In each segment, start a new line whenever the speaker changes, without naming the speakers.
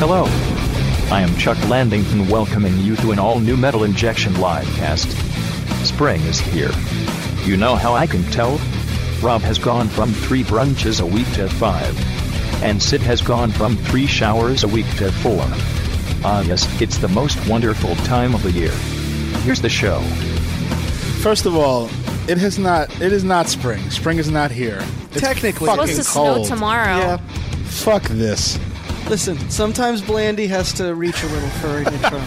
Hello. I am Chuck Landington welcoming you to an all new Metal Injection livecast. Spring is here. You know how I can tell? Rob has gone from three brunches a week to five. And Sid has gone from three showers a week to four. Ah, yes, it's the most wonderful time of the year. Here's the show.
First of all, it has not. It is not spring. Spring is not here. It's
Technically.
fucking
Supposed to snow
cold.
tomorrow.
Yeah.
Fuck this.
Listen, sometimes Blandy has to reach a little further to try.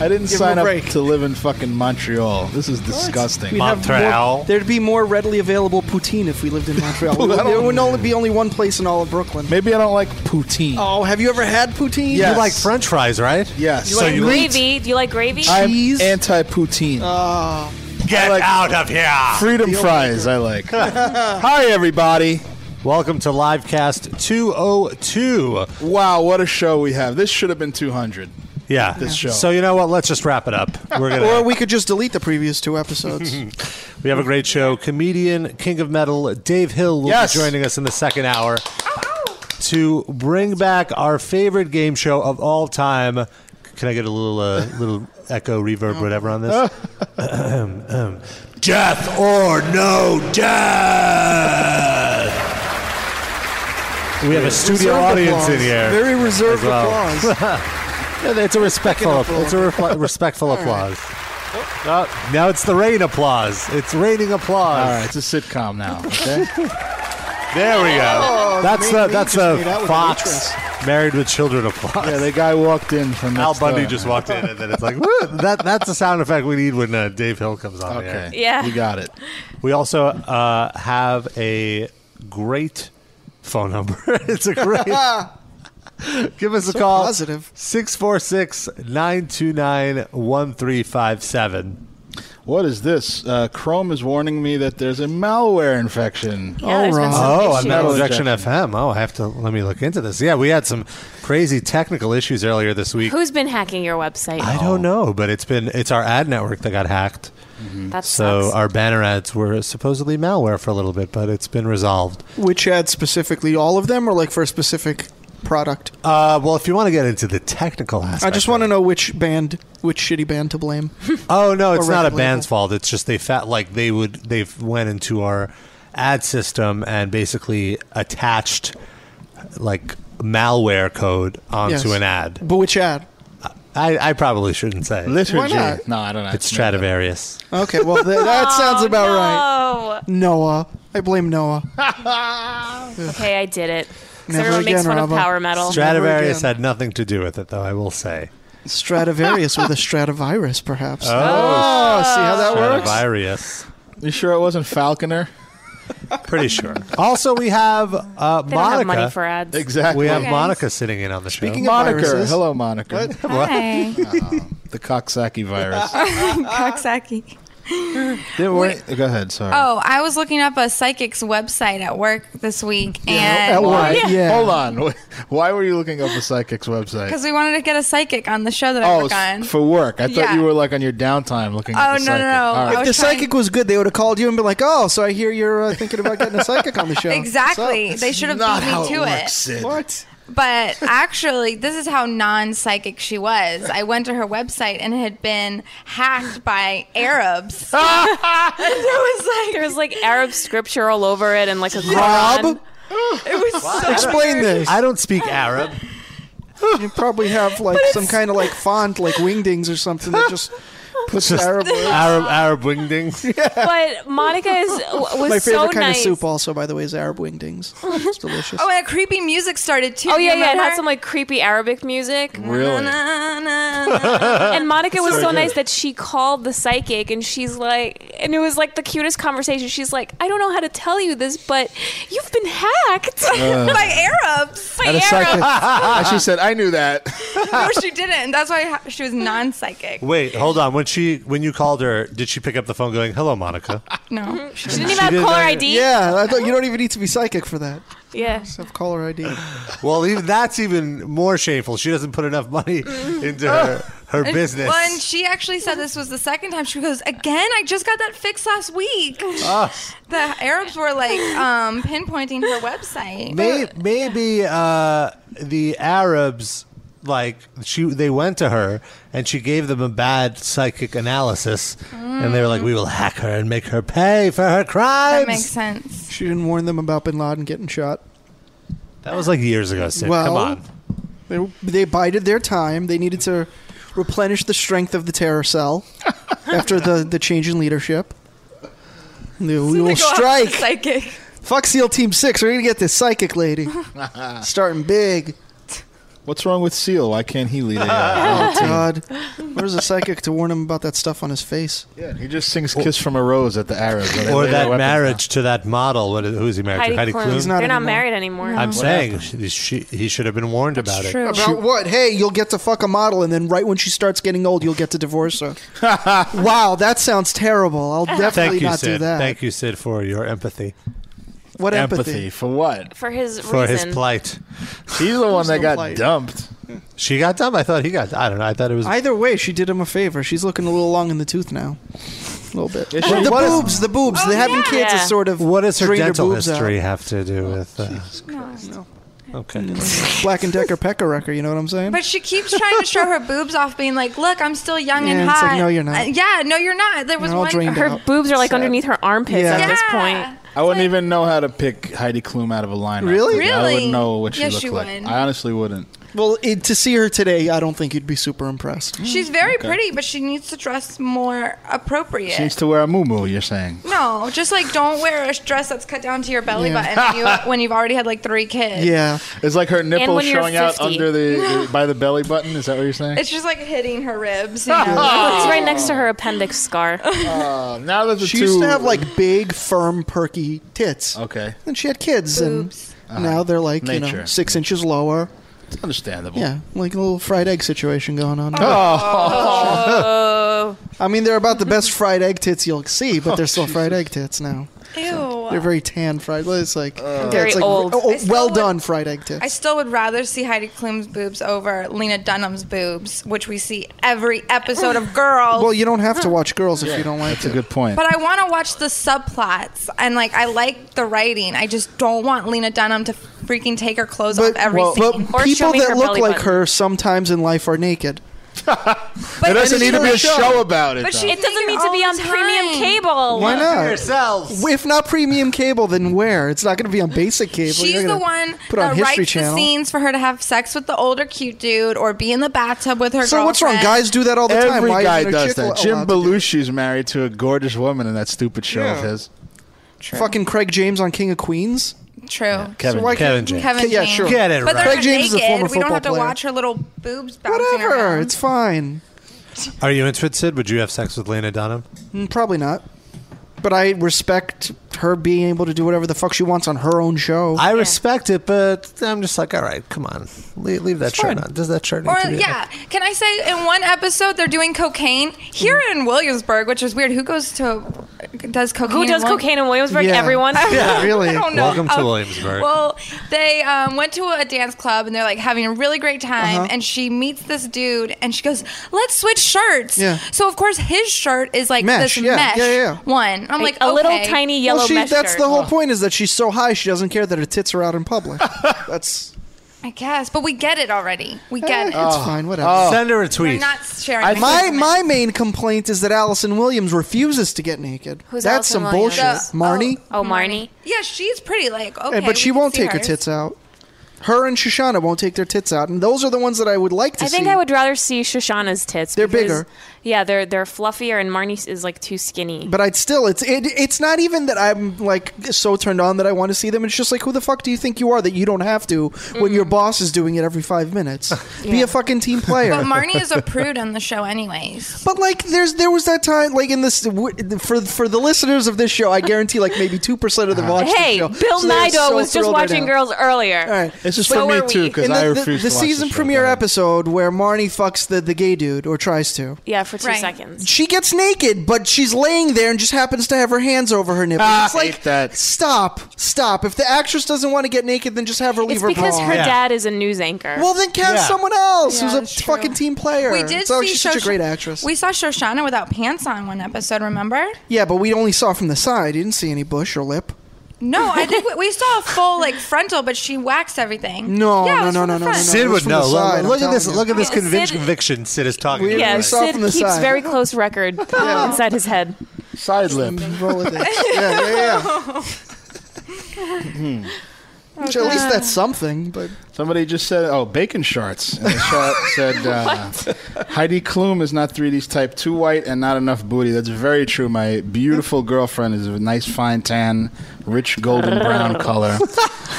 I didn't
Give him
sign
a
up
break.
to live in fucking Montreal. This is
We'd
disgusting.
have
Montreal.
more- there'd be more readily available poutine if we lived in Montreal. there would only be only one place in all of Brooklyn.
Maybe I don't like poutine.
Oh, have you ever had poutine?
Yes.
You like French fries, right?
Yes.
You So like you-
Gravy? Do you like gravy?
I'm
cheese?
anti-poutine.
Oh,
Get
like-
out of here!
Freedom fries. I like. Hi everybody.
Welcome to Livecast 202.
Wow, what a show we have. This should have been 200.
Yeah.
This show.
So you know what? Let's just wrap it up. We're
or
gonna.
we could just delete the previous two episodes.
we have a great show. Comedian, King of Metal, Dave Hill will
Yes.
be joining us in the second hour to bring back our favorite game show of all time. Can I get a little uh, little echo,
Uh-huh.
reverb, whatever on this? Um, death or no death. We have a studio
Reserved
audience in
applause.
here.
Very reserved
as well.
applause.
Yeah, it's a respectful.
Second applause.
It's a refle- respectful applause. Oh, now it's the rain applause. It's raining applause.
All right, it's a sitcom now. Okay.
There we go. that's
me-
the
me
that's
just
the
Oh, made out with an
Fox Married with Children applause.
yeah, the guy walked in from
Al
next
Bundy
door.
just walked in, and then it's like "Woo!" that. That's the sound effect we need when uh, Dave Hill comes on. the
Okay.
air.
Yeah.
You got it.
We also uh, have a great phone number. it's a great. Give us a call.
positive.
646 929 1357.
What is this? Uh, Chrome is warning me that there's a malware infection.
yeah, there's been some
Oh,
issues.
on Metal
Injection.
Injection FM. Oh, I have to let me look into this. Yeah, we had some crazy technical issues earlier this week.
Who's been hacking your website?
I don't know, but it's been it's our ad network that got hacked.
That's
So
sucks.
our banner ads were supposedly malware for a little bit, but it's been resolved.
Which ad specifically? All of them, or like for a specific product?
Uh, well, if you want to get into the technical aspect,
I just want to know which band, which shitty band to blame.
Oh no, it's
or record
not a
label.
band's fault. It's just they felt like they would they went into our ad system and basally attached like malware code onto
Yes.
an ad.
but which ad?
I, I probably shouldn't say.
Liturgy.
Why not?
No, I don't know.
It's Stradivarius.
Okay, well th- that sounds about right.
Oh,
Noah, I blame Noah.
okay, I did it. 'Cause
Never
everyone makes
again,
fun
Robbo.
of power metal.
Stradivarius
again.
had nothing to do with it, though. I will say.
Stradivarius with a Stradivirus, perhaps.
Oh, see how that works?
Stradivarius.
You sure it wasn't Falconer?
Pretty sure. also, we have uh,
They don't have money
Monica.
for ads.
Exactly.
we have
guys.
Monica sitting in on the show.
Speaking of
Moniker.
viruses-
Hello, Moniker.
Hi,
The Coxsackie virus.
Coxsackie.
They weren't- Go ahead. Sorry.
Oh, I was looking up a psychic's website at work this week,
At
and
work.
yeah. Yeah.
Hold on. Why were you looking up a psychic's website?
because we wanted to get a psychic on the show that I
Oh,
work on.
it's for work. I thought
Yeah.
you were like on your downtime looking.
Oh,
at the
no, no,
psychic.
no.
All
I
If
right.
was
the psychic was good, they would have called you and been like, "Oh, so I hear you're uh, thinking about getting a psychic on the show."
exactly. They should have
Not
beat
how
me
it
to it.
works, Sid.
What?
But actually, this is how non-psychic she was. I went to her website and it had been hacked by Arabs. and
Ah!
there was like,
There was like Arab scripture all over it and like a
Rob?
Quran.
it was so
Explain this.
I don't speak Arab.
You probably have like some kind of like font, like Wingdings or something that just puts Arab. words.
Arab Arab wingdings.
But Monica is, w- was
My favorite
so
kind
nice.
of soup, also by the way, is Arab Wingdings. It's delicious.
Oh, and a creepy music started too.
Oh
Do you
yeah, yeah. It had
remember?
some like creepy Arabic music,
Really?
Na, na, na, na.
and Monica was so nice that she called the psychic, and she's like, and it was like the cutest conversation. She's like, I don't know how to tell you this, but you've been hacked.
Uh.
by Arabs.
By
At a psychic.
Arabs.
And she said, "I knew that."
no, she didn't. That's why ha- she was non-psychic.
Wait, hold on. When she when you called her, did she pick up the phone going, "Hello, Monica"?
No, she
Mm-hmm. She
didn't.
didn't even have
didn't
caller
know-
ID.
yeah, I thought you don't even need to be psychic for that.
Yeah.
Have caller ID.
well, even that's even more shameful. She doesn't put enough money into her her business.
Well, and she actually said this was the second time. She goes, "Again, I just got that fixed last week."
Ah.
Ah,
The Arabs were like um, pinpointing her website.
May- maybe uh, the Arabs like she they went to her and she gave them a bad psychic analysis and they were like we will hack her and make her pay for her crimes
That makes sense.
She didn't warn them about Bin Laden getting shot.
That was like years ago Sid. come
Well-
on
They, they bided their time. They needed to replenish the strength of the terror cell after the, the change in leadership. And they- we will
Go out
strike.
Psychic.
Fuck SEAL Team 6. We're going to get this psychic lady. Starting big.
What's wrong with Seal? Why can't he lead AI?
Oh, God. Where's a psychic to warn him about that stuff on his face?
yeah, he just sings "Kiss from a Rose" at the Arabs. when they
or
lay their
that
weapons
marriage to that model what is, who's he married
Heidi,
to Heidi
Klum.
Klum,
He's not
They're not
anymore.
married anymore.
I'm saying she, she, he should have been warned about it
True.
About what? Hey, you'll get to fuck a model, and then right when she starts getting old, you'll get to divorce her. wow, that sounds terrible. I'll definitely
Thank you,
not
Sid.
do that.
Thank you, Sid, for your empathy,
What
down.
empathy?
Empathy for what?
for his
for
reason.
his plight.
He's the one that
no
got
plight.
dumped.
She got dumb. I thought he got. I don't know. I thought it was.
Either way, she did him a favor. She's looking a little long in the tooth now. A little bit.
Is she-
the
what is- Oh,
boobs, the boobs. They're having
yeah.
kids
Yeah.
is sort of.
what does her
drained
dental
boobs out. Oh,
history have to do with? Uh,
No.
okay.
Black and Decker pecker wrecker, you know what I'm saying?
But she keeps trying to show her boobs off, being like, "Look, I'm still young
Yeah,
and
it's
hot."
like, no, you're not.
Uh, yeah, no, you're not. There was
You're all
one.
drained
her
out.
boobs are like
Sad.
underneath her armpits
Yeah.
at this
Yeah.
point.
I wouldn't even know how to pick Heidi Klum out of a lineup.
Really?
Like, I
Really?
wouldn't know what she
Yes,
looked
you
like.
would.
I honestly wouldn't.
Well, it, to see her today, I don't think you'd be super impressed.
Mm. She's very pretty, but she needs to dress more appropriate.
She needs to wear a muumuu. You're saying?
no, just like don't wear a dress that's cut down to your belly
Yeah.
button when, you, when you've already had like three kids.
Yeah.
It's like her nipple
when you're
showing out
50.
under the by the belly button. Is that what you're saying?
It's just like hitting her ribs. You know?
It's right next to her appendix scar.
Uh, now that the
She
two
used to have like big, firm, perky tits.
okay, Uh-huh.
And she had kids, and now they're like, you know,
Nature.
six inches lower.
it's understandable.
Yeah, like a little fried egg situation going on.
Oh.
Oh.
I mean, they're about the best fried egg tits you'll see, but they're
Oh,
still fried egg tits now. They're
Ew.
very tan fried. well, It's
Uh.
like yeah,
Very
it's like
old.
oh, oh,
I still
well
would-
done fried egg tits.
I still would rather see Heidi Klum's boobs over Lena Dunham's boobs, which we see every episode of Girls.
well, you don't have to watch girls if you don't like
That's a
to.
good point.
But I want to watch the subplots and like I like the writing. I just don't want Lena Dunham to freaking take her clothes off every
well, but
scene.
Or
people
show me
that
her
look
belly
like
button.
her sometimes in life are naked.
But
There doesn't
it's
need to be
her
a
show.
show about it.
But
though.
she-
It doesn't need to
All
be
the
on premium
time.
cable.
Why not?
Yourselves.
If not premium cable, then where? It's not going to be on basic cable.
She's
You're
the
gonna
one
put it
that
on
writes
History
the
Channel.
scenes for her to have sex with the older cute dude or be in the bathtub with her.
So what's wrong?
girlfriend.
Guys do that all the time.
Every
Why
guy
isn't a
does
chick
that.
allowed
Jim
to do that?
Belushi's married to a gorgeous woman in that stupid show of
Yeah.
his.
Fucking Craig James on King of Queens.
True.
Kevin.
why can't-
Kevin James.
Kevin
Yeah,
James.
sure.
Get it
But they're
right.
Craig James is a
naked.
former
We don't have to
football player.
watch her little boobs bouncing
Whatever.
around.
It's fine.
Are you interested? Would you have sex with Lena Dunham?
Mm, Probably not. But I respect her being able to do whatever the fuck she wants on her own show.
I respect it, but I'm just like, all right, come on, leave, leave that shirt on. Does that shirt need
or
to be
yeah, can I say in one episode they're doing cocaine here
Mm-hmm.
in Williamsburg, which is weird. Who goes to does cocaine?
Who
in
does
Wil-
cocaine in Williamsburg?
Yeah.
Everyone.
yeah, really.
I don't know.
Welcome to
Um,
Williamsburg.
Well, they um, went to a dance club and they're like having a really great time.
Uh-huh.
And she meets this dude and she goes, "Let's switch shirts."
Yeah.
So of course his shirt is like
Mesh,
this
yeah,
mesh
yeah, yeah.
one. I'm like
a little
okay.
tiny yellow
Well, she,
mesh
that's
shirt.
the
Oh.
whole point is that she's so high she doesn't care that her tits are out in public. That's
I guess, but we get it already. We get
eh,
it.
it's fine, whatever.
Oh. Send her a
We're
tweet.
not sharing.
I-
My my main complaint is that Allison Williams refuses to get naked.
Who's
that's
Allison
some
Williams?
bullshit.
The-
Marnie,
Oh, Marnie.
Yeah, she's pretty. Like okay,
Eh, but she
we can
won't
see
take her
hers.
tits out. Her and Shoshana won't take their tits out, and those are the ones that I would like to
I think
see.
I would rather see Shoshana's tits.
They're
because-
bigger.
Yeah, they're they're fluffier, and Marnie is like too skinny.
But I'd still it's it, it's not even that I'm like so turned on that I want to see them. It's just like who the fuck do you think you are that you don't have to when
Mm-hmm.
your boss is doing it every five minutes? Be a fucking team
But
player.
Marnie is a prude on the show, anyways.
But like, there's there was that time like in this w- for for the listeners of this show, I guarantee like maybe two percent of them
Uh-huh.
watched
hey,
the show.
Bill
So they're
Nido
so
was just
thrilled right
watching
now.
Girls earlier.
All right.
This is
So
for me
are
too
we.
because
In
I
the, the,
refuse
the
to watch
season
the show.
premiere
Go ahead.
episode where Marnie fucks the, the gay dude or tries to.
Yeah, for two
Right.
seconds.
She gets naked, but she's laying there and just happens to have her hands over her nipples.
Ah,
it's like
hate that.
stop, stop. If the actress doesn't want to get naked, then just have her leave
It's
her
because
bra.
her
Yeah.
dad is a news anchor.
Well, then cast
Yeah.
someone else
Yeah,
who's
that's
a
true.
fucking team player.
We did
so
see
she's such
Shosh-
a great actress.
We saw Shoshana without pants on one episode. Remember?
yeah, but we only saw from the side. You didn't see any bush or lip.
No, I think we, we saw a full like frontal, but she waxed everything.
No,
yeah, it
no,
was
no, no,
from the
no, no,
front.
no.
Sid
was
would
from the
know. Look,
side, I'm
look at
telling
this.
you.
Look at this
Yeah,
convin-
Sid-
conviction Sid is talking.
We-
about.
Yeah,
Right. Saw
Sid
from the
keeps
side.
very close record inside his head.
Side lip.
Roll with it. Yeah, yeah, yeah.
Hmm.
Mhm. Which
Oh,
at least that's something, but
Somebody just said, "Oh, bacon sharts." And the shot said, uh, "Heidi Klum is not 3D's type. Too white and not enough booty." That's very true. My beautiful girlfriend is a nice, fine tan, rich golden brown color,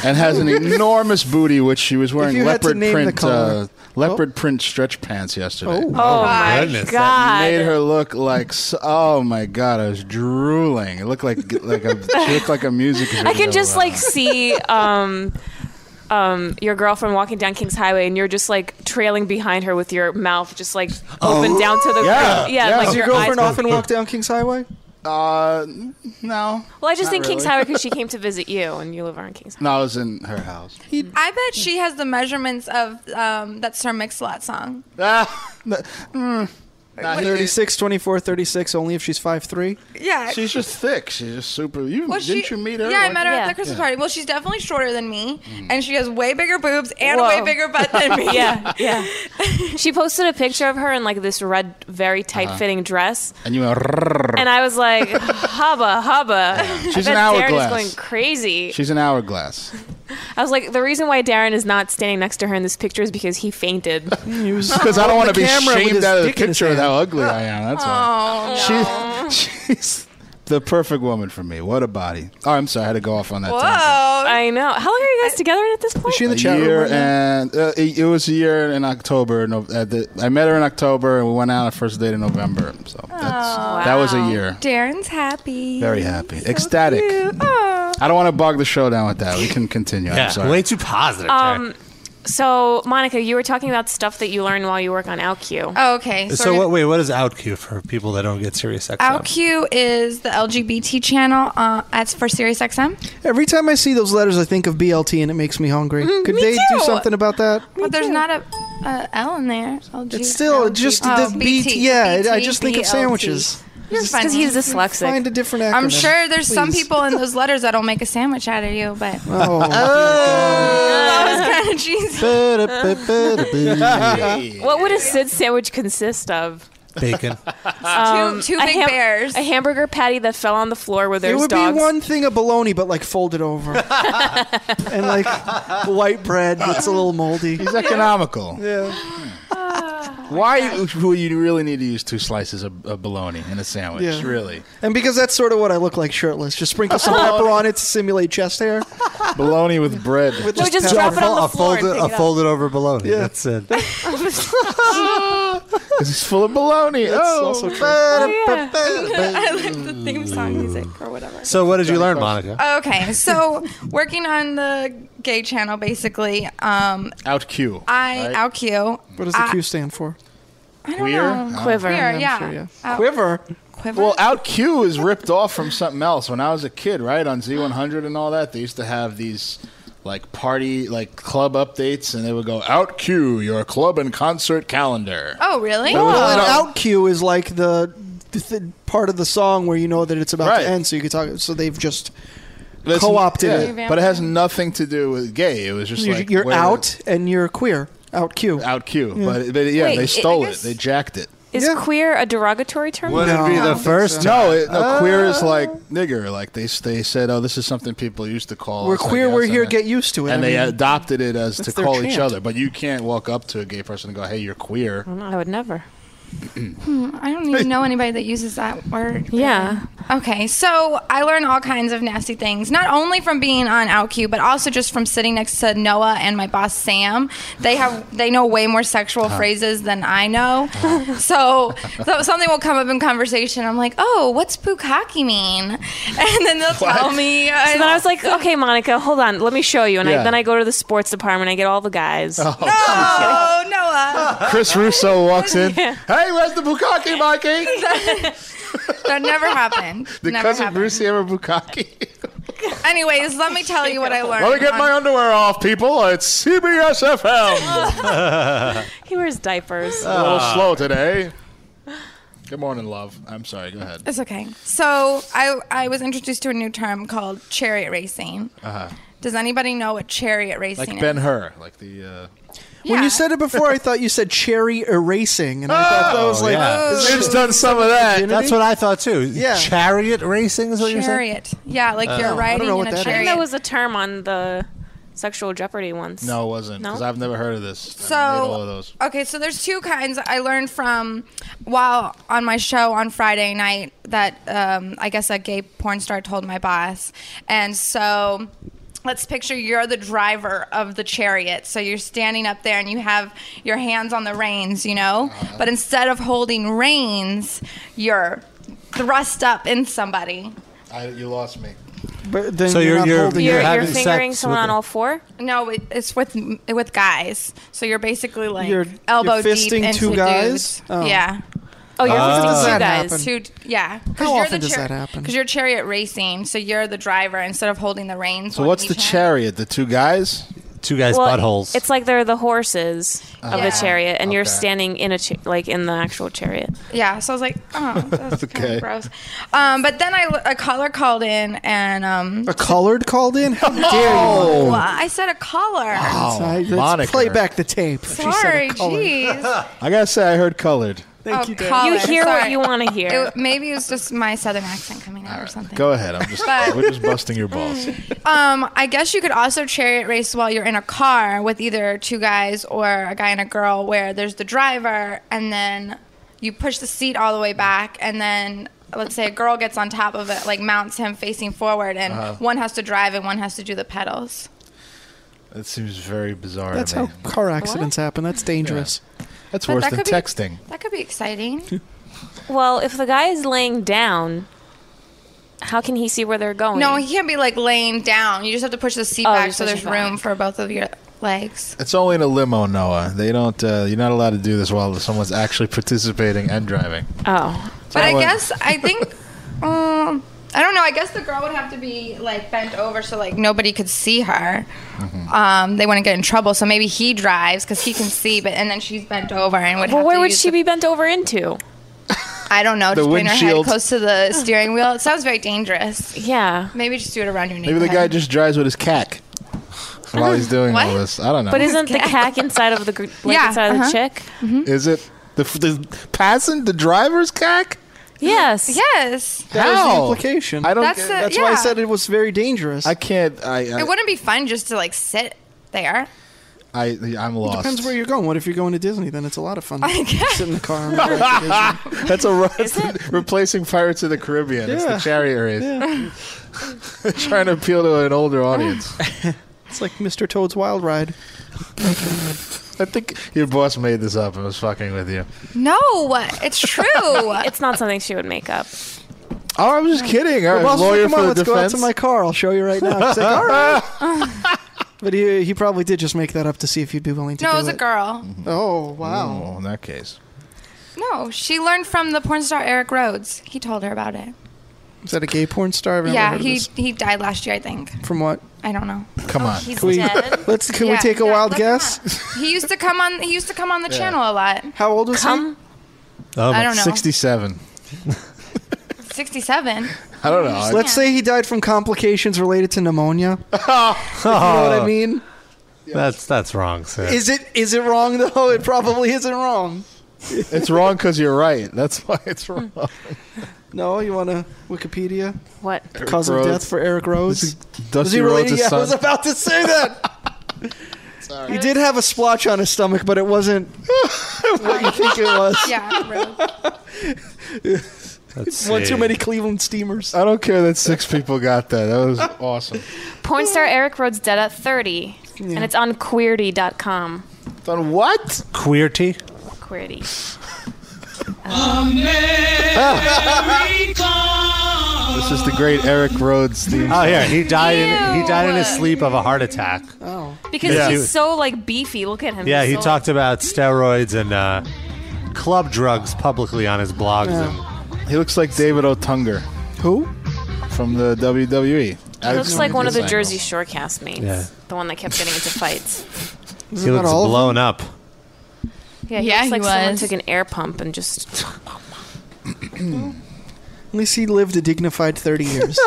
and has an enormous booty, which she was wearing
you had to
leopard
name the
print
color. Oh.
uh, leopard print stretch pants yesterday.
Oh, my
goodness.
god!
Made her look like s- oh my god, I was drooling. It looked like like a she looked like a music.
I
video,
can just
uh,
like see um, um, your girlfriend walking down King's Highway, and you're just like trailing behind her with your mouth just like open down to the
Oh. Yeah,
ground.
yeah.
like
Does
does your
eyes
girlfriend
popping-
often walk down King's Highway?
Uh, no,
Well, I just
Not
think King's
really.
Highway because she came to visit you, and you live on King's Highway.
no, I was in her house.
I bet she has the measurements of um, that Sir Mix-a-Lot song.
Ah, no, mm. Nah, he-
36, 24, 36, only if she's 5'3".
Yeah.
She's just thick. She's just super. You
Well,
didn't
she-
you meet her?
Yeah, I
Like-
met her at
Yeah.
the Christmas party. Well, she's definitely shorter than me,
Mm.
and she has way bigger boobs and a
Whoa.
way bigger butt than me.
Yeah, yeah. She posted a picture of her in like this red,
Uh-huh.
very tight-fitting dress,
And you went. "Rrrr."
and I was like, "Hubba, hubba!"
She's
I bet Darren
an hourglass.
is going crazy.
She's an hourglass.
I was like, the reason why Darren is not standing next to her in this picture is because he fainted.
Because I don't want to be
camera with
shamed
his
out of the
dick in his
picture of
hand.
how ugly I am. That's
Oh,
why. She, she's the perfect woman for me. What a body. Oh, I'm sorry. I had to go off on that.
whoa.
tangent.
I know. How long are you guys together at this point?
Is she in the
A
chat room
year
right now?
and uh, it, it was a year in October. No, at the, I met her in October, and we went out our first date in November. So that's, that was a
Wow.
year.
Darren's happy.
Very happy, ecstatic.
cute. Oh.
I don't want to bog the show down with that. We can continue. I'm
Yeah,
sorry.
way too positive.
Um,
Karen.
So, Monica, you were talking about stuff that you learned while you work on OutQ.
Oh, okay.
so
we're
what? Wait, what is OutQ for people that don't get serious XM?
OutQ is the LGBT channel uh, that's for SiriusXM.
Every time I see those letters, I think of BLT, and it makes me hungry. Could
Mm-hmm, me
they do
too.
something about that?
But there's not a, a L in there. LG,
It's still just
Oh,
the BT. Yeah, it- I just think of
BLT.
sandwiches.
You're funny.
Because he's dyslexic.
Find a different acronym.
I'm sure there's some
please.
people in those letters that'll make a sandwich out of you, but
Oh,
that was kind of cheesy.
what would a Sid sandwich consist of? Um,
Bacon.
two two
A
big
ham-
bears.
A hamburger patty that fell on the floor where
it
there's
would
dogs.
be one thing of bologna, but like folded over, and like white bread that's a little moldy.
He's economical.
Yeah,
Why would you really need to use two slices of, of bologna in a sandwich?
Yeah.
Really,
and because that's sort of what I look like shirtless, just sprinkle some pepper on it to simulate chest hair.
bologna with bread.
No, just
So
drop it on
fol-
the floor and
folded,
pick
a
it up.
folded over bologna.
Yeah.
That's it.
it's full of bologna. oh,
also true.
Oh,
I like the theme song music or whatever.
So what did you learn, Monica?
Okay, so working on the gay channel, basically, um,
out Q.
I
Right.
out Q.
What does the Q stand for?
queer. Oh.
Quiver. Uh,
Queer,
I'm
yeah.
sure, yeah.
Out-
Quiver.
quiver?
Well, out Q is ripped off from something else. When I was a kid, right on Z100 and all that, they used to have these like party, like club updates, and they would go out Q your club and concert calendar.
oh, really?
Well, an
no.
out cue is like the, the, th- part of the song where you know that it's about
Right.
to end, so you can talk. So they've just
That's-
co-opted it.
but it has nothing to do with gay. It was just
you're,
like
you're
where-
out and you're queer. Out cue.
out Q. But, but yeah,
Wait,
they
it-
stole
I
it.
guess-
They jacked it.
Is
Yeah.
queer a derogatory term?
Wouldn't it be
No.
the first?
No, it, no queer
Uh.
is like nigger. Like they they said, oh, this is something people used to call.
We're
us, I
queer.
guess,
We're
and
here.
then-
Get used to it.
And
I
they
mean,
adopted it as to
that's their
call each
chant.
other, but you can't walk up to a gay person and go, "Hey, you're queer."
I would never.
Hmm, I don't even know anybody that uses that word.
Yeah.
Okay, so I learned all kinds of nasty things, not only from being on OutQ, but also just from sitting next to Noah and my boss Sam. They have they know way more sexual
Uh-huh.
phrases than I know. so, so something will come up in conversation. I'm like, oh, what's bukkake mean? And then they'll tell me. uh,
So then I was like, okay, Monica, hold on. Let me show you. And
Yeah.
I, then I go to the sports department. I get all the guys.
oh, Noah,
Chris Russo walks in. Hey, where's the bukkake, Mikey?
that never happened.
Did
never
cousin
happened.
Brucey ever bukkake?
Anyways, let me tell you what I learned.
Let me get
on-
my underwear off, people. It's CBS FM.
He wears diapers.
Oh. a little slow today. Good morning, love. I'm sorry. Go ahead.
It's okay. So I I was introduced to a new term called chariot racing.
Uh-huh.
Does anybody know what chariot racing
Like
is?
Ben Hur, like the. Uh,
When
Yeah.
you said it before, I thought you said cherry erasing, and I thought that was like
yeah.
is this
She's
just
Oh, done some of that.
virginity?
That's what I thought too.
Yeah.
Chariot racing is what you're saying.
Chariot. Yeah,
Uh,
like you're riding
know
in
what that
a
is.
I think
chariot.
that was a term on the sexual jeopardy once.
No, it wasn't because
No?
I've never heard of this.
so
I made all of those.
okay, so there's two kinds I learned from while on my show on Friday night that um, I guess a gay porn star told my boss, and so. Let's picture you're the driver of the chariot. So you're standing up there and you have your hands on the reins, you know?
Uh-huh.
But instead of holding reins, you're thrust up in somebody.
I, you lost me.
But then
So
you're,
you're-
not
you're-
holding
You're,
your
You're
you're
having
fingering
sex
someone
with
on
a-
all four?
No, it, it's with with guys. So you're basically like
You're-
elbow
you're fisting
deep into
two guys?
dudes.
Oh.
Yeah,
Oh, you're
often
uh,
does
two
that
guys.
happen?
two. Yeah.
How often does that happen?
Because you're chariot racing, so you're the driver instead of holding the reins.
So what's the chariot? The two guys?
Two guys'
Well,
buttholes.
It's like they're the horses of the
Yeah.
chariot, and you're
Okay.
standing in a cha- like in the actual chariot.
Yeah. So I was like, oh, that's kind
Okay.
of gross. Um, but then I a caller called in and um,
a colored called in. How dare you?
well, I said a caller.
Sorry, let's
moniker.
play back the tape. She said a
Sorry,
colored.
jeez.
I gotta say, I heard colored.
Thank
Oh,
you, Dan.
colored.
You hear what
Sorry.
you want to hear.
It, maybe it was just my southern accent coming out or something.
Go ahead. I'm just.
But-
we're just busting your balls.
Um, I guess you could also chariot race while you're in a car with either two guys or a guy and a girl, where there's the driver and then you push the seat all the way back, and then let's say a girl gets on top of it, like mounts him facing forward, and
Uh-huh.
one has to drive and one has to do the pedals.
That seems very bizarre
That's
to me.
how car accidents happen. That's dangerous.
That's
But
worse
that
than
could be-
texting.
That could be exciting.
well, if the guy is laying down, how can he see where they're going?
no, he can't be like laying down. You just have to push the seat
Oh,
back
just
so
push
there's
it back.
room for both of your legs.
It's only in a limo, Noah. They don't. Uh, you're not allowed to do this while someone's actually participating and driving.
oh,
But I
Someone-
guess I think um, I don't know. I guess the girl would have to be like bent over so like nobody could see her.
Mm-hmm.
Um, they wouldn't get in trouble. So maybe he drives because he can see. But and then she's bent over and would.
well,
have
where
to
would
use
she
the-
be bent over into?
I don't know.
The
Just putting her head
windshield.
close to the steering wheel. It sounds very dangerous.
Yeah,
Maybe just do it around your
Maybe
neighborhood.
the guy just drives with his cack while he's doing all
What?
this. I don't know.
but isn't the cack inside of the gr- like
Yeah,
inside of the
uh-huh.
chick?
Mm-hmm. Is it the, the passing the driver's cack?
Yes.
Yes.
That was
How?
the implication.
I don't.
That's
get-
the-
That's why I
Yeah.
said it was very dangerous.
I can't. I.
It
I,
wouldn't be fun just to like sit there.
I, am lost.
Depends where you're going. What if you're going to Disney? Then it's a lot of fun. Sit in the car. And watch Disney.
That's a that's replacing Pirates of the Caribbean. It's
Yeah.
the chariot race. Trying to appeal to an older audience.
it's like Mr. Toad's Wild Ride.
I think your boss made this up and was fucking with you.
No, it's true.
It's not something she would make up.
Oh, I'm just kidding. All right,
Well,
lawyer
come on,
for the
let's go out
defense.
to my car. I'll show you right now. He's like, all right. but he, he probably did just make that up to see if you'd be willing to
no,
do
it was a girl.
Oh, wow.
oh, in that case,
No, she learned from the porn star Eric Rhodes. He told her about it.
Is that a gay porn star? I've never heard
Yeah,
of
he
this.
he died last year, I think.
From what?
I don't know. Oh,
come on.
He's
Can we,
dead.
let's, can we
Yeah,
take a
yeah,
wild
look him
guess?
up. He used to come on. He used to come on the channel a lot.
How old was
Come.
Oh,
I don't know.
Sixty-seven.
Sixty-seven.
I don't know. I-
he? Let's say he died from complications related to pneumonia. you know what I mean?
That's that's wrong, sir.
Is it is it wrong though? It probably isn't wrong.
it's wrong because you're right. That's why it's wrong.
No, you want to Wikipedia
What?
cause
Rhodes.
of death for Eric Rhodes? Was
Dusty
he related?
Rhodes'
Yeah, I
son.
was about to say that. He did have a splotch on his stomach, but it wasn't what you think it was.
Yeah. really.
Let's
One
see.
too many Cleveland steamers.
I don't care that six people got that. That was awesome.
Porn star Eric Rhodes dead at 30, and it's on Queerty.com.
Done what?
Queerty.
Queerty.
This is the great Eric Rhodes theme.
Oh, yeah. He died. In, he
Ew.
died in his sleep of a heart attack.
Oh.
Because
Yeah.
he's so like beefy. Look at him.
Yeah, he
He's so-
talked about steroids and uh, club drugs publicly on his blogs.
He looks like David Otunga
Who?
from the E. WWE.
He looks like one of the Jersey Shore castmates.
Yeah.
The one that kept getting into fights.
And he looks
all of
blown up.
Yeah, he
Yeah,
looks
he
like someone
was.
took an air pump and just
At least he lived a dignified 30 years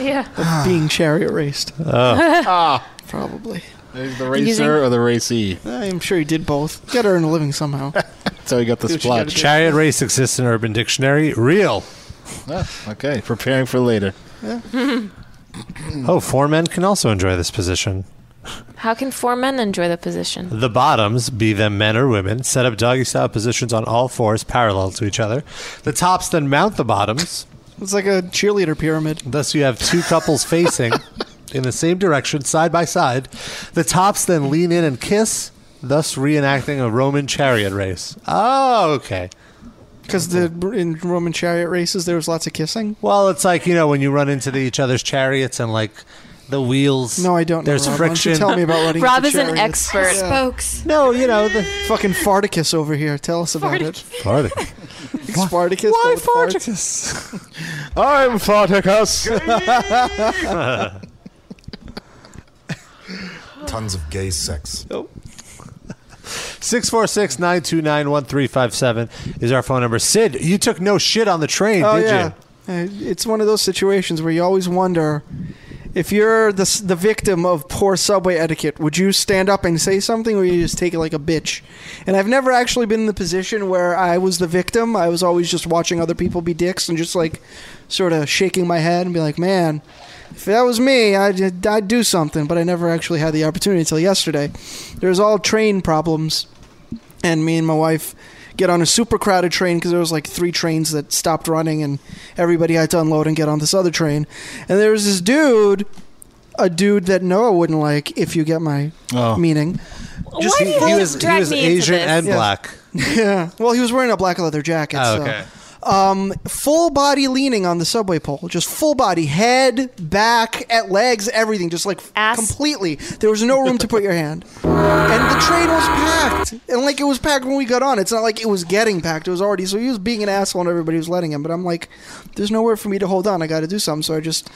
Yeah.
of being chariot raced.
Oh.
ah,
Probably. Eh,
there's the
Using-
racer or the racee.
I'm sure he did both. Got to earn a living somehow.
That's how you got the
what you gotta
splotch.
Chariot race exists in Urban Dictionary. Real.
Ah, okay, preparing for later.
Oh, four men can also enjoy this position.
How can four men enjoy the position?
The bottoms, be them men or women, set up doggy style positions on all fours parallel to each other. The tops then mount the bottoms.
It's like a cheerleader pyramid.
Thus, you have two couples facing in the same direction, side by side. The tops then lean in and kiss, thus reenacting a Roman chariot race. Oh, okay.
Because the in Roman chariot races, there was lots of kissing.
Well, it's like you know when you run into the, each other's chariots and like the wheels.
No, I don't know.
There's
Rob. Why don't you
friction.
tell me about running.
Rob
into
is an
chariots?
expert.
Yeah.
Folks.
No, you know the
Fucking Farticus over here. Tell us about it. Spartacus. but
Why
with farts.
Farticus?
I'm Farticus.
Tons of gay sex.
Six four six nine two nine one three five seven is our phone number. Sid, you took no shit on the train,
Oh
did
yeah.
you?
Uh, It's one of those situations where you always wonder if you're the s- the victim of poor subway etiquette. Would you stand up and say something, or you just take it like a bitch? And I've never actually been in the position where I was the victim. I was always just watching other people be dicks and just like sort of shaking my head and be like, man. If that was me, I'd, I'd do something, but I never actually had the opportunity until yesterday. There's all train problems and me and my wife get on a super crowded train because there was like three trains that stopped running and everybody had to unload and get on this other train and there was this dude a dude that noah wouldn't like if you get my
Oh.
meaning
Why
he,
do you
he
always
was he
drag
was
me into
Asian
this?
and
Yeah.
black.
yeah well he was wearing a black leather jacket
Oh,
so. um,
okay.
full body leaning on the subway pole, just full body, head, back, at legs, everything, just like
Ass.
completely. There was no room to put your hand, and the train was packed, and like it was packed when we got on. It's not like it was getting packed; it was already. So he was being an asshole, and everybody was letting him. But I'm like, there's nowhere for me to hold on. I got to do something. So I just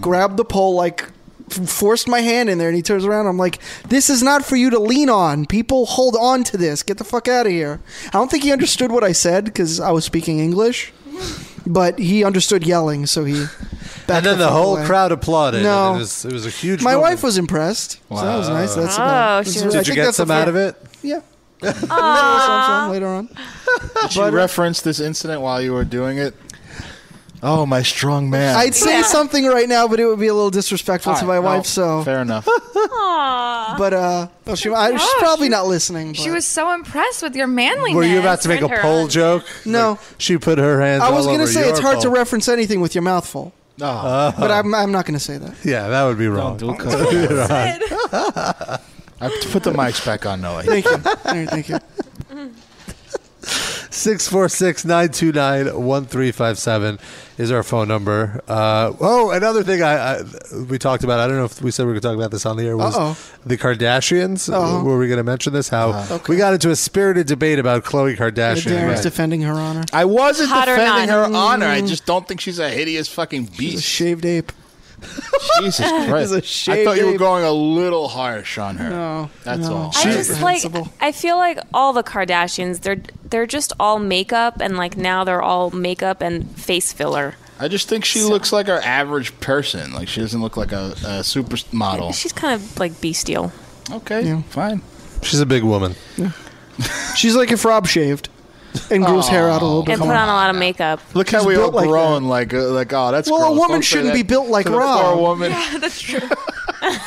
grabbed the pole, like f- forced my hand in there, and he turns around. I'm like, this is not for you to lean on. People hold on to this. Get the fuck out of here. I don't think he understood what I said because I was speaking English but he understood yelling, so he.
And then the
fuck
whole
away.
crowd applauded.
No.
and it was it was a huge.
My
moment.
wife was impressed. So that was nice. That's
Wow.
about-
Oh, she
I
was-
Did
think
you get
that's the
some out of
fir-
it?
Yeah. Aww. later on.
Did you reference this incident while you were doing it? Oh, my strong man.
I'd say something right now, but it would be a little disrespectful
All right,
to my
no,
wife. So,
fair enough.
Aw.
but uh, well, she, I, she's probably not listening.
She
but-
was so impressed with your manliness.
Were you about to make a
Turned her
pole
on.
joke?
No.
Like, she put her hands.
I was
all
gonna
over
say
your Uh-huh.
it's hard to
pole.
reference anything with your mouth full,
No,
but I'm, I'm not going to say that.
Yeah, that would be wrong.
I have to put the mics back on, Noah.
Thank you. All right, thank you.
Six four six nine two nine one three five seven is our phone number. Uh, oh, another thing I, I we talked about. I don't know if we said we were going to talk about this on the air. Was
Uh-oh.
the Kardashians?
Uh-huh.
Were we going to mention this? How we got into a spirited debate about Khloe Kardashian.
Darren's defending her honor.
I wasn't
Hot or
defending her
not. Mm.
honor. I just don't think she's a hideous fucking
She's a
beast.
shaved ape.
Jesus Christ.
a
I
shaved
thought you were
ape.
going a little harsh on her.
No,
That's
no.
all.
I
She-
just like
Sensible.
I feel like all the Kardashians they're they're just all makeup and like now they're all makeup and face filler.
I just think she looks like our average person. Like she doesn't look like a, a supermodel.
She's kind of like bestial.
Okay,
Yeah.
fine.
She's a big woman.
She's like if Rob shaved and grew his hair out a little bit.
And put on a lot of makeup.
Look how
She's
we all
built like
grown. Like, uh, like, oh, that's
Well, a
gross.
woman
Don't say
shouldn't
that
be built like
to the
Rob.
Poor woman.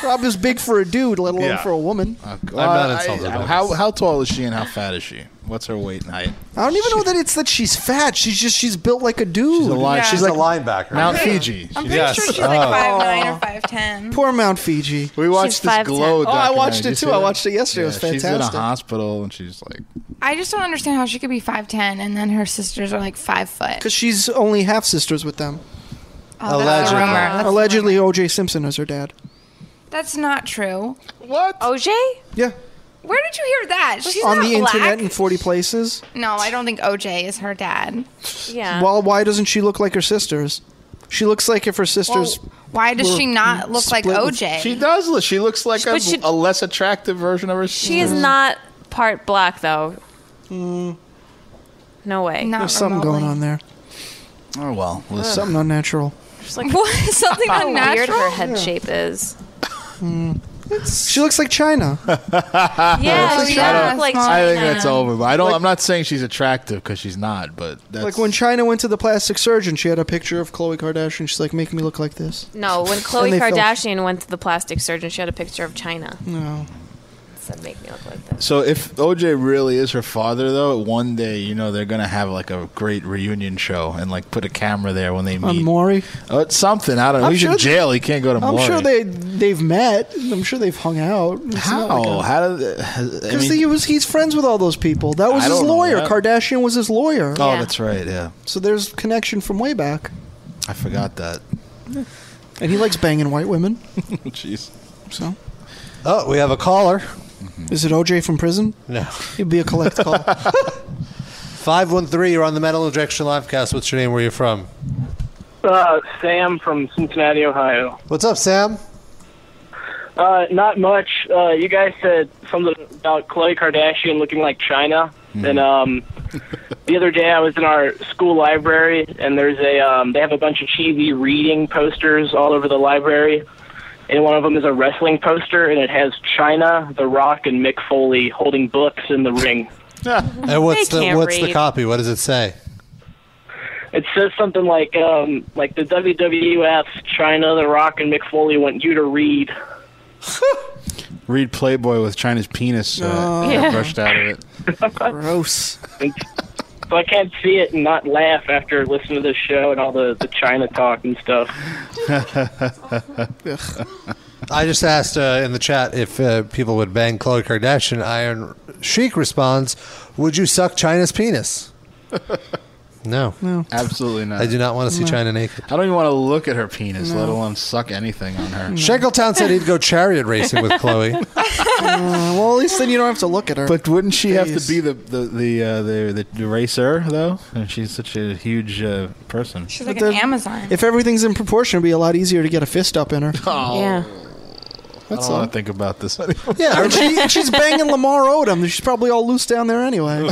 Rob is big for a dude, let alone
Yeah.
for a woman.
Uh,
not insulted by
how
this.
how tall is she and how fat is she? What's her weight and height?
I don't even know that it's that she's fat. She's just she's built like a dude.
She's a line.
Yeah.
She's
She's
like
a linebacker.
Mount Fiji.
I'm
She-
pretty
Yes.
sure she's like five nine or five ten.
Poor Mount Fiji.
we watched this
5'10".
glow.
Oh,
I
documentary.
watched it
Did you
too.
see
I
that?
watched it yesterday. It was
She's in
fantastic.
a hospital and she's like,
I just don't understand how she could be five ten and then her sisters are like five foot.
Because she's only half sisters with them.
Oh, that's a
Allegedly.
rumor. That's,
Allegedly, O.J. Simpson is her dad.
that's not true.
what?
OJ?
Yeah,
Where did you hear that? She's
on
not
the
black.
internet in forty places.
No, I don't think OJ is her dad.
Yeah.
Well, why doesn't she look like her sisters? She looks like if her
Well,
sisters.
why does
were
she not look like
split with-
OJ?
She does. Look, she looks like a,
But she-
a less attractive version of herself.
she is not part black though. No way.
Not
Mm.
there's something
remotely.
going on there.
Oh well, listen.
Something unnatural.
Just like
What? Something
how weird
unnatural?
her head shape is.
She looks like China.
Yeah, she
Shut
does
up.
look like
I
I
China.
think that's over. But I don't. I'm not saying she's attractive because she's not. But that's
like when China went to the plastic surgeon, she had a picture of Khloe Kardashian. She's like, make me look like this.
No, when Khloe
they filmed-
Kardashian went to the plastic surgeon, she had a picture of China.
No.
Said, "Make me look like this."
So if OJ really is her father, though, one day you know they're gonna have like a great reunion show and like put a camera there when they meet.
On Maury.
Oh, it's something. I don't know.
I'm
He's
sure
in
th-
jail. He can't go to.
I'm
Maury.
sure they they've met. I'm sure they've hung out. It's
How?
not like a-
How did? they- has- I
Because
mean-
he was he's friends with all those people. That was
I
his
don't know
lawyer.
that.
Kardashian was his lawyer.
oh,
Yeah.
that's right. Yeah,
So there's connection from way back.
I forgot that.
And he likes banging white women.
Jeez.
So
Oh, we have a caller.
is it OJ from prison?
No.
It'd be a collect call.
513, you're on the Metal Injection Livecast. What's your name? Where are you from?
Uh, Sam from Cincinnati, Ohio.
What's up, Sam?
Uh, not much. Uh, you guys said something about Khloe Kardashian looking like China, and um, the other day I was in our school library, and there's a um, they have a bunch of cheesy reading posters all over the library, and one of them is a wrestling poster, and it has China, The Rock, and Mick Foley holding books in the ring.
And what's
They
the
can't
what's the
read.
copy? What does it say?
It says something like um, like the WWF, China, The Rock, and Mick Foley want you to read.
Read Playboy with China's penis uh,
Yeah.
brushed out of it.
Gross.
So I can't see it and not laugh after listening to this show and all the, the China talk and stuff.
I just asked uh, in the chat if uh, people would bang Khloe Kardashian. Iron Sheik responds, "Would you suck China's penis?" no,
Absolutely not.
I do not want to see China naked.
I don't even want to look at her penis, let alone suck anything on her.
Shankletown said he'd go chariot racing with Khloe.
Uh, well, at least then you don't have to look at her.
But wouldn't she have
Face.
to be the the the, uh, the the racer though? And she's such a huge uh, person.
She's like
But
an
the-
Amazon.
if everything's in proportion, it'd be a lot easier to get a fist up in her.
Yeah,
Oh. I don't want to think about this anymore.
yeah,
And she, she's banging Lamar Odom. She's probably all loose down there anyway.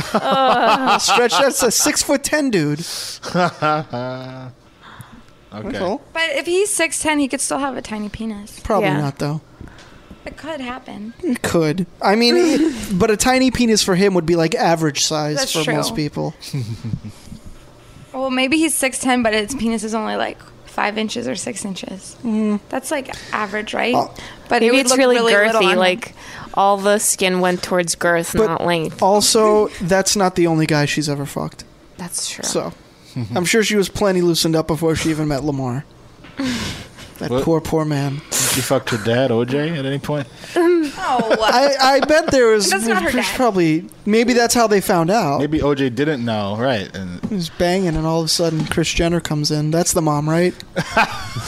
Stretch. That's a six foot ten dude.
Okay.
That's all.
but if he's six ten, he could still have a tiny penis.
Probably
Yeah.
not Hmm. though.
It could happen.
It could. I mean, it- but a tiny penis for him would be like average size
That's
for
true.
most people.
Well, maybe he's six ten, but his penis is only like five inches or six inches.
Hmm.
Mm. That's like average, right?
Uh,
but
maybe
it would
it's
look
really,
little on
girthy.
him.
Like all the skin went towards girth, not length.
Also, that's not the only guy she's ever fucked.
That's true.
So, I'm sure she was plenty loosened up before she even met Lamar. That
What?
poor, poor man.
She fucked her dad, OJ, at any point.
oh,
I, I bet there was
That's not her
there's
dad.
probably maybe that's how they found out.
Maybe OJ didn't know, right? And
He's banging, and all of a sudden, Chris Jenner comes in. That's the mom, right?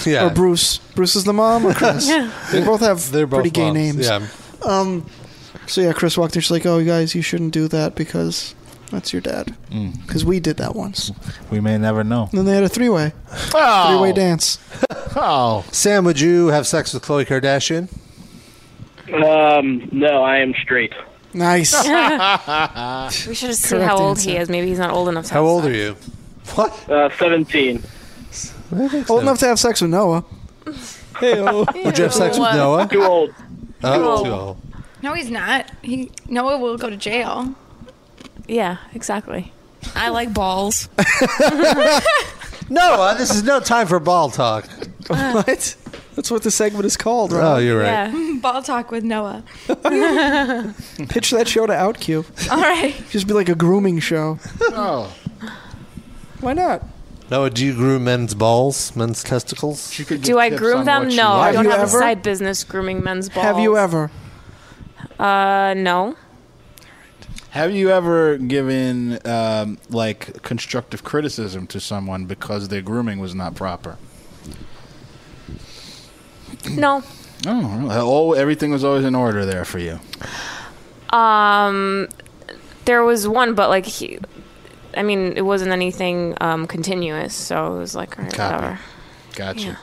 yeah.
Or Bruce? Bruce is the mom, or Chris? They both have
They're both
pretty gay names.
moms.
Um,
Yeah.
So yeah, Chris walked in. She's like, "Oh, you guys, you shouldn't do that because that's your dad.
Mm.
Because we did that once." And
we may never know.
then they had a three-way,
Oh,
three-way dance.
oh.
Sam, would you have sex with Khloe Kardashian?
Um, no, I am straight.
Nice.
we should have seen
Correct
how old
answer.
he is. Maybe he's not old enough. To
How
have
old
sex.
are you? What?
Uh, 17.
Old enough to have sex with Noah.
Would you have sex with Noah?
Too old.
Oh, too old.
no, he's not. He Noah will go to jail.
Yeah, exactly.
I like balls.
Noah, this is no time for ball talk.
what? That's what the segment is called. Right?
Oh, you're right.
Yeah,
Ball talk with Noah.
Pitch that show to OutQ.
All right.
Just be like a grooming show.
Oh.
Why not?
Noah, do you groom men's balls, men's testicles?
She could
do
give
I
tips
groom
on
them?
what she
No, I
likes.
don't
you
have
ever?
a side business grooming men's balls.
Have you ever?
Uh, no.
Have you ever given um, like constructive criticism to someone because their grooming was not proper?
No.
Oh, really? oh, everything was always in order there for you.
Um, there was one, but like he, I mean, it wasn't anything um, continuous, so it was like, all right,
Copy.
whatever.
Gotcha.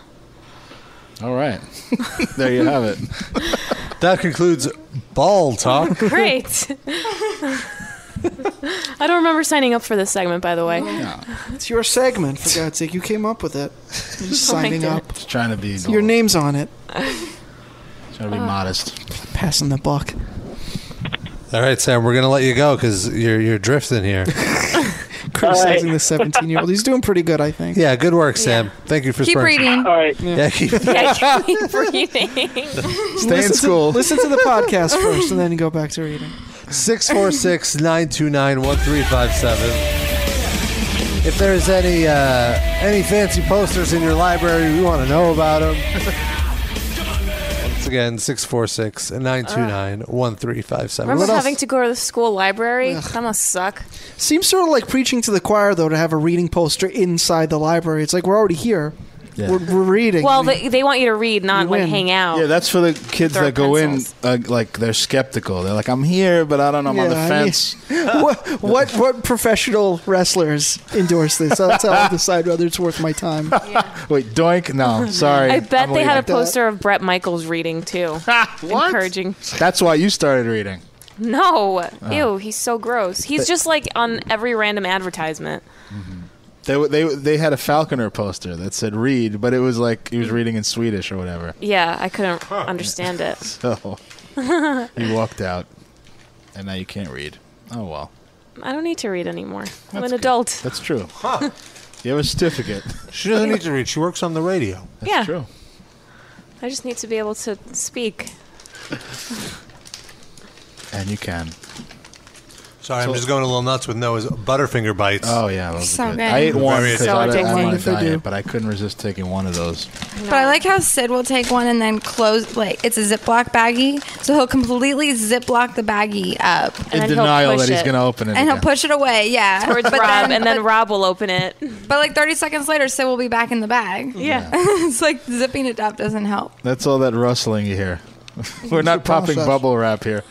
All right, there you have it.
That concludes ball talk.
Great. I don't remember signing up for this segment, by the way.
It's your segment, for God's sake. You came up with it. You're just
Oh, I
signing
did.
up.
Just trying to be
Your name's on it.
trying to be modest.
Passing the buck.
All right, Sam, we're gonna let you go because you're you're drifting here.
Criticizing the 17 year old. He's doing pretty good, I think.
Yeah, good work, Sam. Thank you for
Keep
spurring-
reading.
All right.
Yeah, keep-
Yeah, I keep breathing.
Stay in
Listen to-
school.
listen to the podcast first and then go back to reading.
646 929 1357. If there's any uh, any fancy posters in your library, we want to know about them. Once again, 646 929 1357.
Remember
What else?
having to go to the school library? That must suck.
Seems sort of like preaching to the choir, though, to have a reading poster inside the library. It's like we're already here. We're, we're reading.
Well, they, they want you to read, not
You
like
win.
hang out.
Yeah, that's for the kids
Throw
that go
pencils.
in uh, like they're skeptical. They're like, "I'm here, but I don't know. I'm on the
Yeah, I
fence."
what, what what professional wrestlers endorse this? That's how I'll decide whether it's worth my time.
Wait, doink? No, sorry.
I bet
I'm
they had a
leaving.
poster of Brett Michaels reading too. Encouraging.
That's why you started reading.
No. Ew, he's so gross. He's just like on every random advertisement.
They w- they they had a Falconer poster that said "read," but it was like he was reading in Swedish or whatever.
Yeah, I couldn't understand it.
So he walked out, and now you can't read. Oh well,
I don't need to read anymore. I'm an
good.
adult.
that's true. You have a certificate.
she doesn't need to read. She works on the radio.
yeah.
True.
I just need to be able to speak.
And you can.
Sorry, I'm just going a little nuts with Noah's Butterfinger bites.
Oh yeah, those
So
are good.
good.
I ate one because
So
I was
addicting.
on a
If they do.
diet, but I couldn't resist taking one of those.
But I like how Sid will take one and then close, like, it's a Ziploc baggie. So he'll completely Ziploc the baggie up.
And
in
then he'll
denial
push
that he's
it.
going to open it.
And he'll
again.
push it away, yeah.
Towards
But
Rob, and then
but,
Rob will open it.
but like 30 seconds later, Sid will be back in the bag.
Yeah.
it's like zipping it up doesn't help.
That's all that rustling you hear. We're not popping
process.
bubble wrap here,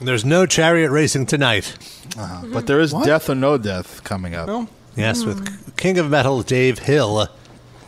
There's no chariot racing tonight.
Uh-huh. but there is death or no death coming up.
No. Hmm.
Yes, with King of Metal Dave Hill. Uh,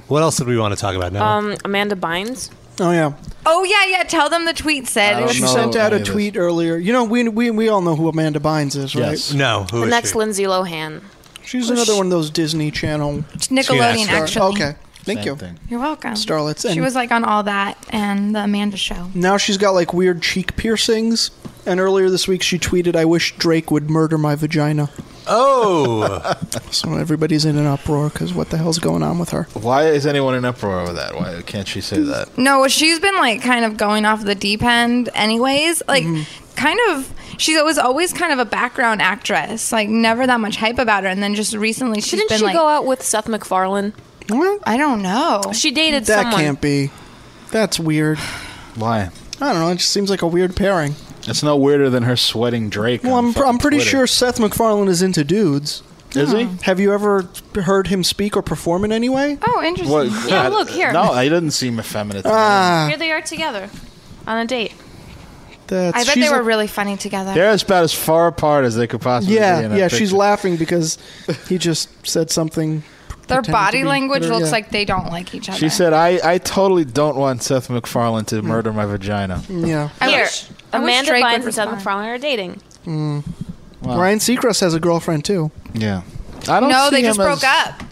What else did we want to talk about now?
Um, Amanda Bynes.
Oh yeah,
Oh, yeah, yeah. Tell them the tweet, Sid.
don't
she
know
sent out a
any of this.
tweet earlier. You know, we, we we all know who Amanda Bynes is, right?
Yes.
no, who
The
is
next
she?
Lindsay Lohan.
She's another one of those Disney Channel.
Nickelodeon,
Star-
actually.
okay, thank
Same
you.
thing.
You're welcome.
Starlets
She
and-
was like on all that and the Amanda Show.
Now she's got like weird cheek piercings. And earlier this week, she tweeted, "I wish Drake would murder my vagina."
Oh,
So everybody's in an uproar because what the hell's going on with her?
Why is anyone in uproar over that? Why can't she say that?
No, well, she's been like kind of going off the deep end, anyways. Like,
Mm-hmm.
kind of, she was always kind of a background actress. Like, never that much hype about her. And then just recently, she's
Didn't
been
she
like,
go out with Seth MacFarlane?
What?
I don't know.
She dated
That
someone.
can't be. That's weird.
Why?
I don't know. It just seems like a weird pairing.
It's no weirder than her sweating Drake.
Well,
on
I'm, pr-
fucking
I'm pretty
Twitter.
sure Seth MacFarlane is into dudes.
Is he?
Have you ever heard him speak or perform in any way?
Oh, interesting.
What?
Yeah, look, here.
No, I didn't seem effeminate. to me.
Ah,
Here they are together on a date.
That's,
I bet
she's
they were
a-
really funny together.
They're as about as far apart as they could possibly be. in
yeah,
a
yeah. She's
picture.
laughing because he just said something.
Their
pretended
body
to be-
language
Yeah.
looks like they don't like each other.
She said, I, I totally don't want Seth MacFarlane to murder my vagina.
Mm. Yeah.
I
Here,
wish- I wish
Amanda
Drake would
Bynes and Seth
respond.
MacFarlane are dating.
Hmm. Ryan Seacrest has a girlfriend too.
Yeah. I don't
No, they
see
just
him
broke
as-
up.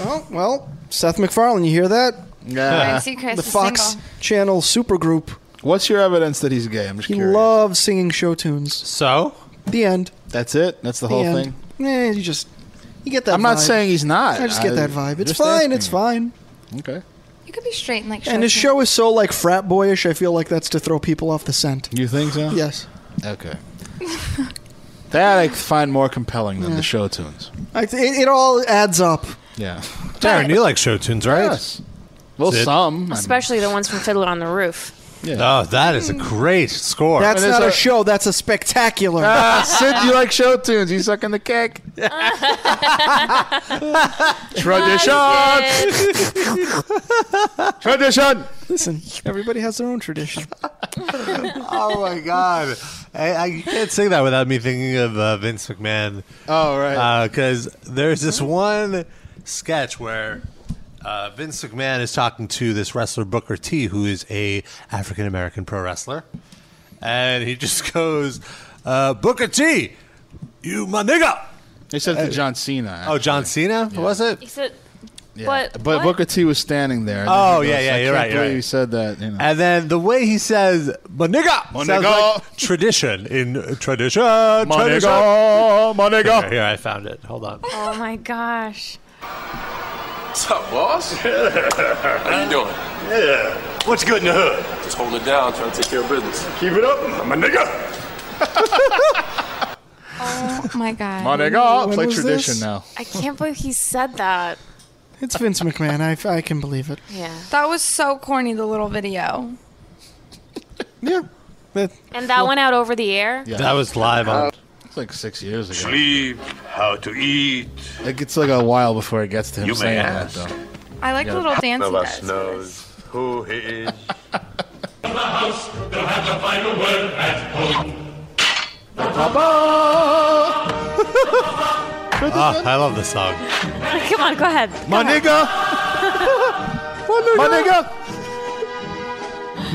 Oh well, Seth MacFarlane. You hear that?
Yeah.
I see Chris
the
is
Fox
single.
Channel supergroup.
What's your evidence that he's gay? I'm just
He
curious.
loves singing show tunes.
so
The end.
That's it? That's the
The
whole
end.
thing?
Eh, you just you get that.
I'm not
vibe.
saying he's not.
I just get that vibe. It's
just
fine. It's
asking
fine.
you. Okay.
You could be straight and like.
And his
showcase.
show is so like frat boyish. I feel like that's to throw people off the scent.
You think so?
Yes,
Okay. that I find more compelling than the show tunes.
I, th- it, it all adds up.
Yeah.
Darren, you like show tunes, right?
Yes. Well,
Sid.
some. I mean,
Especially the ones from Fiddler on the Roof.
yeah.
Oh, that is a great score.
Hmm. That's
there's
not a,
a-
show. That's a spectacular.
Ah, Sid, you like show tunes? You sucking the cake? Tradition. Tradition.
Listen, everybody has their own tradition.
oh my god, I, I you can't say that without me thinking of uh, Vince McMahon
Oh right.
because there's this one sketch where uh, Vince McMahon is talking to this wrestler Booker T, who is a African American pro wrestler, and he just goes, Uh, Booker T, you my nigga. Uh,
They said to John Cena.
Oh, John Cena was it?
He said,
Yeah.
but
but
what?
Booker T was standing there.
Oh,
He
yeah,
goes,
yeah,
I
you're
can't
right, you're
believe
right.
He said that. You know.
And then the way he says "my nigga"
My
sounds
nigga.
like tradition in tradition. tradition.
my
Here, here, I found it. Hold on.
oh my gosh.
What's up, boss? How you doing? Yeah.
What's good in the hood?
Just holding it down, trying to take care of business.
Keep it up. I'm a nigga.
Oh my god.
My nigga,
When
play
was
tradition
this?
now.
I can't believe he said that.
It's Vince McMahon. I, I can believe it.
Yeah.
That was so corny. The little video.
Yeah. That-
And that went out over the air?
Yeah.
That was live on.
It's like six years ago.
Sleep. How to eat.
It gets like a while before it gets to him
You may
saying
ask.
that, though.
I like the little dance. he
None of us
does.
knows who he is.
Ah, I love this song.
Come on, go ahead.
My nigga.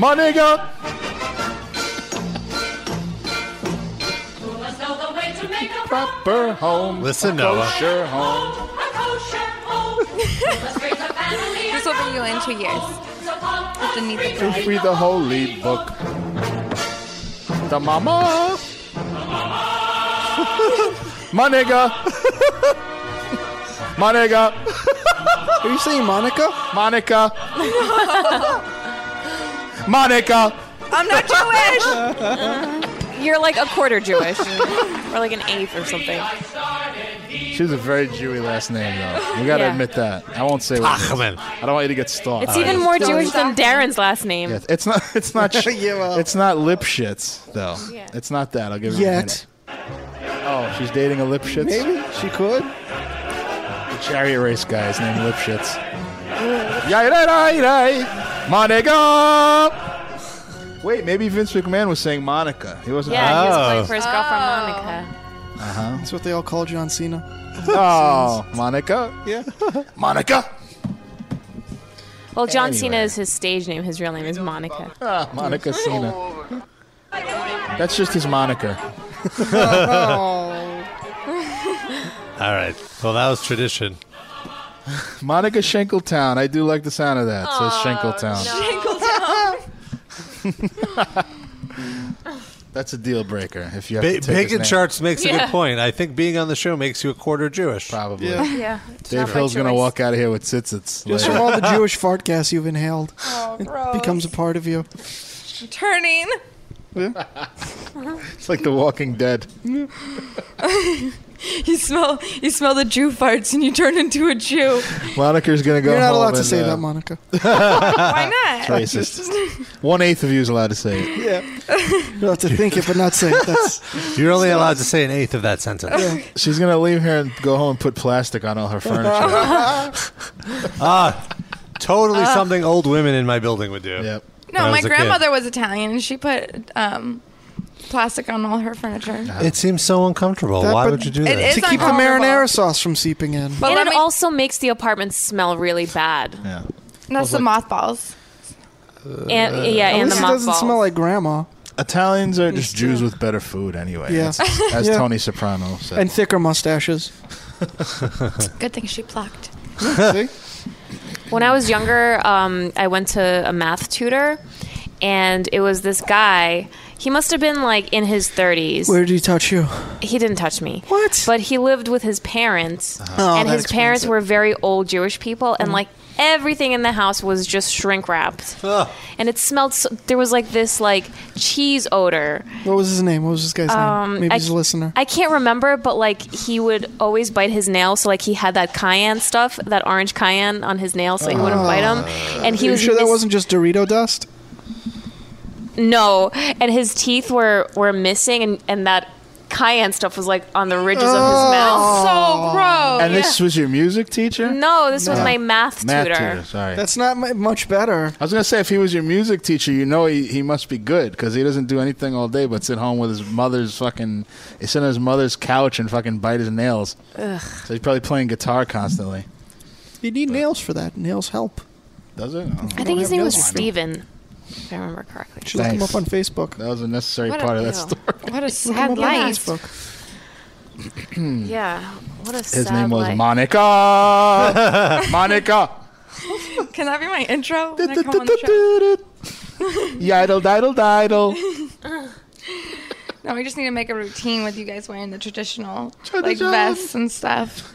My nigga! My nigga! Proper home.
Listen,
a
Noah.
Kosher home.
This will bring you in two years. It's a neat
We
surprise.
read the holy book. The mama. My nigga. My nigga.
Are you saying Monica?
Monica. Monica.
I'm not Jewish.
You're like a quarter Jewish, or like an eighth or something.
She was a very Jewy last name, though. We gotta
Yeah.
admit that. I won't say what. it is.
Ahmed.
I don't want you to get stalked.
It's even more
No,
Jewish than
exactly.
Darren's last name.
Yes, It's not. It's not. sh-
Yeah, well.
It's not lip shits though.
Yeah.
It's not that. I'll give you a
Yet.
minute. Oh, she's dating a lip shits.
Maybe she could.
The chariot race guy is named lip shits. Yay-ray-ray-ray. Monica. Wait, maybe Vince McMahon was saying Monica. He wasn't.
Yeah, he was
Oh.
Ah.
playing for his girlfriend Monica.
That's what they all call John Cena.
Uh-huh. Oh, Monica.
Yeah.
Monica.
Well, John Cena
Anyway.
is his stage name. His real name is Monica.
Ah, Monica Cena. That's just his moniker.
All right. Well, that was tradition.
Monica Shankletown. I do like the sound of that. Says Shankletown. That's a deal breaker. If you have
Ba-
to take his
Bacon
name.
Charts makes a
Yeah.
good point. I think being on the show makes you a quarter Jewish.
Probably.
Yeah.
Yeah.
Dave Hill's gonna walk out of here with titsits.
Just
later.
from all the Jewish fart gas you've inhaled,
Oh, gross.
it becomes a part of you.
I'm turning.
It's like The Walking Dead.
You smell. You smell the Jew farts, and you turn into a Jew.
Monica's gonna go.
You're not
home
allowed to
and,
say
uh,
that, Monica.
Why not?
Racist. One eighth of you is allowed to say it.
Yeah. You'll have to think it, but not say it. That's,
You're only allowed to say an eighth of that sentence.
She's gonna leave here and go home and put plastic on all her furniture.
Ah, Totally something old women in my building would do.
yep.
When
No,
I
my
was a kid.
grandmother was Italian, and she put um, plastic on all her furniture.
Uh-huh.
It seems so uncomfortable.
That-
Why
but
would you do
it
that?
is-
to keep the
uncomfortable.
marinara sauce from seeping in.
But let
and it
me,
also makes the apartment smell really bad.
Yeah.
that's the mothballs.
And yeah,
At
and the
least uh, it doesn't
mothballs.
smell like grandma
Italians are just Jews with better food, anyway.
Yeah.
That's- As
Yeah.
Tony Soprano said.
and thicker mustaches.
Good thing she plucked.
When I was younger, um, I went to a math tutor, and it was this guy. He must have been like in his 30s.
Where did he touch you?
He didn't touch me.
What?
But he lived with his parents,
Oh,
and
that
his
explains
parents
it. Mm-hmm.
were very old Jewish people, and like everything in the house was just shrink wrapped,
Ugh.
and it smelled. So, there was like this like cheese odor.
What was his name? What was this guy's name? Maybe
Um, I
he's a
c-
listener.
I can't remember, but like he would always bite his nail. So like he had that cayenne stuff, that orange cayenne on his nail, so he wouldn't bite him. And he
Oh. you
was
sure that
mis-
wasn't just Dorito dust?
no, and his teeth were were missing, and and that cayenne stuff was like on the ridges of his mouth.
So gross.
And this was your music teacher?
Oh, No, this was my math,
Math
tutor.
tutor. Sorry.
That's not mu- much better.
I was gonna say if he was your music teacher, you know he, he must be good because he doesn't do anything all day but sit home with his mother's fucking. He sit on his mother's couch and fucking bite his nails. So he's probably playing guitar constantly.
You need nails for that. Nails help.
Does it? Oh.
I think his name was
Don't have
Steven. if I remember correctly.
Should look him up on Facebook.
That was a necessary
What a-
part of that
ew.
story.
What a
Look him
sad
up on
life.
Facebook.
Yeah. What a
Mm. His
sad
name was
life.
Monica. Monica.
Can that be my intro? When I come on the show?
Yidle, didle, didle.
No, we just need to make a routine with you guys wearing the traditional like
Tradition.
vests and stuff.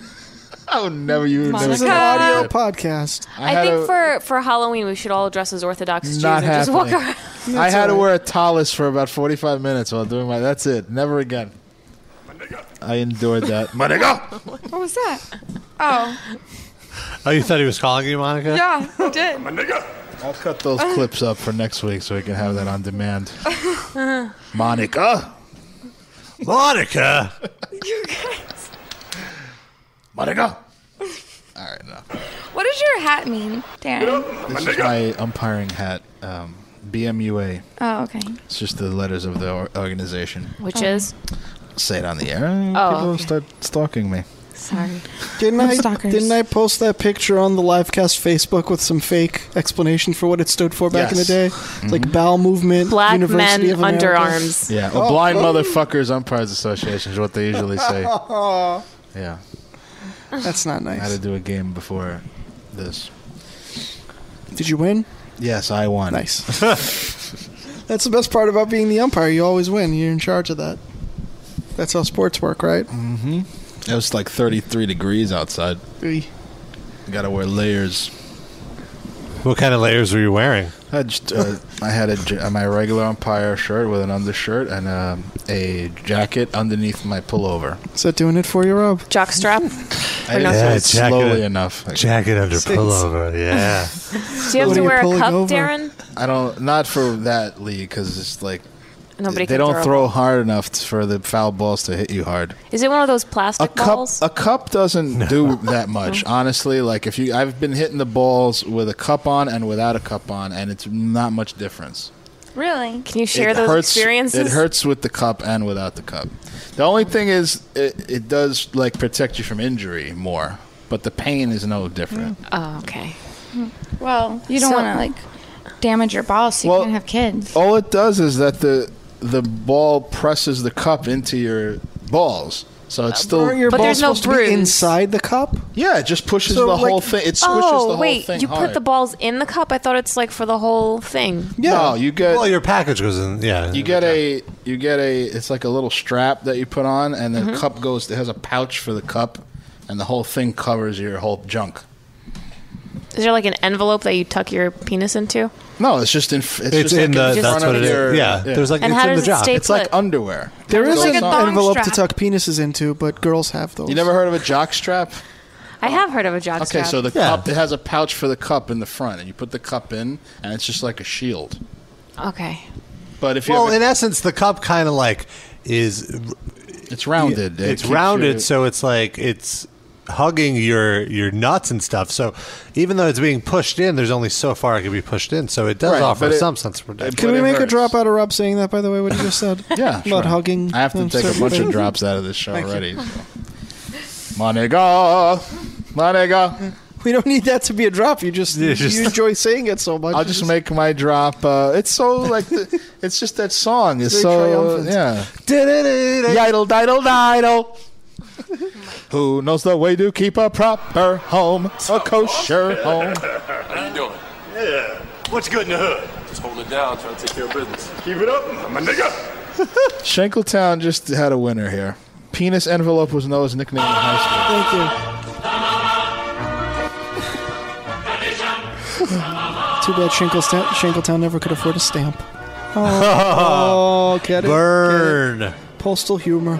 Oh, never you.
Monica.
Never
It's an audio podcast.
I, think for, for Halloween we should all dress as Orthodox Jews
not
and just walk
happening.
around.
I had to wear a tallis for about 45 minutes while doing my. That's it. Never again. I endured that. Monica.
What was that? Oh,
Oh, you thought he was calling you, Monica?
yeah, I did.
I'll cut those clips up for next week so we can have that on demand. Monica.
Monica.
you guys.
Monica. All right, no.
What does your hat mean, Darren?
This is my umpiring hat. Um, BMUA.
Oh, okay.
It's just the letters of the or- organization.
Which
Oh.
is
Say it on the air.
Oh,
People
okay.
start stalking me.
sorry.
Didn't I,
Stalkers.
didn't I post that picture on the livecast Facebook with some fake explanation for what it stood for back in the
Yes. Mm-hmm.
day? It's like bowel movement,
Black
University
men
of America. Oh,
underarms.
Yeah, or blind motherfuckers umpires association is what they usually say. yeah,
That's not
I had to
nice.
do a game before this.
Did you win?
Yes, I won.
Nice. That's the best part about being the umpire. You always win. You're in charge of that. That's how sports work, right?
Mm-hmm. It was like 33 degrees outside.
Eey.
You gotta wear layers.
What kind of layers were you wearing?
I just uh, I had a j- my regular umpire shirt with an undershirt and um a jacket underneath my pullover.
Is that doing it for you, Rob?
Jockstrap.
I
not
didn't do
Yeah,
it
jacket.
slowly enough. Like,
Jacket under pullover. Yeah.
Do you have
What are
to
you
wear a
pulling
cup,
over?
Darren?
I don't not for that league because it's like
Nobody
they
can
don't
a-
throw hard enough for the foul balls to hit you hard.
Is it one of those
a
plastic
cup
balls?
a cup doesn't do that much honestly like if you i've been hitting the balls with a cup on and without a cup on and it's not much difference
Really?
Can you share
it
those
hurts,
experiences?
it hurts with the cup and without the cup the only thing is it, it does like protect you from injury more but the pain is no different
Oh, okay.
Well, you don't
So-
want to like damage your balls so you
Well-
can't have kids.
all it does is that the the ball presses the cup into your balls so it's still
Aren't your
But
balls
there's no
supposed to be
bruise.
inside the cup?
yeah it just pushes
So,
the
like-
whole thing it squishes the
Oh,
whole
wait.
thing
You put the
hard.
balls in the cup? I thought it's like for the whole thing.
yeah no, you get
Well, your package goes in. Yeah.
You get a you get a it's like a little strap that you put on and the
Mm-hmm.
cup goes it has a pouch for the cup and the whole thing covers your whole junk.
Is there like an envelope that you tuck your penis into?
No, it's just in f- it's,
It's
just
in
like
the.
in
That's
front
what
of
it is.
your-
yeah. There's like.
And
it's
how
in
does
the
it
job.
stay-
it's like
But-
underwear.
There is
Goes
like a
an
on.
thong
envelope to
strap.
tuck penises into, but girls have those.
You never heard of a jock strap?
I have heard of a jockstrap.
Okay, so the
Yeah.
cup it has a pouch for the cup in the front and you put the cup in and it's just like a shield.
Okay.
But if you
Well,
have
in
a,
essence, the cup kind of like is
it's rounded. It
It's
keeps
rounded,
you-
so it's like it's hugging your your nuts and stuff. So even though it's being pushed in, there's only so far it can be pushed in. So it does
Right,
offer
but it-
some sense of protection.
Can
but
we
it
make a
hurts.
drop out of Rob saying that? By the way, what you just said.
Yeah,
About
sure.
hugging.
I have to
um,
take a
certain
bunch of
things.
drops out of this show already. so. Monica, Monica.
We don't need that to be a drop. You just,
Yeah, just-
you enjoy saying it so much.
I'll
You
just make my drop. Uh, it's so like the, it's just that song is
Very
so
triumphant.
yeah. Yidle diddle diddle. Who knows the way to keep a proper home, a kosher home?
How you doing?
Yeah. What's good in the hood?
Just holding it down, trying to take care of business.
Keep it up, my nigga.
Shankletown just had a winner here. Penis envelope was Noah's nickname in high
Thank you. Too bad Shankletown, Shankletown never could afford a stamp. Oh, oh get it, get
Burn.
it. Postal humor.
All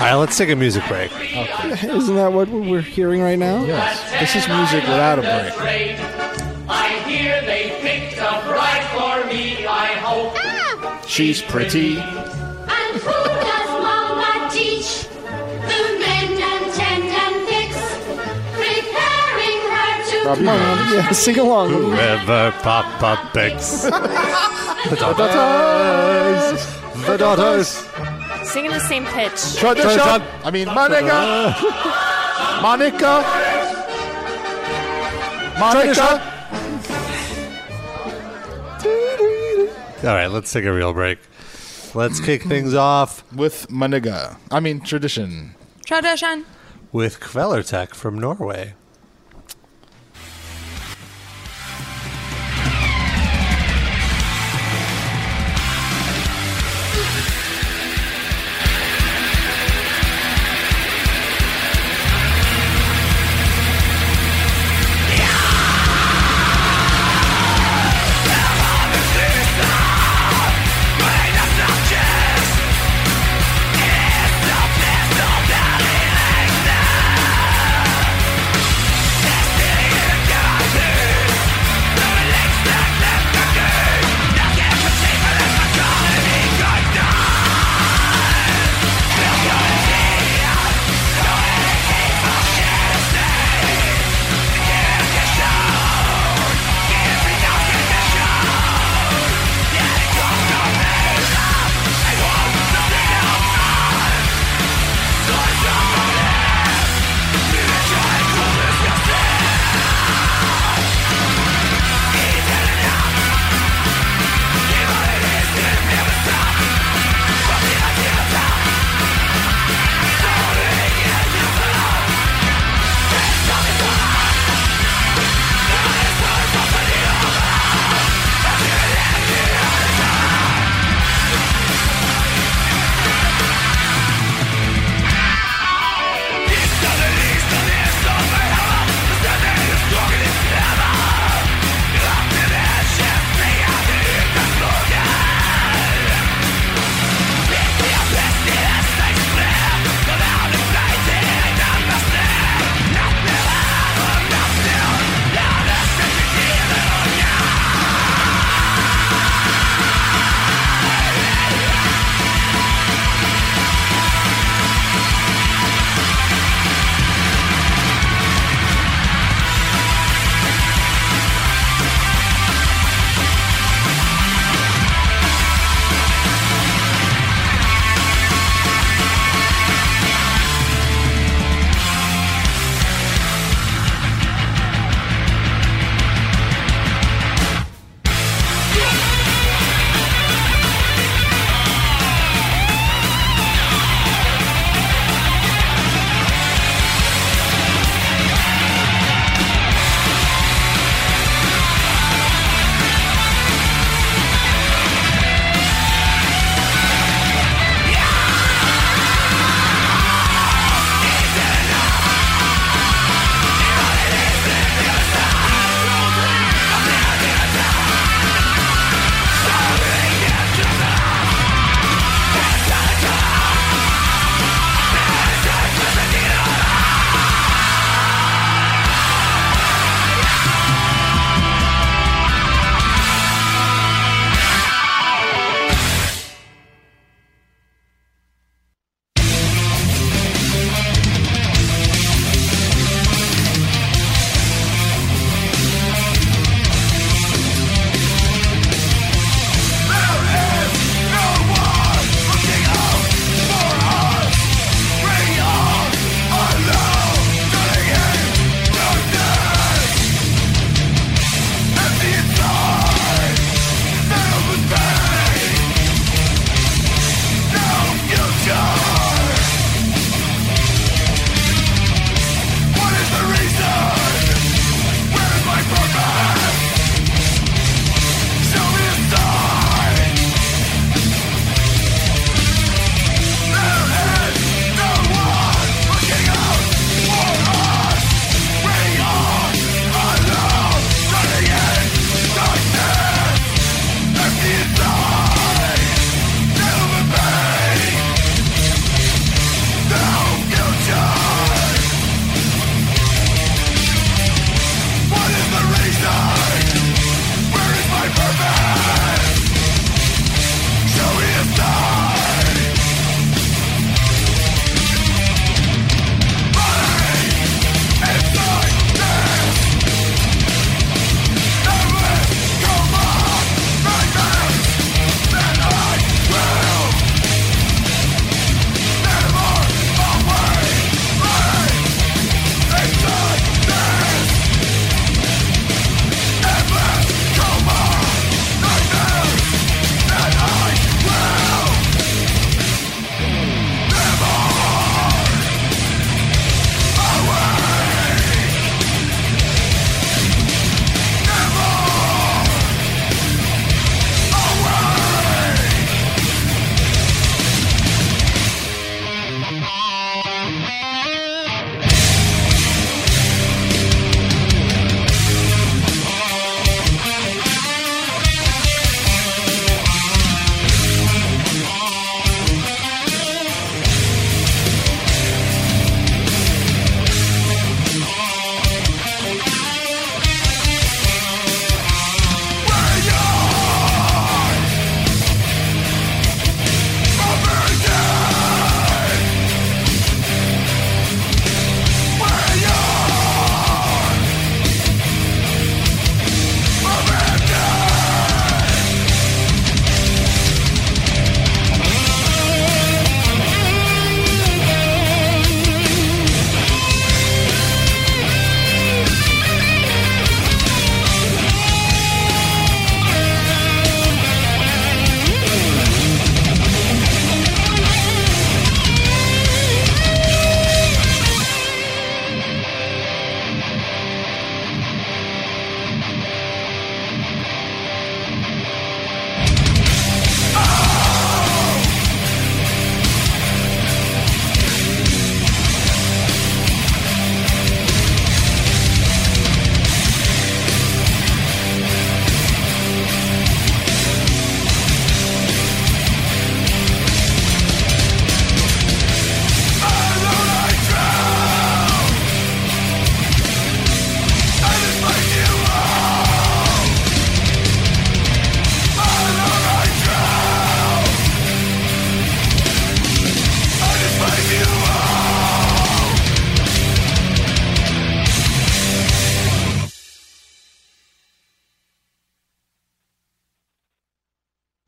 right, let's take a music break.
Isn't that what we're hearing right now?
school. Yes, this is music without a break.
I hear they picked a bride for me, I hope.
She's pretty.
Ah, And who does Mama teach? To mend and tend and fix, preparing her to
Rob, you
Come on,
know
Mom. yeah, sing along.
Whoever Papa picks the
daughters,
the daughters.
Sing in the same pitch.
Tradition.
Tradition.
I mean, Monica. Monica. Monica.
All right, let's take a real break. Let's kick things off
with Maniga. I mean, tradition.
Tradition.
with Kvelertek from Norway.
It's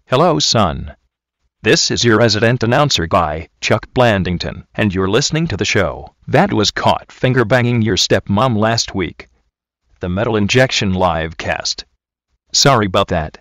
Hello, son. This is your resident announcer guy, Chuck Blandington, and you're listening to the show that was caught finger banging your stepmom last week. The Metal Injection Live Cast. Sorry about that.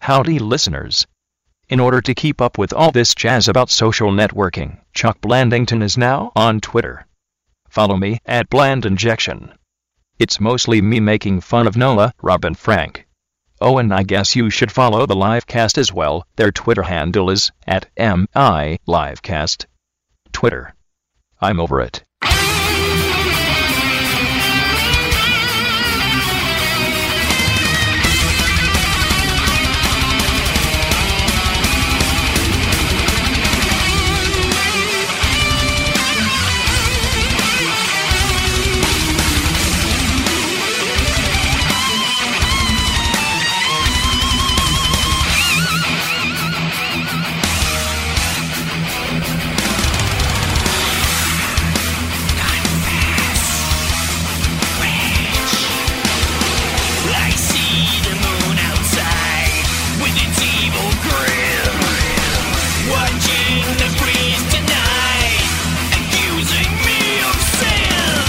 Howdy, listeners. In order to keep up with all this jazz about social networking, Chuck Blandington is now on Twitter. Follow me at Blandinjection. It's mostly me making fun of Noah, Rob, and Frank. Oh, and I guess you should follow the livecast as well. Their Twitter handle is at MI Livecast. Twitter. I'm over it.
evil grin. Watching the breeze tonight, accusing me of sin.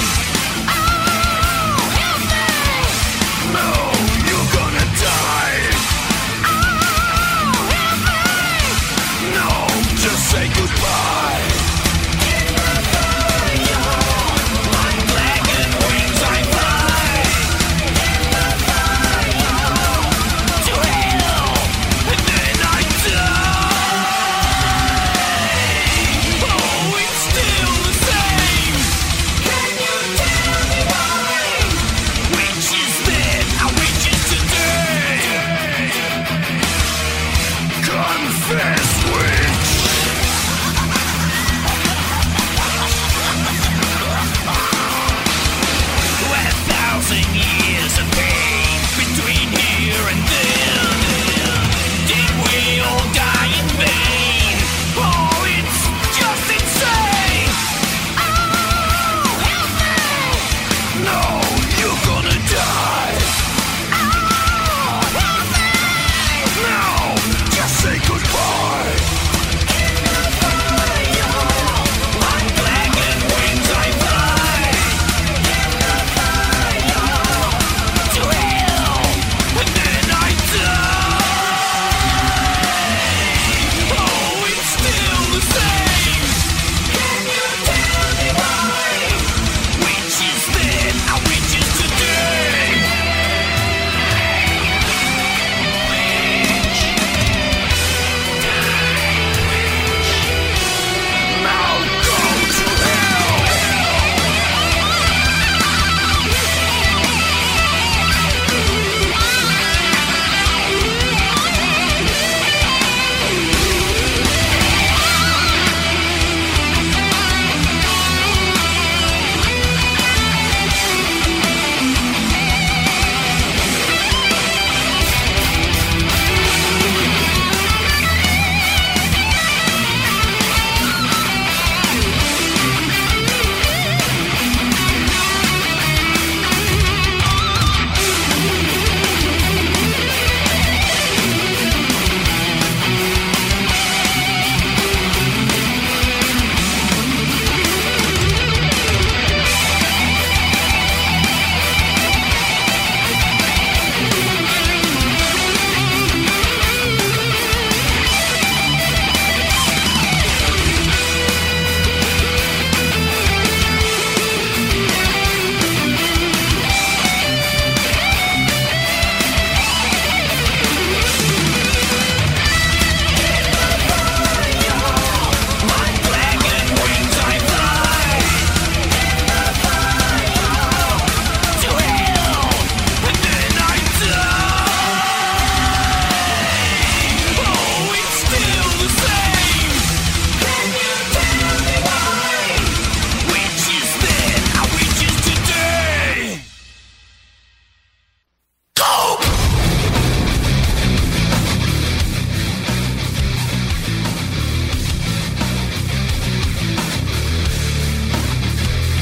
Oh, help me! No, you're gonna die. Oh, help me! No, just say goodbye. Confess, witch! A thousand years of pain between here and then. Did we all die in vain? Oh, it's just insane. Oh, help me! No, you're gonna die. Oh, help me! No, just say goodbye.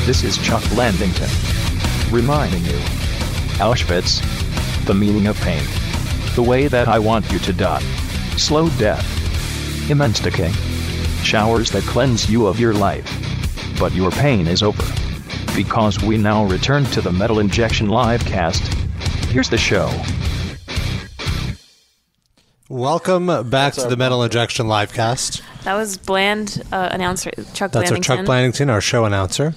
This is Chuck Landington. Reminding you Auschwitz, the meaning of pain, the way that I want you to die, slow death, immense decay, showers that cleanse you of your life. But your pain is over. Because we now return to the Metal Injection live cast. Here's the show.
Welcome back to the Metal Injection Livecast.
That was bland uh, announcer Chuck.
That's our
Blandington.
Chuck Blandington, our show announcer.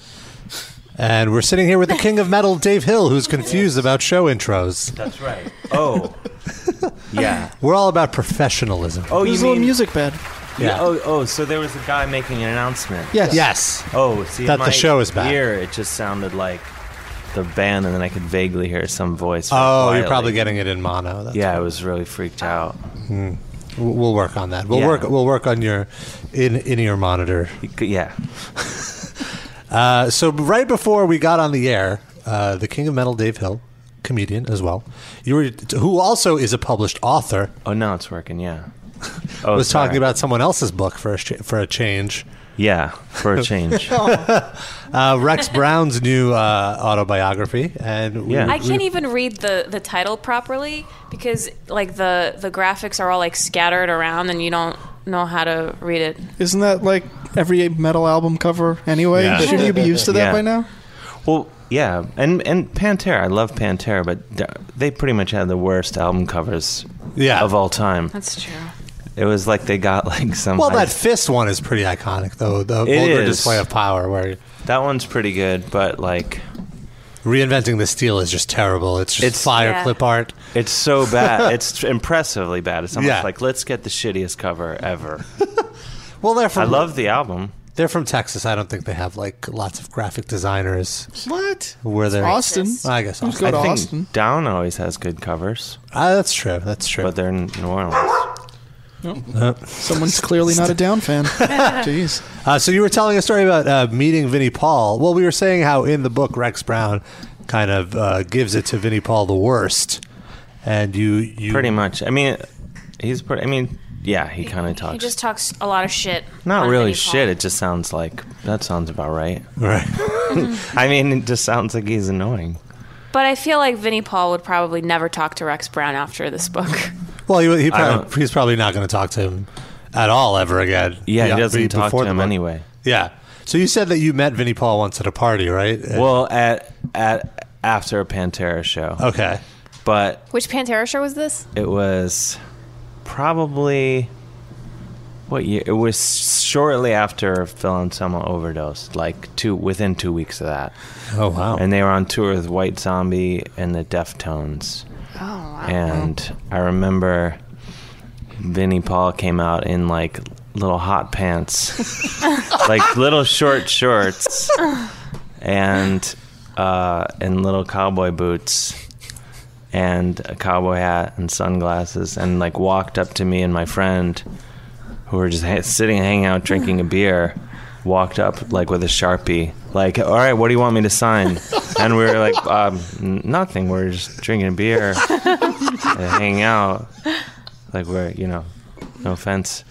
And we're sitting here with the king of metal, Dave Hill, who's confused about show intros.
That's right. Oh, yeah.
We're all about professionalism.
Oh, you mean
music bed?
Yeah.
Yeah.
Oh, oh. So there was a guy making an announcement.
Yes. Yes.
Oh, see,
That
in
the
my
show is back.
Here, it just sounded like the band, and then I could vaguely hear some voice.
Oh, you're probably getting it in mono.
yeah, I was really freaked out.
Hmm. We'll we'll work on that. We'll
Yeah.
work. We'll work on your in in ear monitor.
Yeah.
uh, so right before we got on the air, uh, the King of Metal, Dave Hill, comedian as well, you were who also is a published author.
Oh, now it's working. Yeah. Oh,
was
sorry.
talking about someone else's book for a sh- for a change.
Yeah, for a change.
uh, Rex Brown's new uh, autobiography, and we-
I can't
we-
even read the, the title properly because like the, the graphics are all like scattered around and you don't know how to read it.
Isn't that like every metal album cover anyway?
Yeah.
Shouldn't you be used to that
Yeah.
by now?
Well, yeah, and and Pantera, I love Pantera, but d- they pretty much had the worst album covers of all time.
That's true.
It was like they got like some.
well,
I-
that fist one is pretty iconic, though. The
It
vulgar
is.
display of power, where
that one's pretty good, but like
reinventing the steel is just terrible. It's just fire
Yeah.
clip art.
It's so bad. it's impressively bad. It's almost
Yeah.
like let's get the shittiest cover ever.
well, they're from.
I love the album.
They're from Texas. I don't think they have like lots of graphic designers.
What?
Were there
Austin.
I guess
Let's go
I
to
think
Austin.
Down always has good covers.
Ah, that's true. That's true.
But they're in New Orleans.
Someone's clearly not a down fan. Jeez.
Uh, so you were telling a story about uh, meeting Vinnie Paul. Well, we were saying how in the book Rex Brown kind of uh, gives it to Vinnie Paul the worst, and you you
Pretty much. I mean, he's pretty. I mean, yeah, he kind of
He
talks.
just talks a lot of shit.
Not
on
really
Vinnie Paul.
shit. It just sounds like that sounds about right.
Right.
I mean, it just sounds like he's annoying.
But I feel like Vinnie Paul would probably never talk to Rex Brown after this book.
well he, he
I
probably, he's probably not going to talk to him at all ever again.
Yeah, he doesn't
be-
talk
before
to
the
him
book.
anyway.
Yeah. So you said that you met Vinnie Paul once at a party, right?
Well, at at after a Pantera show.
Okay.
But
Which Pantera show was this?
It was probably what year? It was shortly after Phil Anselmo overdosed, like two within two weeks of that.
Oh wow!
And they were on tour with White Zombie and the Deftones.
Oh wow!
And I remember Vinnie Paul came out in like little hot pants, like little short shorts, and uh, and little cowboy boots, and a cowboy hat and sunglasses, and like walked up to me and my friend, who were just ha- sitting hanging out drinking a beer. Walked up like with a sharpie, like, all right, what do you want me to sign? And we were like, um, n- nothing. We're just drinking a beer to hang out. Like we're, you know, no offense,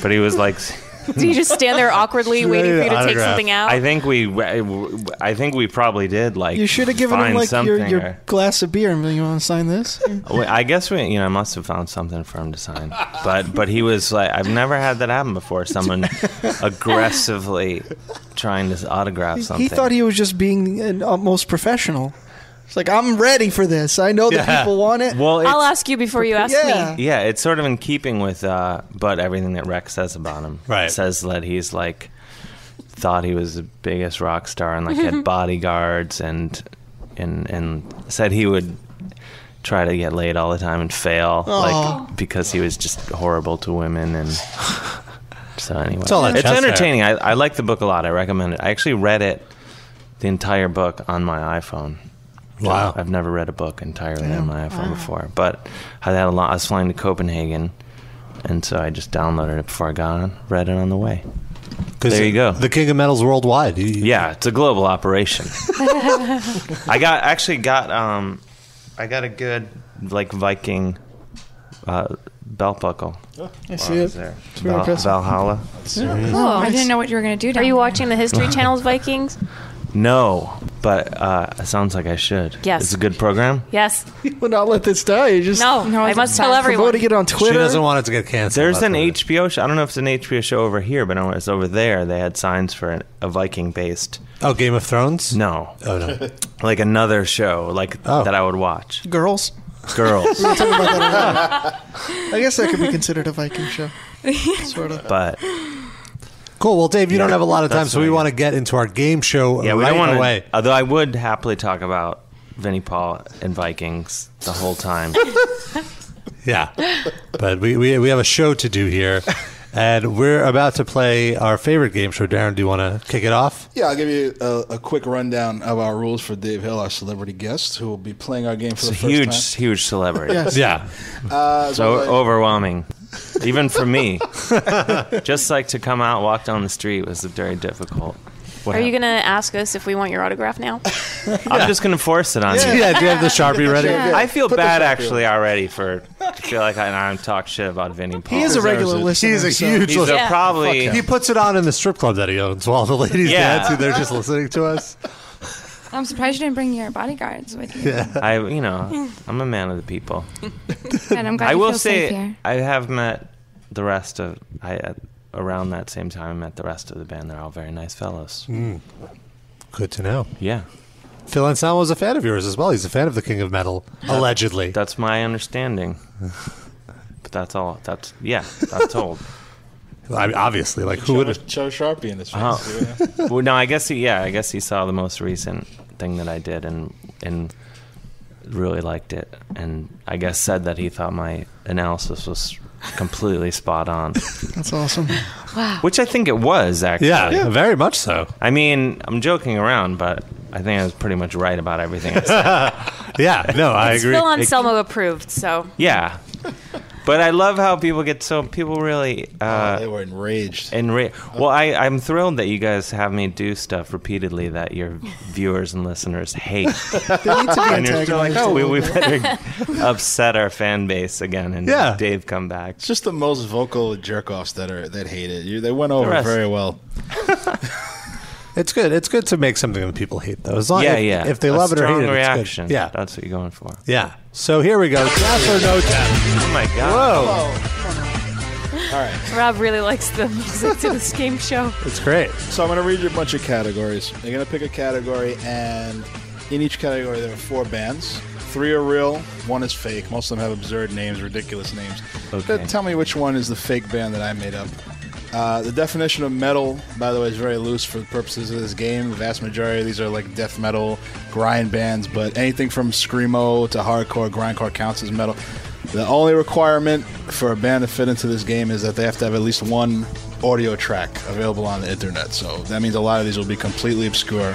but he was like,
Do you just stand there awkwardly waiting for you to take something out?
I think we, I think we probably did. Like
You should have given him
find
like
something.
your, your
or-
glass of beer and been like, you want to sign this?
Well, I guess we, you know, I must have found something for him to sign. But but he was like, I've never had that happen before. Someone aggressively trying to autograph something.
He thought he was just being an utmost professional. It's like I'm ready for this. I know that
Yeah.
people want it.
Well,
I'll ask you before you ask
Yeah.
me.
Yeah, it's sort of in keeping with uh, but everything that Rex says about him. Right, says that he's like thought he was the biggest rock star and like had bodyguards and and and said he would try to get laid all the time and fail
Aw.
like because he was just horrible to women and so anyway
It's all that chest hair.
entertaining I, I like the book a lot i recommend it i actually read it the entire book on my iphone
Wow.
I've never read a book entirely on my iPhone
Wow.
before, but I had a lot. I was flying to Copenhagen, and so I just downloaded it before I got on, read it on the way.
'Cause
There you go.
The King of Metals worldwide. You-
Yeah, it's a global operation. I got actually got um, I got a good like Viking uh, belt buckle.
Oh,
I
while
see
I
it.
was there.
It's very
Val-
impressive.
Valhalla.
Cool.
I didn't know what you were going to do.
Oh, Are
down
you
there.
watching the History Channel's Vikings?
No, but uh, it sounds like I should.
Yes.
it's a good program.
Yes.
You would not let this die. You just
No, no, I must tell everyone.
Promoting it on Twitter.
She doesn't want it to get canceled.
There's
that's
an
what it is.
HBO show. I don't know if it's an HBO show over here, but I was over there. They had signs for an, a Viking based.
Oh, Game of Thrones.
No.
Oh no. Oh.
like another show like that I would watch.
Girls.
Girls.
We were talking about that earlier. I guess that could be considered a Viking show. Sort of.
but
Cool. Well, Dave, you don't
Yeah,
have a lot of time,
that's
so we
fine.
want to get into our game show
yeah, we
right
don't want
away.
to. Although I would happily talk about Vinnie Paul and Vikings the whole time.
Yeah. But we, we, we have a show to do here, and we're about to play our favorite game show. Darren, do you want to kick it off?
Yeah, I'll give you a, a quick rundown of our rules for Dave Hill, our celebrity guest, who will be playing our game for
It's a
the first
huge,
time.
huge celebrity.
Yes.
Yeah.
Uh,
So
we'll-
overwhelming. Even for me, just like to come out, walk down the street was very difficult. What
Are you gonna ask us if we want your autograph now?
happened? I'm just gonna force it on
Yeah.
you.
Yeah, do you have the Sharpie ready? Yeah, yeah.
I feel
Put the
bad
Sharpie
actually already for I feel like I, I'm talk shit about Vinny Paul.
He is a regular listener, He is a so- huge
He's
listener.
a probably.
He puts it on in the strip club that he owns while the ladies
Yeah.
dance and they're just listening to us.
I'm surprised you didn't bring your bodyguards with you.
Yeah.
I you know I'm a man of the people.
And I'm glad
I
you
will
feel
say
safe here.
I have met the rest of I uh, around that same time I met the rest of the band. They're all very nice fellows.
Mm. Good to know.
Yeah.
Phil Anselmo's a fan of yours as well. He's a fan of the King of Metal, allegedly.
That's my understanding. But that's all. That's yeah. That's told.
I mean, obviously, like who would?
Show Sharpie in his face.
Uh-huh.
Oh. well, no, I guess he. Yeah, I guess he saw the most recent thing that I did and and really liked it, and I guess said that he thought my analysis was completely spot on,
That's awesome.
Wow.
which I think it was actually.
Yeah, Yeah. very much so.
I mean, I'm joking around, but I think I was pretty much right about everything. I said.
yeah, no, I
It's Phil Anselmo approved, so
yeah. But I love how people get so people really uh,
Oh, they were enraged. Oh.
Enra- well, I, I'm thrilled that you guys have me do stuff repeatedly that your viewers and listeners hate. and you're still like, oh, we, we better upset our fan base again and
Yeah.
have Dave come back.
It's just the most vocal jerk offs that are that hate it. You, they went over
rest-
very well.
It's good. It's good to make something that people hate, though. As long
yeah,
if,
yeah.
if they
A
love it or hate
strong
it,
reaction.
It's good. Yeah,
that's what you're going for.
yeah. So here we go. Tap or no tap?
Oh my
Whoa,
All right.
Rob really likes the music to this game show.
it's great.
So I'm going to read you a bunch of categories. You're going to pick a category, and in each category there are four bands. Three are real, one is fake. Most of them have absurd names, ridiculous names.
Okay.
But tell me which one is the fake band that I made up. Uh, the definition of metal, by the way, is very loose for the purposes of this game. The vast majority of these are like death metal grind bands, but anything from screamo to hardcore grindcore counts as metal. The only requirement for a band to fit into this game is that they have to have at least one audio track available on the internet. So that means a lot of these will be completely obscure,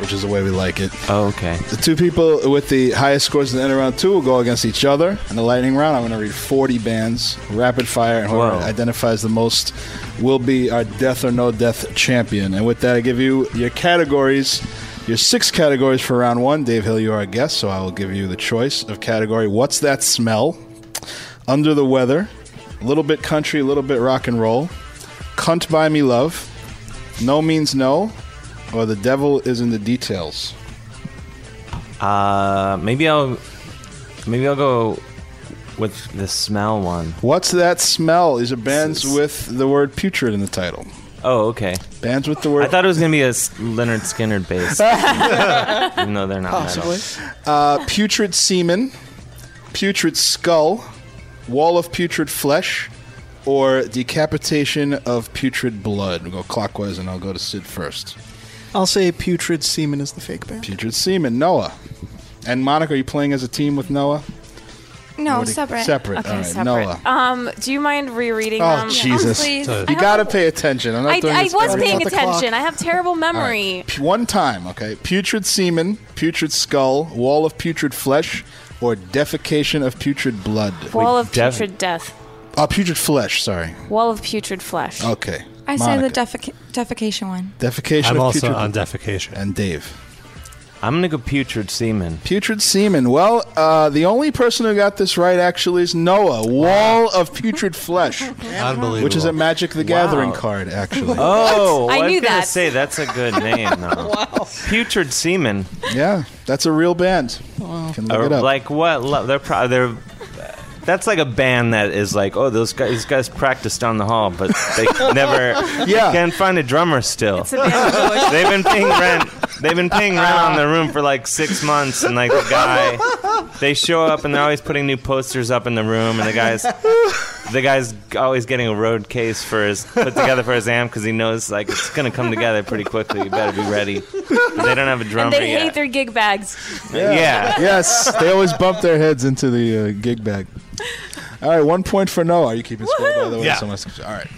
which is the way we like it.
Oh, okay.
The two people with the highest scores in the end of round two will go against each other. In the lightning round, I'm going to read 40 bands, rapid fire, and whoever
Whoa.
identifies the most will be our death or no death champion. And with that, I give you your categories. Your six categories for round one. Dave Hill, you are our guest, so I will give you the choice of category What's That Smell? Under the Weather, Little Bit Country, Little Bit Rock and Roll, Cunt By Me Love, No Means No, or The Devil Is in the Details.
Uh, maybe I'll maybe I'll go with the smell one.
What's that smell? Is a bands with the word putrid in the title.
Oh, okay.
Bands with the word.
I thought it was gonna be a S- Leonard Skinner bass, even though they're not metal.
Uh, putrid semen, putrid skull, wall of putrid flesh, or decapitation of putrid blood. We'll go clockwise and I'll go to Sid first.
I'll say putrid semen is the fake band.
Putrid semen, Noah. And Monica, are you playing as a team with Noah?
No,
Already-
separate.
Separate.
Okay,
All right,
separate.
Noah.
Um, do you mind rereading
Oh,
them?
Jesus.
Um, please. I
you
don't-
got to pay attention. I'm not
I,
doing
I
this
was
every
paying
time.
attention. I have terrible memory.
All right. P- One time, okay. Putrid semen, putrid skull, wall of putrid flesh, or defecation of putrid blood.
Wall of putrid death.
Uh, putrid flesh. Sorry.
Wall of putrid flesh.
Okay.
I say
Monica.
the defeca- defecation one.
defecation.
I'm
of
also
putrid
on defecation.
And Dave.
I'm gonna go putrid semen.
Putrid semen. Well, uh, the only person who got this right actually is Noah. Wall of putrid flesh.
Unbelievable.
Which is a Magic the Gathering
Wow.
card, actually.
Oh,
I
I,
knew
was gonna
that.
say that's a good name though. Putrid semen.
Yeah, that's a real band. You can look
Or
it up.
like what? lo- They're pro- they're. That's like a band that is like, oh, those guys, these guys practice down the hall, but they never
Yeah.
can't find a drummer still.
a band.
they've been paying rent. They've been paying rent on their room for like six months, and like the guy, they show up and they're always putting new posters up in the room, and the guys, the guy's always getting a road case for his put together for his amp because he knows like it's gonna come together pretty quickly. You better be ready. They don't have a drummer
and they
yet.
hate their gig bags.
yeah.
yes, they always bump their heads into the uh, gig bag. All right, one point for Noah. Are you keeping score, by the way?
Yeah.
Someone- all right.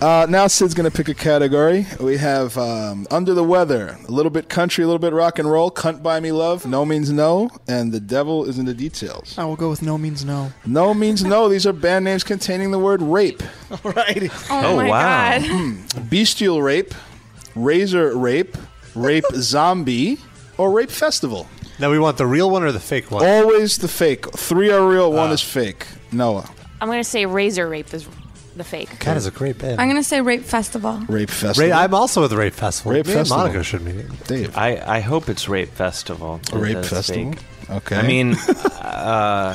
Uh, now Sid's going to pick a category. We have um, Under the Weather, a little bit country, a little bit rock and roll, Cunt by Me Love, No Means No, and The Devil is in the Details.
I will go with no means no.
No Means No, these are band names containing the word rape.
All right.
Oh, my
wow.
Hmm.
God.
Bestial Rape, Razor Rape, Rape Zombie, or Rape Festival.
Now we want the real one or the fake one? Ah.
Always the fake. Three are real, one is fake. Noah.
I'm gonna say razor rape is the fake.
That is a great band.
I'm gonna say rape festival.
Rape
Ra- I'm also with Rape Festival.
Rape
Me and
Festival.
Monica should meet.
Dave.
I, I hope it's Rape Festival.
A rape
That's
festival? Okay.
I mean, uh,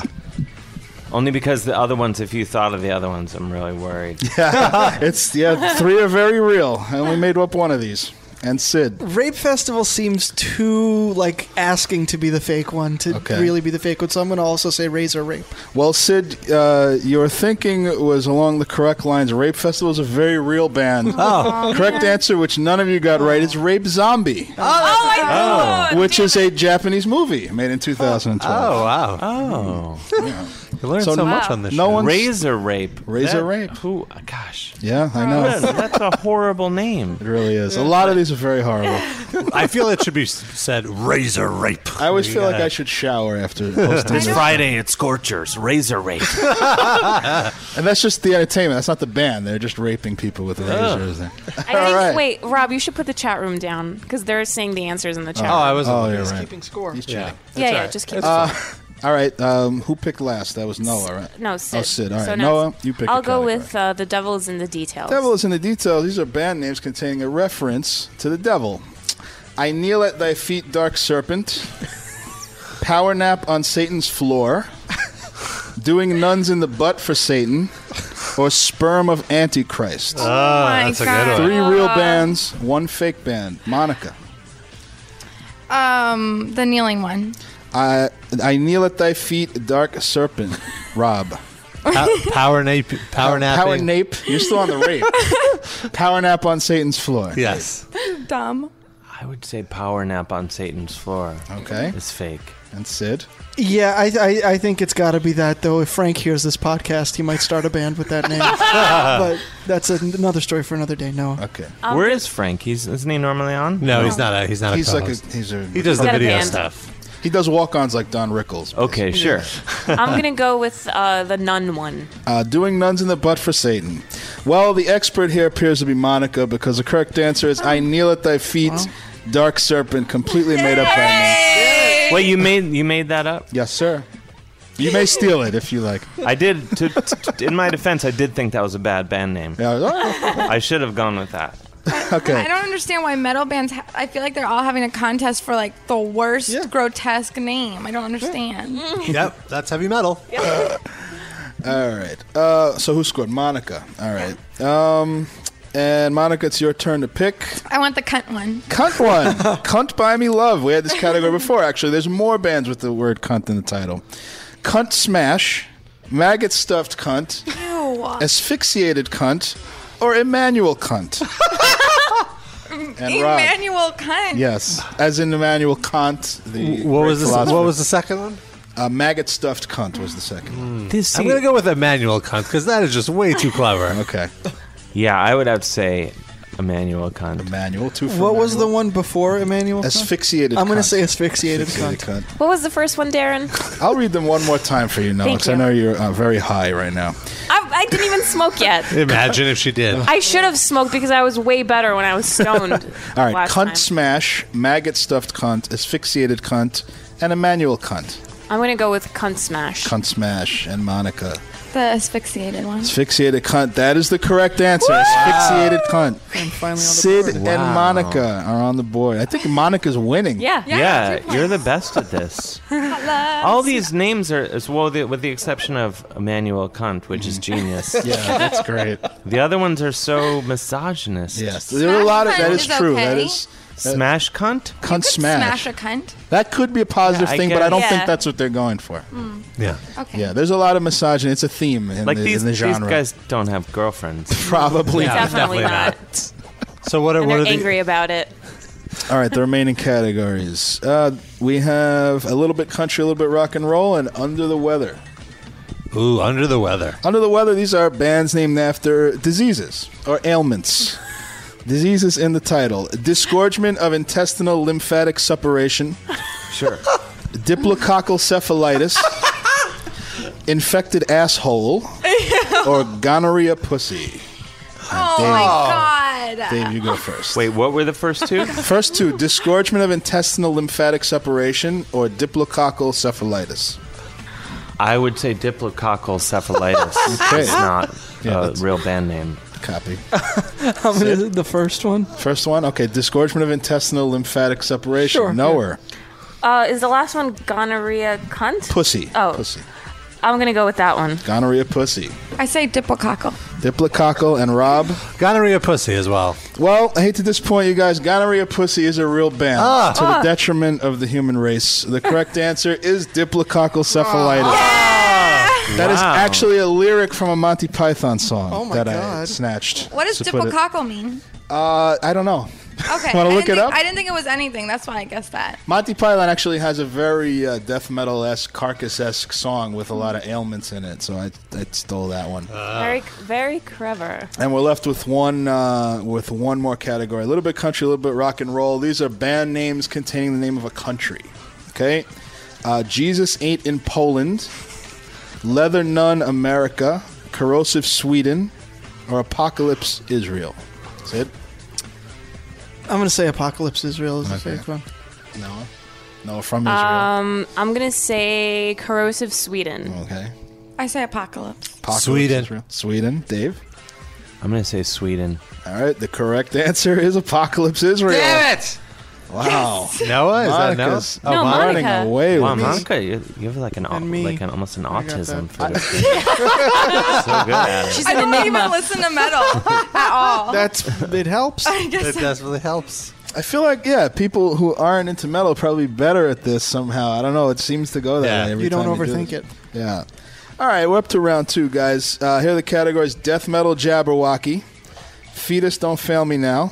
only because the other ones, if you thought of the other ones, I'm really worried.
Yeah, it's yeah. Three are very real. I only made up one of these. And Sid.
Rape Festival seems too like asking to be the fake one to
Okay.
really be the fake one. So I'm gonna also say Razor Rape.
Well, Sid, uh, your thinking was along the correct lines. Rape Festival is a very real band.
Oh.
correct answer, which none of you got right, is Rape Zombie.
I
Which is a Japanese movie made in 2012.
Oh, wow. Oh. You learn
So so much on this no show. one's-
razor rape.
Razor
That-
Rape.
Who? uh, Gosh.
Yeah, I know.
Man, that's a horrible name. It
really is. A lot of these are very horrible.
I feel it should be s- said Razor Rape.
I always feel like
Yeah.
I should shower after hosting.
It's Friday at Scorchers. Razor rape.
and that's just the entertainment. That's not the band. They're just raping people with razors. There.
I think,
All right.
Wait, Rob, you should put the chat room down because they're saying the answers in the chat. room.
Oh, you're right.
keeping score.
He's
Yeah.
cheating.
Yeah, It's yeah, all right. just keep
Uh,
score.
all right. Um, who picked last? That was Noah, right?
No,
Oh,
Sid.
Sid. All right.
So next-
Noah, you pick.
I'll go with uh, the devil's in the details.
Devil is in the details. These are band names containing a reference to the devil. I kneel at thy feet, dark serpent. Power nap on Satan's floor. Doing nuns in the butt for Satan. Or sperm of Antichrist.
Oh, my that's a good God. one.
Three real
Uh.
bands, one fake band. Monica.
Um, the kneeling one.
I I kneel at thy feet, dark serpent. Rob.
Pa- power nap. Power nap.
Power nape. You're still on the rape. Power nap on Satan's floor.
Yes.
Dumb.
I would say power nap on Satan's floor.
Okay.
It's fake.
And Sid?
Yeah, I I, I think it's got to be that though. If Frank hears this podcast, he might start a band with that name. but that's an- another story for another day. Noah.
Okay.
Where is Frank? He's isn't he normally on?
No, he's not a- he's not a
He's like
co-host.
a, he's a
He does He's the got a video band. stuff.
He does walk-ons like Don Rickles.
Okay, sure.
I'm gonna go with uh, the nun one.
Uh, doing nuns in the butt for Satan. Well, the expert here appears to be Monica because the correct answer is "I kneel at thy feet, dark serpent," completely made up by me.
Wait, you made you made that up?
Yes, sir. You may steal it if you like.
I did. To, to, in my defense, I did think that was a bad band name. I should have gone with that.
I don't understand why metal bands. Ha- I feel like they're all having a contest for like the worst grotesque name. I don't understand.
yep, that's heavy metal.
All right. Uh, so who scored? Monica. All right. Um, and Monica, it's your turn to pick.
I want the cunt one.
Cunt one. cunt by me love. We had this category before, actually. There's more bands with the word cunt in the title. Cunt smash, maggot stuffed cunt, asphyxiated cunt, or Emmanuel cunt. And Rob.
Emmanuel cunt.
yes, as in Emmanuel Kant. The
What
great
was this- what
philosopher.
was the second one? Hmm.
Uh, maggot stuffed cunt was the second. one.
I'm going to go with Emmanuel Cunt because that is just way too clever.
okay.
Yeah, I would have to say Emmanuel Kant.
Emmanuel, two.
What was the one before Emmanuel? cunt?
Asphyxiated
I'm gonna
cunt.
say asphyxiated,
Asphyxiated cunt.
What was the first one, Darren?
I'll read them one more time for you, Noah,
Thank
because I
you.
know you're uh, very high right now.
I, I didn't even smoke yet.
Imagine if she did.
I should have smoked because I was way better when I was stoned.
All right,
last
cunt
time.
smash, maggot stuffed cunt, asphyxiated cunt, and Emmanuel cunt.
I'm gonna go with cunt smash.
Cunt smash and Monica.
The asphyxiated one.
Asphyxiated cunt. That is the correct answer. Asphyxiated cunt.
And finally,
Sid
board.
and
Wow.
Monica are on the board. I think Monica's winning.
Yeah.
Yeah, you're the best at this. All
Um,
these names are, as well, the, with the exception of Emmanuel Kant, which is genius.
Mm. Yeah, that's great.
The other ones are so misogynist.
Yes, there are a lot of
Smash
that
cunt
is
is
true. That
okay.
is
smash cunt.
Cunt smash.
Smash a cunt.
That could be a positive
Yeah, I
thing, but I
guess.
don't
Yeah.
think that's what they're going for.
Hmm.
Yeah.
Okay.
Yeah, there's a lot of misogyny. It's a theme in,
Like
the,
these,
in the
these
genre.
guys don't have girlfriends.
Probably
No,
not.
definitely Definitely not.
So what are
And
what are
they're
the
angry about it.
All right, the remaining categories. Uh, we have a little bit country, a little bit rock and roll, and under the weather.
Ooh, under the weather.
Under the weather, these are bands named after diseases or ailments. diseases in the title disgorgement of intestinal lymphatic suppuration,
Sure.
diplococcal cephalitis, infected asshole, or gonorrhea pussy.
Oh
Dang.
my good.
Dave, you go first.
Wait, what were the first two?
First two disgorgement of intestinal lymphatic separation or diplococcal cephalitis.
I would say diplococcal cephalitis.
Okay.
It's not
Yeah,
a real band name.
Copy.
How many is it? The first one?
First one? Okay, disgorgement of intestinal lymphatic separation.
Sure,
Nowhere.
Uh, is the last one gonorrhea cunt?
Pussy.
Oh,
Pussy.
I'm gonna go with that one.
Gonorrhea pussy.
I say diplococcal.
Diplococcal and Rob.
Gonorrhea pussy as well.
Well, I hate to disappoint you guys. Gonorrhea pussy is a real ban
Ah.
to the
Ah.
detriment of the human race. The correct answer is diplococcal cephalitis. That is
Wow.
actually a lyric from a Monty Python song
Oh my
that I
God.
snatched.
What does
to put it-
diplococcal mean?
Uh, I don't know.
Okay.
Wanna
I
look
didn't think-
it up?
I didn't think it was anything. That's why I guessed that.
Monty Python actually has a very uh, death metal esque, carcass esque song with a lot of ailments in it, so I, I stole that one.
Very,
Uh.
very clever.
And we're left with one uh, with one more category. A little bit country, a little bit rock and roll. These are band names containing the name of a country. Okay, uh, Jesus ain't in Poland, Leather Nun America, Corrosive Sweden, or Apocalypse Israel. That's it.
I'm going to say Apocalypse Israel is the
Okay.
fake one.
No, no from Israel.
Um, I'm gonna say corrosive Sweden.
okay,
I say apocalypse.
Apocalypse
Sweden.
Israel. Sweden. Dave.
I'm going to say Sweden.
All right, the correct answer is Apocalypse Israel.
Damn it!
Wow.
Noah? Is that Noah?
Oh. Monica's oh, running away
wow,
with this.
Monica, you, you have like an, au- like an almost an autism for this. so good at it.
She's I don't even listen to metal at all.
That's it helps.
I guess It so.
definitely helps.
I feel like yeah, people who aren't into metal are probably better at this somehow. I don't know. It seems to go that way. Every
You don't
time
overthink
do
it.
this. Yeah. All right, we're up to round two, guys. Uh, here are the categories: death metal, Jabberwocky, fetus, don't fail me now,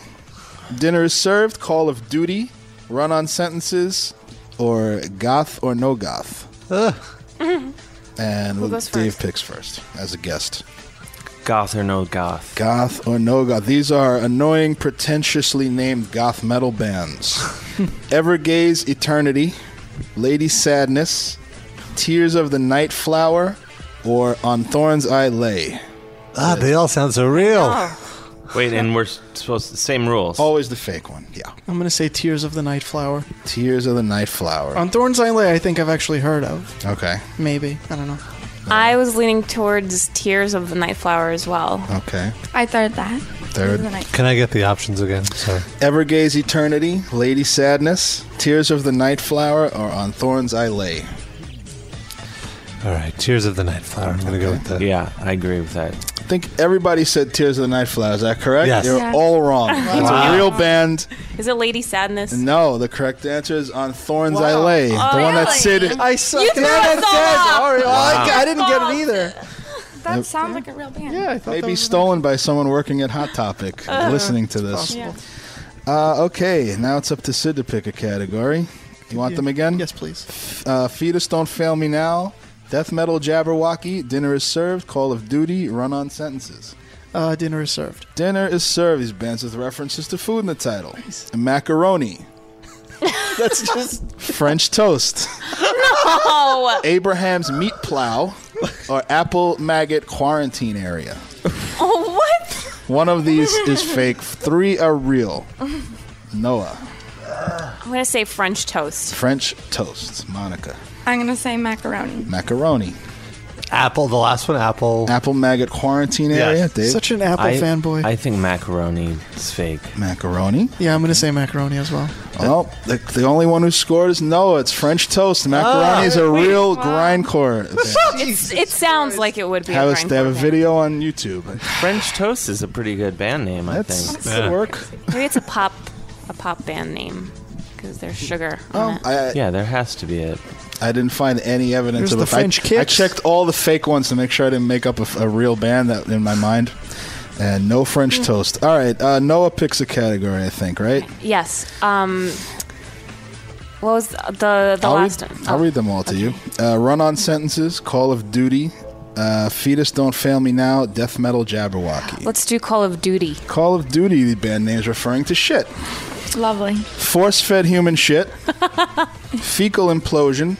dinner is served, Call of Duty, run on sentences, or goth or no goth. And
Who
we'll-
goes
Dave
first?
picks first as a guest.
Goth or no goth?
Goth or no goth. These are annoying, pretentiously named goth metal bands. Evergaze Eternity, Lady Sadness, Tears of the Night Flower, or On Thorns I Lay.
Ah, they all sound so
Oh.
real.
Wait, and we're s- supposed to, same rules.
Oh. Always the fake one. Yeah.
I'm going to say Tears of the Night Flower.
Tears of the Night Flower.
On Thorns I Lay, I think I've actually heard of.
Okay.
Maybe. I don't know.
I was leaning towards Tears of the Night Flower as well.
Okay.
I thought that.
Third.
Can I get the options again? Sorry.
Evergaze Eternity, Lady Sadness, Tears of the Night Flower, or On Thorns I Lay.
All right. Tears of the Night Flower. I'm going to go with that.
Yeah, I agree with that.
I think everybody said Tears of the Night Flower. Is that correct?
Yes.
You're
Yeah.
all wrong. It's a
Wow.
real band.
Is it Lady Sadness?
No, the correct answer is on Thorns I
Wow.
Lay.
Oh,
the one that
really?
Sid.
I suck.
You
Damn
threw us
it,
all
Ted.
off.
Sorry. Well, I,
Wow.
I didn't get it either.
That sounds like a real band.
Yeah, I thought
Maybe stolen by someone working at Hot Topic
Uh,
Uh-huh.
listening to
it's
this.
possible.
Uh, okay, now it's up to Sid to pick a category. You want
Yeah.
them again?
Yes, please.
Uh, Fetus Don't Fail Me Now, Death Metal Jabberwocky, Dinner is Served, Call of Duty, Run on Sentences.
Uh, dinner is served.
Dinner is served. These bands with references to food in the title. Macaroni,
That's just.
French toast,
No.
Abraham's meat plow, or apple maggot quarantine area.
Oh, what?
One of these is fake. Three are real. Noah,
I'm gonna say French toast.
French toast. Monica,
I'm gonna say macaroni.
macaroni.
Apple, the last one, apple.
Apple maggot quarantine area. Dave,
I- I think macaroni is fake.
Macaroni?
Yeah, I'm going to say macaroni as well.
Well, the, the only one who scored is Noah. It's French toast. Macaroni
Ah.
is a
Wait,
real
wow.
grindcore. band.
It's, it sounds like it would be
Have
a
us- they have a
grindcore band.
video on YouTube.
French Toast is a pretty good band name, I
That's-
think.
that's the Yeah. work.
Maybe it's a pop, a pop band name because there's sugar.
Oh,
on it.
yeah, there has to be it.
I didn't find any e- evidence
Here's
of
the
it.
French
I, I checked all the fake ones to make sure I didn't make up a, f- a real band that in my mind. And no French
Hmm.
toast. All right, uh, Noah picks a category, I think, right?
Yes. Um. What was the the,
I'll
last
read,
one? Oh,
I'll read them all to you. Uh, Run on sentences, Call of Duty, uh, Fetus, Don't Fail Me Now, Death Metal, Jabberwocky.
Let's do Call of Duty.
Call of Duty, the band name's referring to shit.
Lovely.
Force fed human shit, fecal implosion,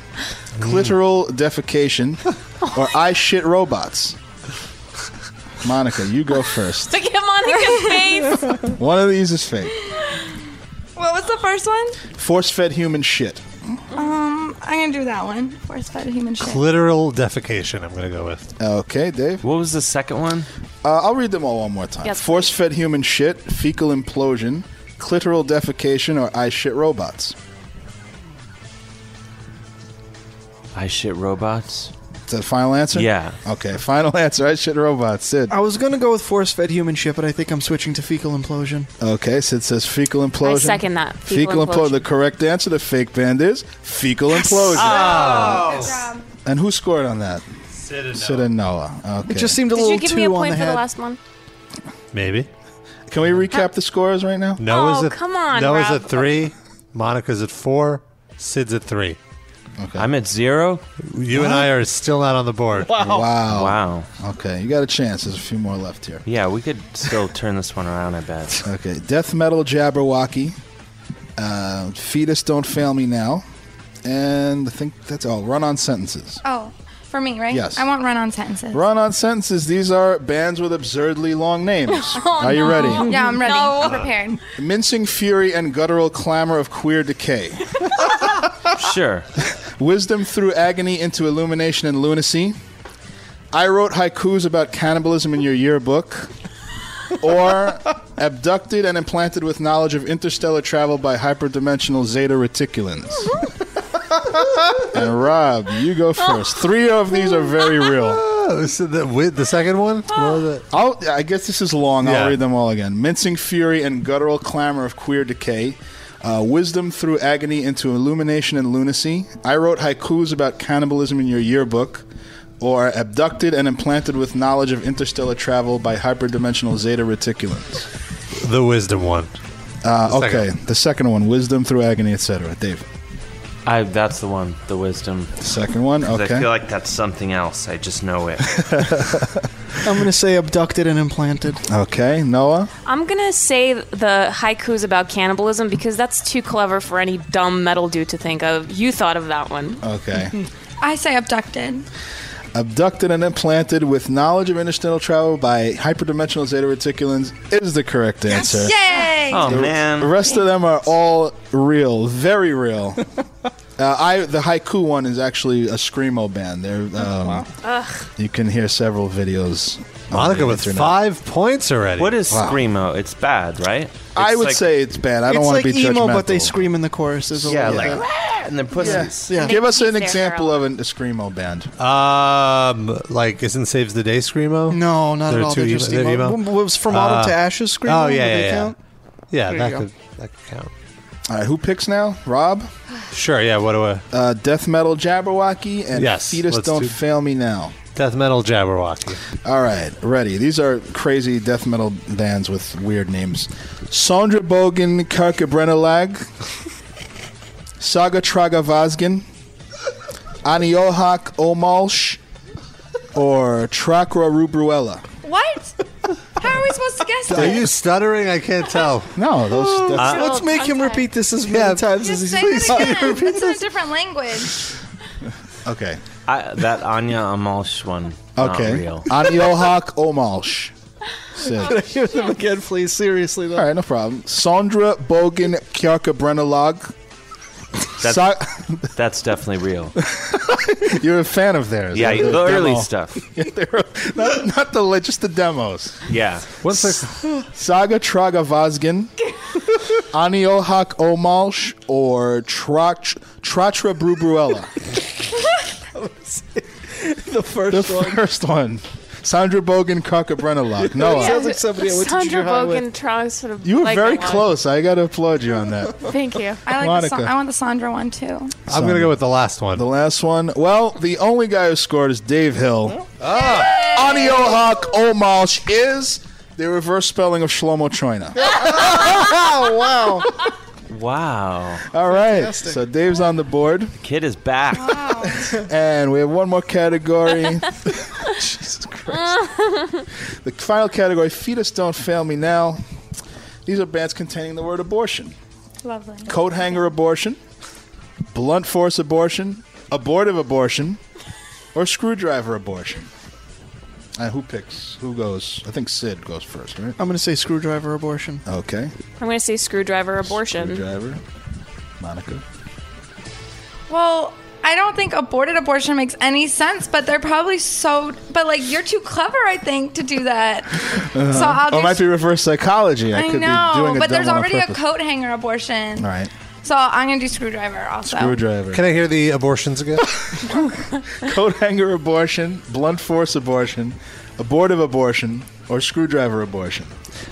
clitoral defecation, or I shit robots. Monica, you go first.
Like him on Monica's face.
One of these is fake.
What was the first one?
Force-fed human shit.
Um, I'm gonna do that one. Force fed human shit.
Clitoral defecation, I'm going to go with.
Okay, Dave.
What was the second one?
Uh, I'll read them all one more time.
Yes,
Force-fed human shit, fecal implosion, clitoral defecation, or I shit robots.
I shit robots.
Is that the final answer?
Yeah.
Okay, final answer. I shit robots. Sid.
I was gonna go with force-fed human shit, but I think I'm switching to fecal implosion.
Okay, Sid says fecal implosion.
I second that.
Fecal,
Fecal
implosion.
implosion.
The correct answer to fake band is fecal implosion.
Oh. Good
And who scored on that?
Sid
and Sid and Noah. Okay.
It just seemed a
Did
little
you give me a
too on
point
the
for the
head.
last one?
Maybe.
Can we recap the scores right now?
Noah's
Oh,
at,
come on,
Noah's
Rob.
at three. Monica's at four. Sid's at three.
Okay.
I'm at zero.
You and I are still not on the board.
Wow.
Wow.
Okay, you got a chance. There's a few more left here.
Yeah, we could still turn this one around, I bet.
Okay, death metal Jabberwocky, uh, fetus don't fail me now, and I think that's all. Run on sentences.
Oh, for me, right?
Yes.
I want run on sentences.
Run on sentences. These are bands with absurdly long names. are you ready?
Oh, Yeah, I'm ready.
Uh,
I'm prepared.
Mincing fury and guttural clamor of queer decay.
sure.
Wisdom through agony into illumination and lunacy. I wrote haikus about cannibalism in your yearbook. Or abducted and implanted with knowledge of interstellar travel by hyperdimensional zeta reticulans. and Rob, you go first. Three of these are very real.
So the, with the second one?
I'll, I guess this is long.
Yeah.
I'll read them all again. Mincing fury and guttural clamor of queer decay. Uh, wisdom through agony into illumination and lunacy. I wrote haikus about cannibalism in your yearbook. Or abducted and implanted with knowledge of interstellar travel by hyperdimensional zeta reticulans.
The wisdom one.
Uh,
The
okay,
second
the second one, wisdom through agony, etc. Dave,
I that's the one, the wisdom.
second one.
'Cause
Okay.
I feel like that's something else. I just know it.
I'm gonna say abducted and implanted.
Okay, Noah.
I'm gonna say the haikus about cannibalism because that's too clever for any dumb metal dude to think of. You thought of that one.
Okay.
I say abducted.
Abducted and implanted with knowledge of interstellar travel by hyperdimensional zeta reticulans is the correct answer.
Yay!
Oh,
the,
man.
The rest of them are all real, very real. uh, I the haiku one is actually a screamo band. They're um,
Ugh.
you can hear several videos. on
Monica
the
with
internet.
five points already.
What is
Wow.
screamo? It's bad, right?
I
It's
would
like-
say it's bad. I don't
it's
want
like
to be
emo,
judgmental.
but they scream in the chorus. Is a
Yeah,
little
like,
bit.
and their pussies.
Yeah.
Give us an
Make peace there,
example of an, a screamo band.
Um, like isn't Saves the Day screamo?
No, not
They're
at all.
too
They're
emo-
just
they're
emo.
emo?
Was From Autumn
Uh,
to Ashes screamo?
Oh yeah,
Do they
yeah, yeah.
count?
Yeah,
There
that
you
could that could count.
All right, who picks now? Rob,
Sure. Yeah. What do I?
uh, death metal Jabberwocky, and
Yes,
fetus
let's
don't
do-
fail me now.
Death metal Jabberwocky.
All right, ready. These are crazy death metal bands with weird names. Sondra Bogan Kirkebrennelag, Saga Traga Vazgen, Aniohak Omalsh, or Trakra Rubruella.
What? How are we supposed to guess
Are
that?
you stuttering? I can't tell.
No,
Oh,
those.
that's-
So let's make him repeat this as many times as
Just
he's
say
please.
it again. It's in a different language.
Okay.
I, that Anya Amalsh one. Not
Okay.
real.
Aniohak Omalsh. Sid.
Can I hear them again, please? Seriously, though.
All right, no problem. Sondra Bogan Kirkebrennelag.
That's,
Sa-
that's definitely real.
You're a fan of theirs.
Yeah,
They're
the early
demo.
stuff.
not, not the lit- just the demos.
Yeah.
What's the
Saga Traga Vazgen, Aniohak Omalsh, or Trach, Tratra Brubruella?
the first
the
one.
first one. Sandra Bogan Kakabrenalak. Noah,
Sounds like somebody I went to junior
Sandra
high with.
Bogan tries sort of.
you were
like
very
that one.
close. I got to applaud you on that.
Thank you.
I like the
Monica.
Sa- I want the Sandra one too.
I'm gonna go with the last one.
The last one. Well, the only guy who scored is Dave Hill. Aniohak Omalsh is the reverse spelling of Shlomo Choina.
oh, wow.
Wow.
All right. So Dave's on the board.
Kid is back.
And we have one more category. Jesus Christ. the final category Fetus Don't Fail Me Now. These are bands containing the word abortion
Lovely.
coat hanger abortion, blunt force abortion, abortive abortion, or screwdriver abortion. Uh, who picks? Who goes? I think Sid goes first, right?
I'm going to say screwdriver abortion.
Okay.
I'm going to say screwdriver abortion.
Screwdriver. Monica.
Well, I don't think aborted abortion makes any sense, but they're probably so. But like, you're too clever, I think, to do that. So I'll
oh, it
do-
might be reverse psychology. I,
I
could be
know,
doing a
but there's
dumb one on
already a
purpose.
coat hanger abortion.
All right.
So I'm gonna do screwdriver also.
Can I hear the abortions again?
Coat hanger abortion, blunt force abortion, abortive abortion, or screwdriver abortion.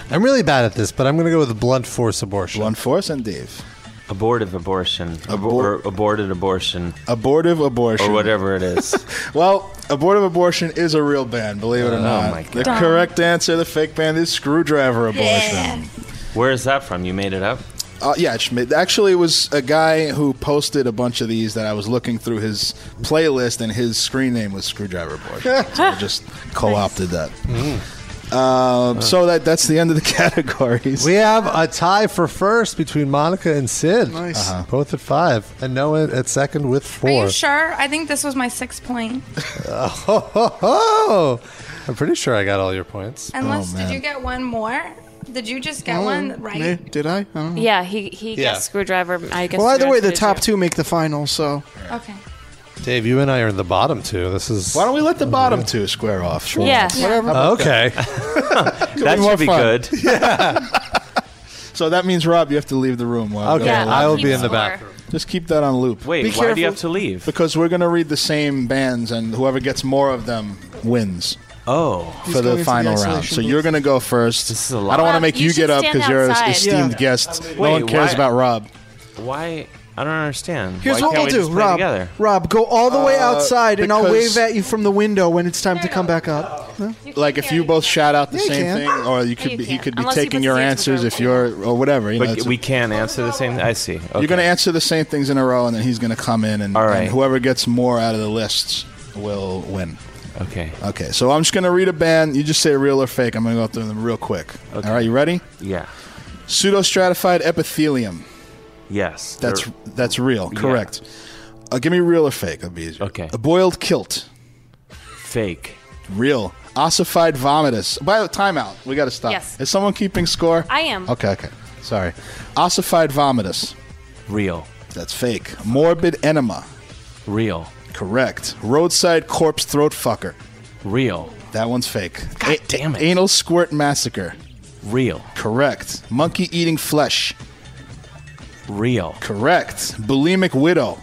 I'm really bad at this, but I'm going to go with blunt force abortion.
Blunt force and Dave.
Abortive abortion. Abor- or aborted abortion.
Abortive abortion.
Or whatever it is.
Well, abortive abortion is a real band, believe it or
Oh,
not.
my
The
God.
correct answer, the fake band, is screwdriver abortion.
Where is that from? You made it up?
Uh, yeah, it's made- actually, it was a guy who posted a bunch of these that I was looking through his playlist, and his screen name was Screwdriver Boy. so I just co-opted that. Uh, so that that's the end of the categories.
We have a tie for first between Monica and Sid.
Nice. Uh-huh.
Both at five, and Noah at second with four.
Are you sure? I think this was my sixth point.
Oh,
Uh, ho, ho, ho. I'm pretty sure I got all your points.
Unless, did you get one more? Did you just get one right?
Did I? I don't know.
Yeah, he he
Yeah.
gets screwdriver. I guess.
Well, either way, the
screwdriver
top two make the final, so.
Okay.
Dave, you and I are the bottom two. This is. Why
don't we let the bottom two square off?
Sure. Yeah. Yeah. Whatever.
Uh,
Okay.
It'll more fun.
Yeah.
so that means Rob, you have to leave the room. While I
Okay,
go
Yeah,
over
I'll
that.
keep be in the score. bathroom.
Just keep that on loop.
Wait,
Be
why do
careful.
you have to leave?
Because we're gonna read the same bands, and whover gets more of them wins.
Oh,
for the final round. So you're gonna go first. This is a I don't want to
Rob,
make
you
you,
should
get up
stand
because you're an
outside.
esteemed
Yeah.
guest.
Wait,
no one cares
why-
about Rob.
Why? I don't understand.
Here's
Why
what
can't
we'll
we
do,
just play
Rob.
Together?
Rob, go all the way
Uh,
outside, and I'll
because-
wave at you from the window when it's time to come back up. Huh?
Like if you both shout out the
Yeah, you
same
can.
thing, or you could be, you could be taking your answers if you're or whatever. You know,
But
it's-
we can't answer the same. I see. Okay.
You're gonna answer the same things in a row, and then he's gonna come in, and,
right.
and whoever gets more out of the lists will win.
Okay.
Okay, so I'm just gonna read a band. You just say real or fake. I'm gonna go through them real quick. All right, you ready?
Yeah.
Pseudostratified epithelium.
Yes.
That's
They're-
that's real.
Yeah.
Correct. Uh, give me real or fake. That'd be easier. Okay. A boiled kilt.
Fake.
Real. Ossified vomitus. By the timeout. We got to stop.
Yes.
Is someone keeping score?
I am.
Okay. Okay. Sorry. Ossified vomitus.
Real.
That's fake. Morbid enema.
Real.
Correct. Roadside corpse throat fucker.
Real.
That one's fake. God damn it. Anal squirt massacre.
Real.
Correct. Monkey eating flesh.
Real.
Correct. Bulimic widow.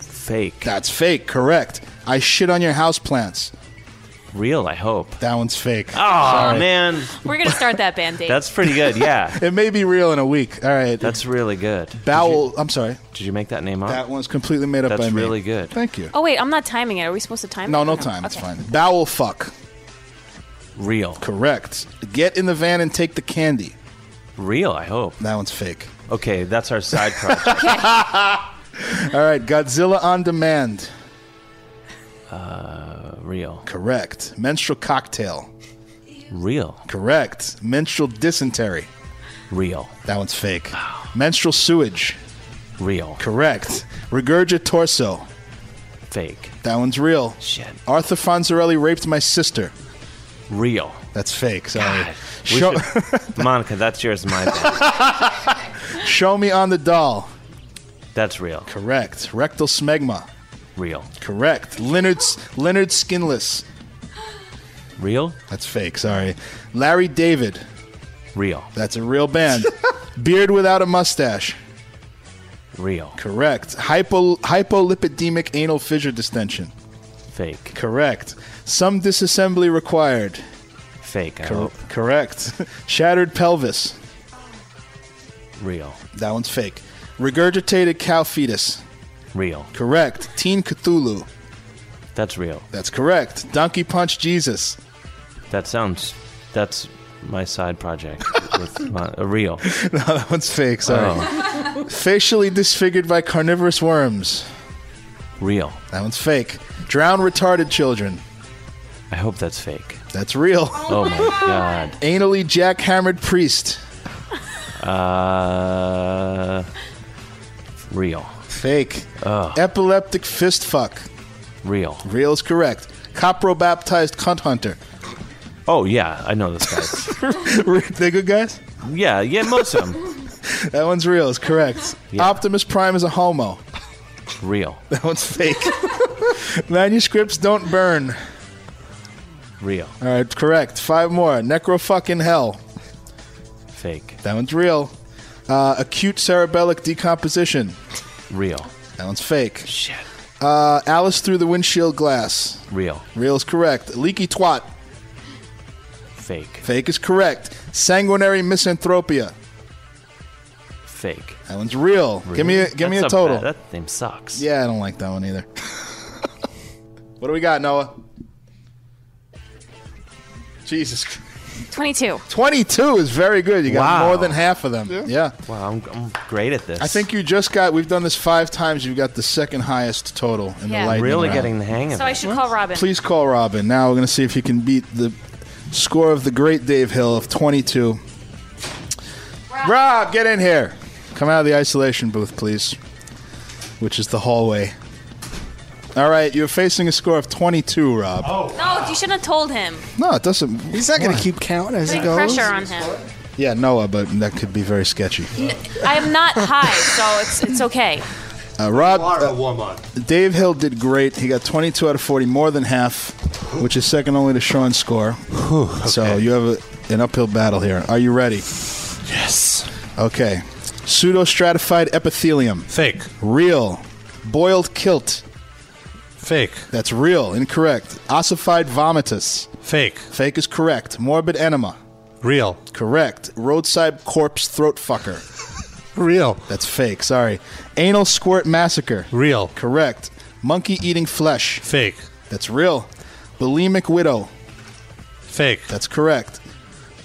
Fake.
That's fake. Correct. I shit on your houseplants.
Real. I hope.
That one's fake.
Oh man,
We're gonna start that band date.
that's pretty good. Yeah.
it may be real in a week. All right.
That's really good.
Bowel. I'm sorry.
Did you make that name up?
That one's completely made up
That's
by me.
really good.
Thank you.
Oh wait, I'm not timing it. Are we supposed to time?
No,
it?
no time. It's
Okay.
fine. Bowel fuck.
Real.
Correct. Get in the van and take the candy.
Real. I hope.
That one's fake.
Okay, that's our side project.
All right. Godzilla on demand.
uh, real.
Correct. Menstrual cocktail.
Real.
Correct. Menstrual dysentery.
Real.
That one's fake. Menstrual sewage.
Real.
Correct. Regurgit torso.
Fake.
That one's real.
Shit.
Arthur Fonzarelli raped my sister.
Real.
That's fake. Sorry.
We
Show,
should- Monica, that's yours and mine.
show me on the doll.
That's real.
Correct. Rectal smegma.
Real.
Correct. Leonard's Leonard Skinless.
Real?
That's fake. Sorry. Larry David.
Real.
That's a real band. Beard without a mustache.
Real.
Correct. Hypo, hypolipidemic anal fissure distension.
Fake.
Correct. Some disassembly required.
Fake. I
Cor-
hope.
correct. Shattered pelvis.
Real.
That one's fake. Regurgitated cow fetus.
Real.
Correct. Teen Cthulhu.
That's real.
That's correct. Donkey Punch Jesus.
That sounds. That's my side project. with Mon- uh, real. Oh,
No, that one's fake. Sorry. Facially disfigured by carnivorous worms.
Real.
That one's fake. Drown retarded children.
I hope that's fake.
That's real.
Oh my
Anally jackhammered priest.
god. Uh. Real.
Fake.
Ugh.
Epileptic fist fuck.
Real.
Real is correct. Copro baptized cunt hunter.
Oh yeah, I know those guys.
they good guys?
Yeah, yeah, most of them.
That one's real. It's correct. Optimus Prime is a homo.
It's real,
That one's fake. Manuscripts don't burn.
real,
All right, correct. Five more. Necro fucking hell.
fake,
That one's real. Uh, acute cerebellic decomposition.
real,
That one's fake. Shit. Uh, Alice through the windshield glass.
real,
Real is correct. Leaky twat.
fake,
Fake is correct. Sanguinary misanthropia.
fake.
That one's real. Give me a, give me a
That's up
total.
there. That name sucks.
Yeah, I don't like that one either. what do we got, Noah? Jesus. Christ.
22.
22 is very good. You got
Wow.
more than half of them. Yeah.
Wow, I'm, I'm great at this.
I think you just got, we've done this five times. You've got the second highest total in
Yeah.
the lightning
Really
round.
getting the hang of
So I should call Robin.
Please call Robin. Now we're going to see if he can beat the score of the great Dave Hill of 22. Rob, get in here. Come out of the isolation booth, please, which is the hallway. All right, you're facing a score of 22, Rob.
No, you shouldn't have told him.
No, it doesn't. He's
not gonna
to
keep count as
Putting
he goes.
pressure on him.
Yeah, Noah, but that could be very sketchy.
N- I'm not high, so it's it's okay.
Uh, Rob,
are a woman.
Dave Hill did great. He got 22 out of 40, more than half, which is second only to Sean's score. So you have a, an uphill battle here. Are you ready? Yes. Okay. Pseudo stratified epithelium.
Fake.
Real. Boiled kilt.
Fake.
That's real. Incorrect. Ossified vomitus.
Fake.
Fake is correct. Morbid enema.
Real.
Correct. Roadside corpse throat fucker.
Real.
That's fake. Sorry. Anal squirt massacre.
Real.
Correct. Monkey eating flesh.
Fake.
That's real. Bulimic widow.
Fake.
That's correct.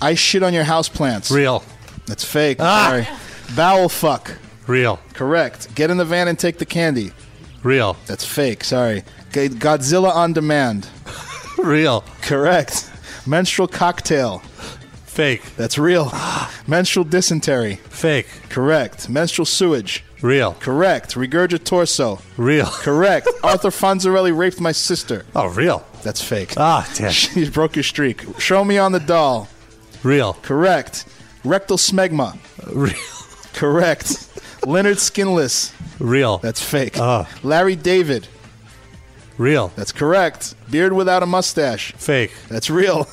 I shit on your houseplants.
Real. Ah!
That's fake. Sorry. Bowel fuck.
Real.
Correct. Get in the van and take the candy.
Real.
That's fake. Sorry. G- Godzilla on demand.
Real.
Correct. Menstrual cocktail.
Fake.
That's real. Menstrual dysentery.
Fake.
Correct. Menstrual sewage.
Real.
Correct. Regurgit torso.
Real.
Correct. Arthur Fonzarelli raped my sister.
Oh, real.
That's fake.
Ah, damn.
She broke your streak. Show me on the doll.
Real.
Correct. Rectal smegma.
Real.
Correct. Leonard Skinless.
Real.
That's fake.
Ah.
Larry David.
Real.
That's correct. Beard without a mustache.
Fake.
That's real.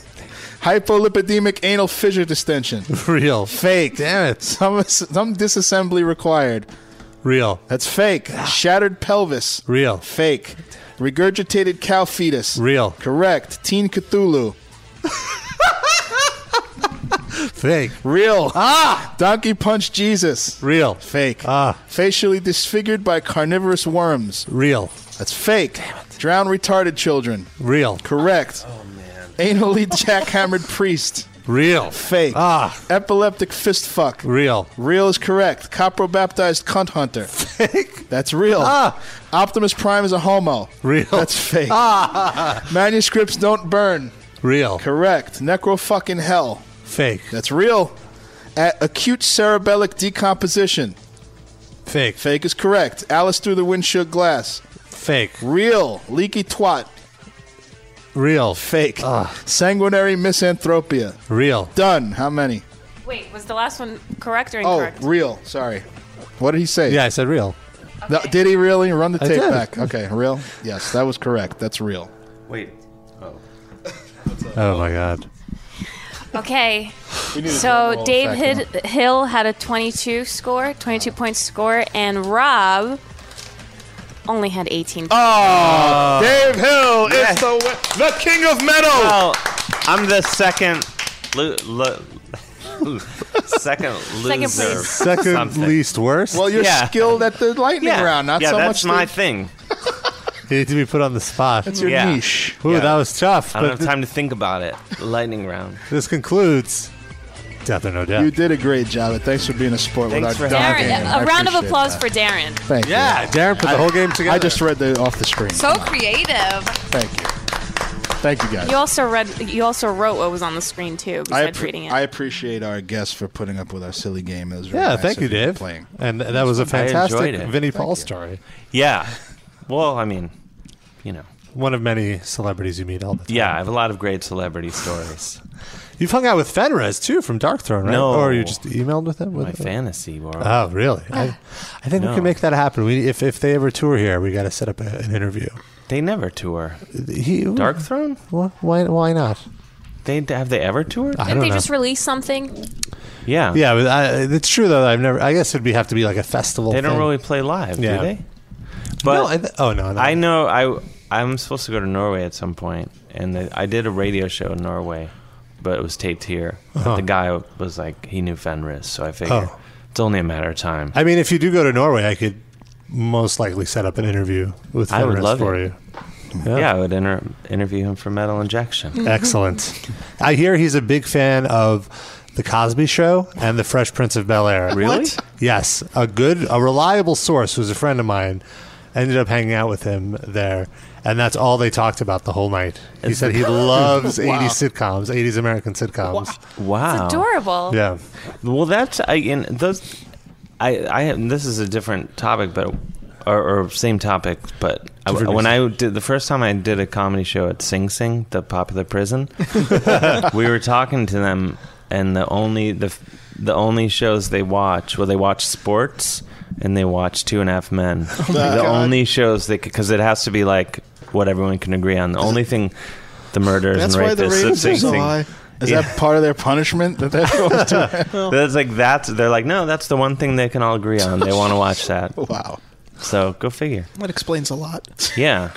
Hypolipidemic anal fissure distension.
Real.
Fake.
Damn it.
Some some disassembly required.
Real. Ah.
That's fake. Shattered pelvis.
Real.
Fake. Regurgitated cow fetus.
Real.
Correct. Teen Cthulhu.
Fake.
Real. Ah! Donkey punch Jesus.
Real.
Fake.
Ah.
Facially disfigured by carnivorous worms.
Real.
That's fake. Drown retarded children.
Real.
Correct. Oh man. Anally jackhammered priest.
Real.
Fake.
Ah.
Epileptic fist fuck.
Real.
Real is correct. Copro baptized cunt hunter. Fake. That's real.
Ah.
Optimus Prime is a homo.
Real. Ah.
That's fake. Manuscripts don't burn.
Real.
Correct. Necro fucking hell.
Fake.
That's real. At acute cerebellic decomposition.
Fake.
Fake is correct. Alice through the windshield glass.
Fake.
Real. Leaky twat.
Real. Ah.
Fake. Sanguinary misanthropia.
Real.
Done. How many?
Wait, was the last one correct or
Oh,
incorrect?
real. Sorry. What did he say?
Yeah, I said real.
No, did he really? Run the
I
tape
did.
back. Okay, real? Yes, that was correct. That's real.
Wait. Oh.
Oh my god.
Okay. So Dave Hid- Hill had a 22 score, 22 point score, and Rob only had 18.
Oh,
Oh.
Dave Hill is
Yes.
the, wi- the king of metal.
Well, I'm the second. Lo- lo- second loser.
place.
Second
Something.
least worst.
Well, you're
yeah.
skilled at the lightning round, not
yeah,
so
that's
much
my
the,
thing.
you need to be put on the spot.
that's your
Yeah.
niche.
Ooh,
Yeah.
that was tough.
I don't
But
have time to think about it. Lightning round.
th- this concludes Death or No
You
Death.
did a great job, and thanks for being a sport
Thanks
with our
for
dumb
having
Darren,
me.
game. I
a round of
appreciate
applause
that.
for Darren.
Thank you.
yeah, Darren put the whole game together.
I just read the off the screen.
So creative.
Thank you. Thank you guys.
You also read. You also wrote what was on the screen too,
I,
besides
appre-
reading it.
I appreciate our guests for putting up with our silly game. It was very
yeah,
nice
thank
of
you, Dave.
Playing.
And th- that was a fantastic
enjoyed it.
Vinnie Paul story.
Yeah. Well, I mean, you know.
One of many celebrities you meet all the time.
Yeah, I have a lot of great celebrity stories.
You've hung out with Fenrez too from Dark Throne, right?
No.
Or you just emailed with him?
My fantasy world.
Oh, really? I, I think we
No.
can make that happen. We, if, if they ever tour here, we got to set up a, an interview.
They never tour.
He,
Dark Throne?
Wha- Why, why not?
They have they ever toured?
I
Didn't
don't
they
know.
just release something?
Yeah.
Yeah, but I, it's true though. that I've never. I guess it'd be have to be like a festival.
They don't
thing.
really play live,
Yeah.
do they? But
No, I th- oh no, no.
I know. I I'm supposed to go to Norway at some point, and the, I did a radio show in Norway, but it was taped here. But
Uh-huh.
The guy was like, he knew Fenris, so I figured
Oh.
it's only a matter of time.
I mean, if you do go to Norway, I could most likely set up an interview with.
I would
Fenris
love
for
it.
you.
Yeah. I would inter- interview him for Metal Injection.
Excellent. I hear he's a big fan of the Cosby Show and the Fresh Prince of Bel Air.
Really? What?
Yes. A good, a reliable source who's a friend of mine ended up hanging out with him there, and that's all they talked about the whole night. He said he loves
Wow.
80s sitcoms, 80s American sitcoms.
Wow.
It's adorable.
Yeah.
Well, that's I and those I I have, this is a different topic, but or, or same topic, but I,
Different
when I did the first time I did a comedy show at Sing Sing, the popular prison, we were talking to them, and the only the f- the only shows they watch, well, they watch sports and they watch Two and a Half Men.
Oh
the
my God.
only shows they because it has to be like what everyone can agree on. The only thing. The murderers
That's
and
why
rapists
the
of
ratings
Sing
are so
Sing.
high. Is
Yeah.
that part of their punishment that they're supposed to?
That's like that's they're like no, that's the one thing they can all agree on. They want to watch that.
wow.
So go figure.
That explains a lot.
Yeah,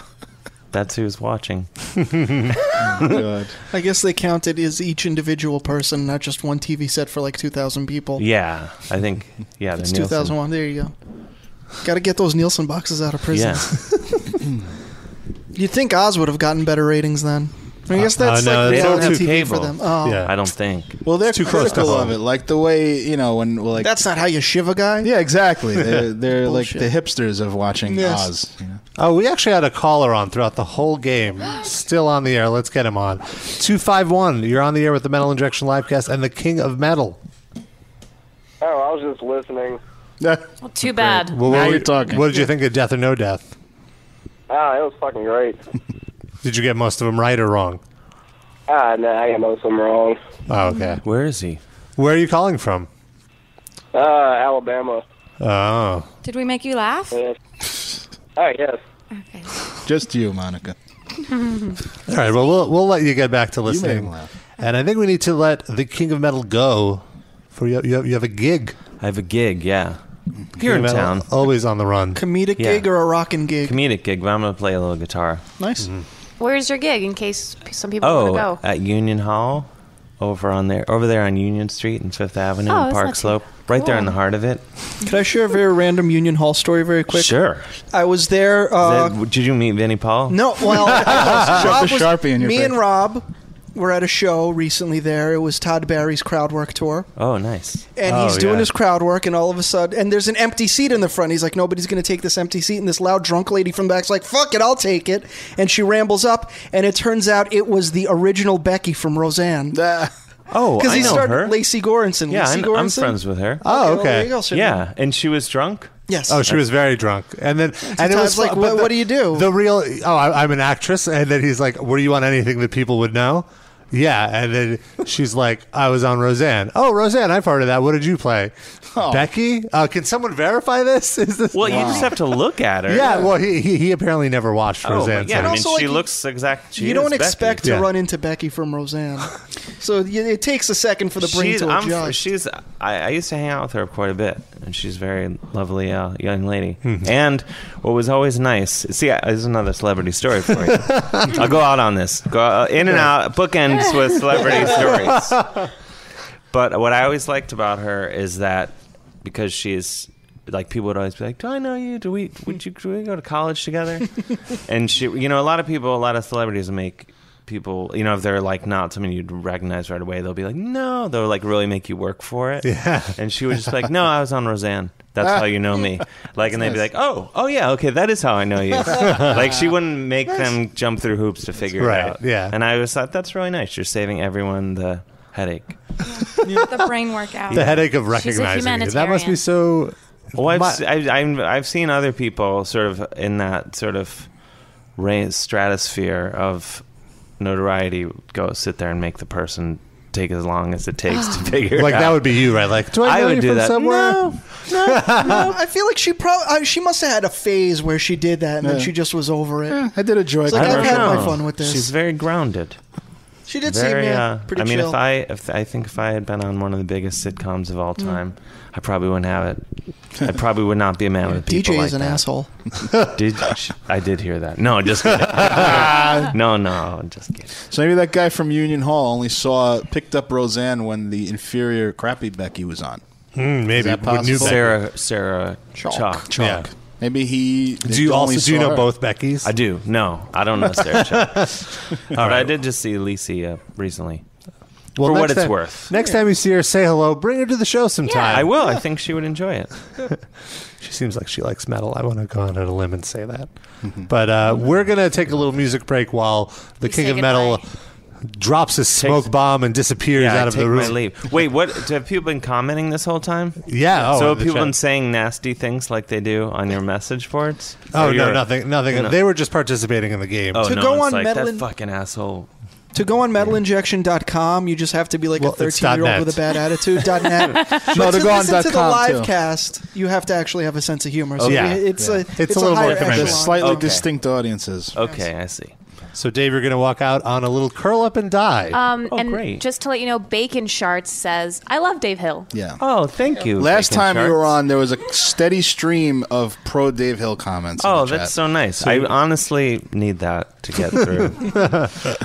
that's who's watching.
I guess they counted as each individual person, not just one TV set for like 2,000 people.
Yeah, I think yeah.
It's
the Nielsen.
2001. There you go. Got to get those Nielsen boxes out of prison.
Yeah.
You'd think Oz would have gotten better ratings then. I guess that's
Uh, no,
like
they don't
reality
have
TV
cable.
for them. Oh.
I don't think.
Well, they're too
close to
critical
home.
of it. Like the way you know when well, like
That's not how you shiv a guy.
Yeah, exactly. They're, they're like
Bullshit.
the hipsters of watching
Yes.
Oz.
Oh, we actually had a caller on throughout the whole game. Still on the air. Let's get him on. 251, you're on the air with the Metal Injection Livecast and the King of Metal.
Oh, I was just listening.
Well, too bad.
Well, what were- What did you think of Death or No Death?
Ah, it was fucking great.
Did you get most of them right or wrong?
Ah, no, I got most of them wrong.
Oh, okay.
Where is he?
Where are you calling from?
Uh, Alabama.
Oh.
Did we make you laugh?
Yes. Oh, yes.
Just you, Monica.
All right. Well, we'll we'll let you get back to listening.
him
And I think we need to let the King of Metal go. For you, you have, you have a gig.
I have a gig. Yeah, here in
Metal,
town.
Always on the run.
Comedic
Yeah.
gig or a rockin' gig?
Comedic gig, but I'm gonna play a little guitar.
Nice.
Mm-hmm.
Where's your gig in case p- some people
Oh,
want to
at Union Hall, over on there, over there on Union Street and Fifth Avenue
Oh,
and
that's
Park
not too
Slope, right there in the
cool.
heart of it.
Could I share a very random Union Hall story very quick?
Sure.
I was there. Uh,
Is that- did you meet Vinnie Paul?
No, well, I was-
Shove
Rob
the
was-
Sharpie in your
me
face.
and Rob were at a show recently. There, it was Todd Barry's crowd work tour,
Oh, nice.
and he's doing his crowd work, and all of a sudden, and there's an empty seat in the front. He's like, nobody's going to take this empty seat, and this loud drunk lady from the back's like, "Fuck it, I'll take it," and she rambles up, and it turns out it was the original Becky from Roseanne.
Oh,
because
I
he
know
started
her.
Lacey Goranson.
Yeah,
Lacey
I'm,
Goranson?
I'm friends with her.
Oh, Okay, well, okay. there you
go, Sidney.
yeah, and she was drunk.
Yes.
Oh, she was very drunk, and then and it
Todd's
was
like,
fu-
"What-
but the-
what do you do?"
The real. Oh, I, I'm an actress, and then he's like, "Were you on anything that people would know?" Yeah, and then she's like, "I was on Roseanne." Oh, Roseanne, I've heard of that. What did you play,
Oh.
Becky? Uh, can someone verify this? Is this
Well, you just have to look at her.
Yeah, well, he, he, he apparently never watched
Oh,
Roseanne.
but yeah,
so-
I mean, she looks exact. She
you don't
is Becky.
expect to run into Becky from Roseanne, so y- it takes a second for the brain
she's,
to
I'm-
adjust.
she's I, I used to hang out with her quite a bit, and she's a very lovely uh, young lady. And what was always nice, see, I, there's another celebrity story for you. I'll go out on this, go out, in and out, bookends with celebrity stories. But what I always liked about her is that because she's like people would always be like, "Do I know you? Do we? Would you? Do we go to college together?" and she, you know, a lot of people, a lot of celebrities make people, you know, if they're like not somebody you'd recognize right away, they'll be like, "No," they'll like really make you work for it.
Yeah.
And she was just like, "No, I was on Roseanne." That's how you know me. Like, and they'd be like, "Oh, oh yeah, okay, that is how I know you." like, she wouldn't make them jump through hoops to figure
Right,
it out.
yeah.
And I always thought that's really nice. You're saving everyone the headache.
the brain
Um,
workout.
the headache of recognizing you. That must be so.
Well, I've,
My-
s- I, have i I've seen other people sort of in that sort of range stratosphere of notoriety go sit there and make the person take as long as it takes to figure it
Like,
out.
that would be you, right? Like, do I know
would
you
do
from
that.
somewhere?
No, no, no. I feel like she probably she must have had a phase where she did that and then
Yeah.
she just was over it.
Yeah, I did enjoy
It's like,
I
I've
don't
had my
know.
fun with this.
She's very grounded. uh,
She did seem, yeah, pretty
I mean,
chill.
if I, if I think if I had been on one of the biggest sitcoms of all
Mm.
time, I probably wouldn't have it. I probably would not be a man with people
DJ
like
is an
that.
asshole.
Did sh- I did hear that? No, just kidding. no, no, just kidding.
So maybe that guy from Union Hall only saw picked up Roseanne when the inferior crappy Becky was on.
Hmm, maybe.
Is that
With new
possible?
Sarah Sarah Chalk.
Chalk.
Chalk.
Chalk. Maybe he.
Do you
only
also- do you
saw
know
her.
both Beckys?
I do. No, I don't know Sarah Chalk. but I did just see Alicia recently. For
next
what it's
time-
worth.
Next time you see her, say hello. Bring her to the show sometime.
I will. I think she would enjoy it.
She seems like she likes metal. I want to go out on a limb and say that. But uh, we're going to take a little music break while the King of Metal drops his smoke bomb and disappears
Yeah, I
out of
take
the room.
my leave. Wait, what? Have people been commenting this whole time?
Yeah,
so
oh, in
have
the
people
chat.
been saying nasty things like they do on your message boards?
Oh,
Or
no,
your-
nothing. Nothing.
No.
They were just participating in the game.
Oh,
To
no,
go
it's
on
like,
Medlin-
that fucking asshole.
To go on metalinjection.com, you just have to be like
Well,
a
it's
13 year
.net.
old with a bad attitude. .net. But
No, to go on
listen to the
.com,
live
too.
cast, you have to actually have a sense of humor. So
Oh, yeah.
it's,
Yeah.
A,
It's
it's,
a little more
higher
different.
echelon.
Slightly distinct audiences.
Okay, I see.
So, Dave, you're going to walk out on a little curl up and die.
Um,
oh,
and
great.
just to let you know, Bacon Sharts says, "I love Dave Hill."
Yeah.
Oh, thank you.
Last
Bacon
time we
Shark.
were on, there was a steady stream of pro Dave Hill comments. in
Oh,
the chat.
that's so nice.
So-
I honestly need that to get through.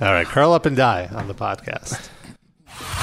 All right, curl up and die on the podcast.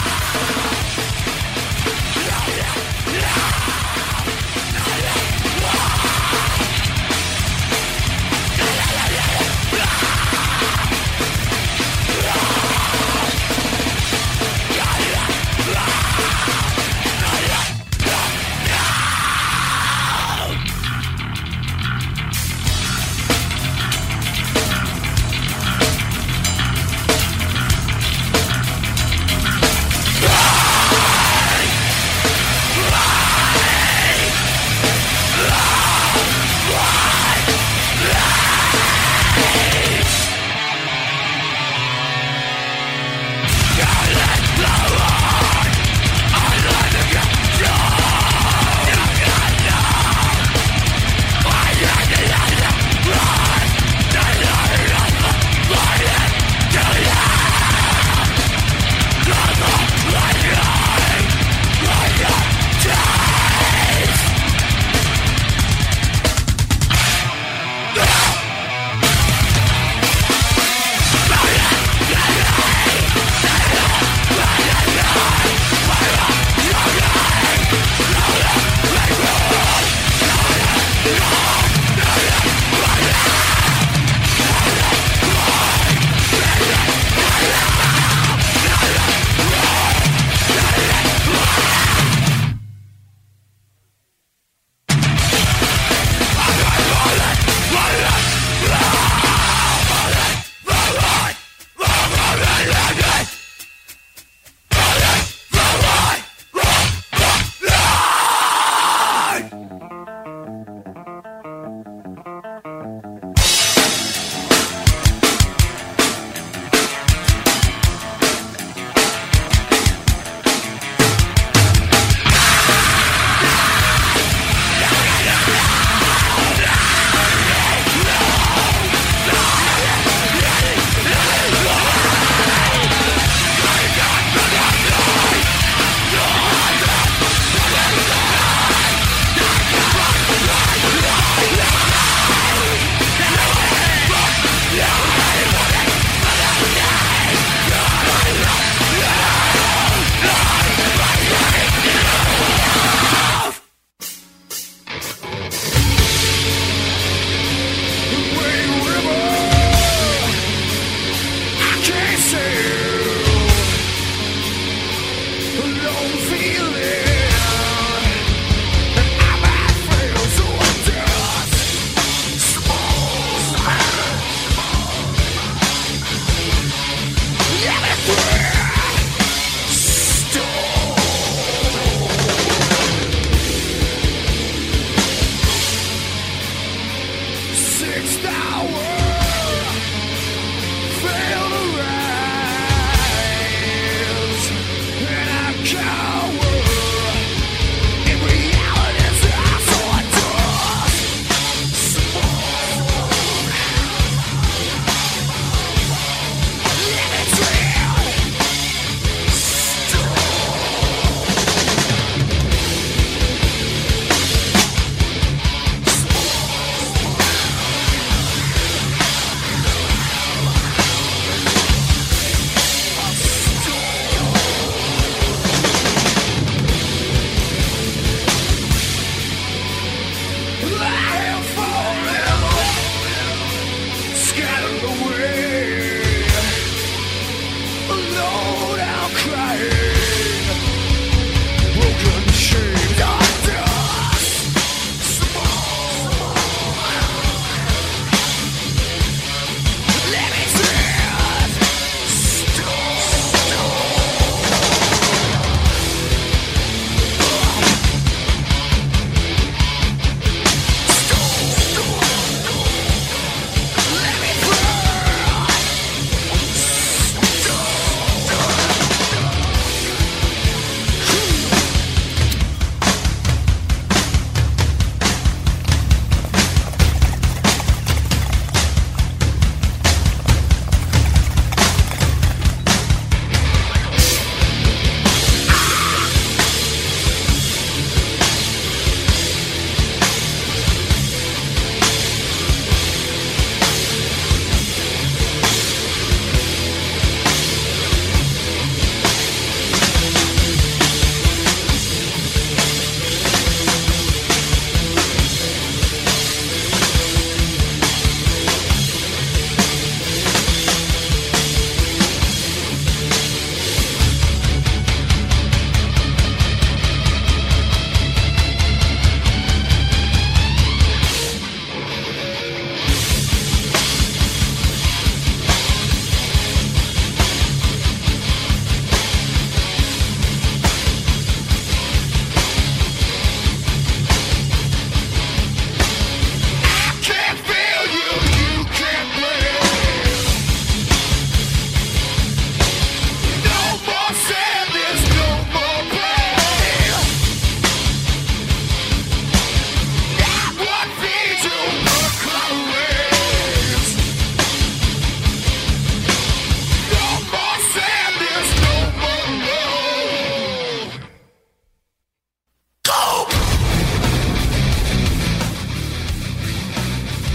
Six hours.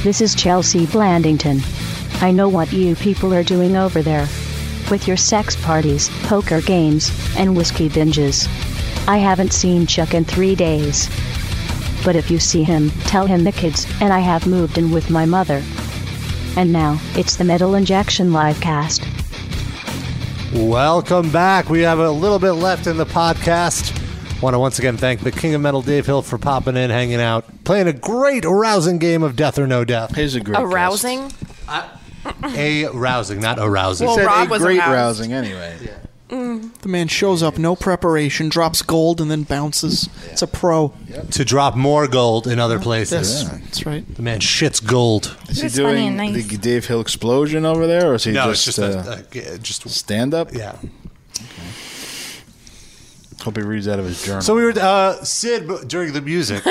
This is Chelsea Blandington. I know what you people are doing over there. With your sex parties, poker games, and whiskey binges. I haven't seen Chuck in three days. But if you see him, tell him the kids and I have moved in with my mother. And now, it's the Metal Injection live cast.
Welcome back. We have a little bit left in the podcast. Want to once again thank the King of Metal, Dave Hill, for popping in, hanging out, playing a great, arousing game of Death or No Death.
Here's a great
Arousing?
a rousing, not arousing.
He said a great rousing anyway.
Mm.
The man shows up, no preparation, drops gold, and then bounces. It's a pro.
To drop more gold in other places.
Yes, that's right.
The man shits gold.
Is he doing the Dave Hill explosion over there, or is he
No, it's
just,
just a-
uh,
just
stand up?
Yeah.
Hope he reads out of his journal.
So we were uh, Sid b- during the music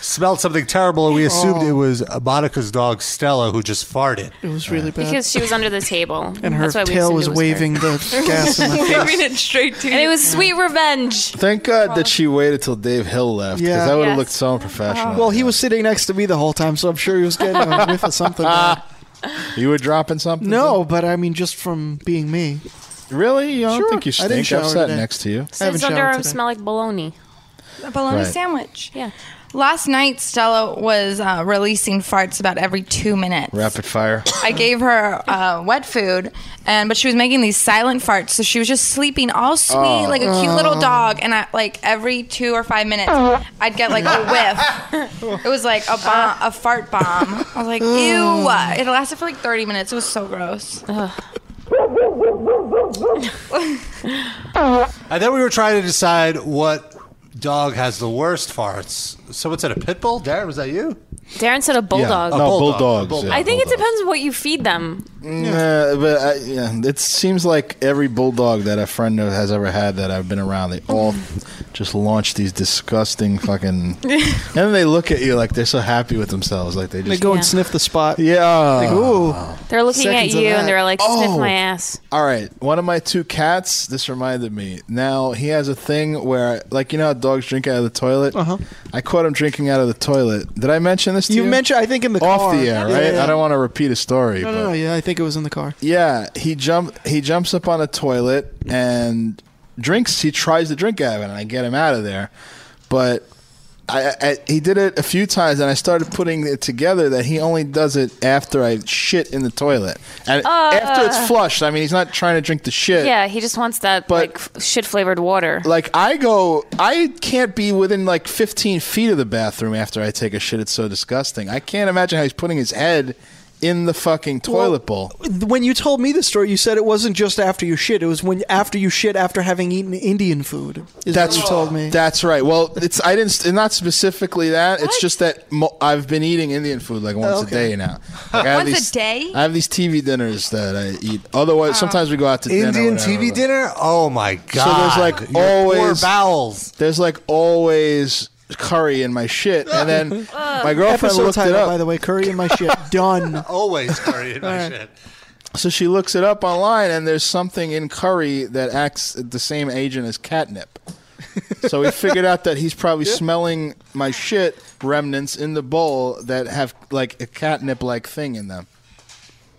smelled something terrible, and we assumed
Oh.
it was Monica's dog Stella who just farted.
It was really bad.
Because she was under the table.
And her
That's why we
tail
assumed
was
it
waving
her.
the gas in my face.
it straight to And it was sweet revenge.
Thank God that she waited till Dave Hill left, because
Yeah.
that would have
Yes.
looked so unprofessional.
Well, he was sitting next to me the whole time, so I'm sure he was getting a whiff of something.
you were dropping something?
No, but I mean, just from being me.
Really? You don't
sure.
think you
I didn't
stink?
shower
I've sat
today.
next to you.
I haven't
Sid's under
showered
arms
today.
smell like bologna.
A bologna
Right.
sandwich. Yeah. Last night, Stella was uh, releasing farts about every two minutes.
Rapid fire.
I gave her uh, wet food, and but she was making these silent farts, so she was just sleeping all sweet,
Oh.
like a cute little
Oh.
dog. And I like every two or five minutes, I'd get like a whiff. It was like a bomb, a fart bomb. I was like,
Mm.
ew! It lasted for like thirty minutes. It was so gross.
And then we were trying to decide what dog has the worst farts. So what's it? A pit bull? Darren, was that you?
Darren said a bulldog.
Yeah, no, bulldogs, yeah, Mm.
I think it depends on what you feed them.
Nah, but I, yeah, it seems like every bulldog that a friend of- has ever had that I've been around, they all just launch these disgusting fucking. and then they look at you like they're so happy with themselves, like they just
They go and sniff the spot.
Yeah.
Like, ooh.
They're looking
Seconds
at
of
you
that.
and they're like, sniff
Oh.
my ass.
All right, one of my two cats. This reminded me. Now he has a thing where, like, you know how dogs drink out of the toilet. Uh-huh. I caught him drinking out of the toilet. Did I mention this to you?
You mentioned, I think, in the
off
car.
the air,
Yeah,
right?
yeah.
I don't want to repeat a story.
No,
but-
no, no, yeah, I think it was in the car.
Yeah, he jump he jumps up on a toilet and drinks. He tries to drink out of it, and I get him out of there. But I, I- I he did it a few times, and I started putting it together that he only does it after I shit in the toilet and
Uh.
after it's flushed. I mean, he's not trying to drink the shit.
Yeah, he just wants that like shit flavored water.
Like I go, I can't be within like 15 feet of the bathroom after I take a shit. It's so disgusting. I can't imagine how he's putting his head in the fucking toilet bowl.
When you told me the story, you said it wasn't just after you shit; it was when after you shit after having eaten Indian food. Is
that's
what you told me.
That's right. Well, it's I didn't it's not specifically that. It's just that mo- I've been eating Indian food like once
okay.
a day now. Like, I have
Once a
these-
day?
I have these TV dinners that I eat. Otherwise, sometimes we go out to dinner.
Indian
or whatever,
TV
but-
dinner? Oh my god!
So there's like
Your
always
poor bowels.
There's like always curry in my shit, and then
Uh.
my girlfriend
Episode
looked it
title,
up.
by the way. Curry and my shit done.
Always curry in my
All right.
shit.
So she looks it up online, and there's something in curry that acts the same agent as catnip. so we figured out that he's probably smelling my shit remnants in the bowl that have like a catnip-like thing in them,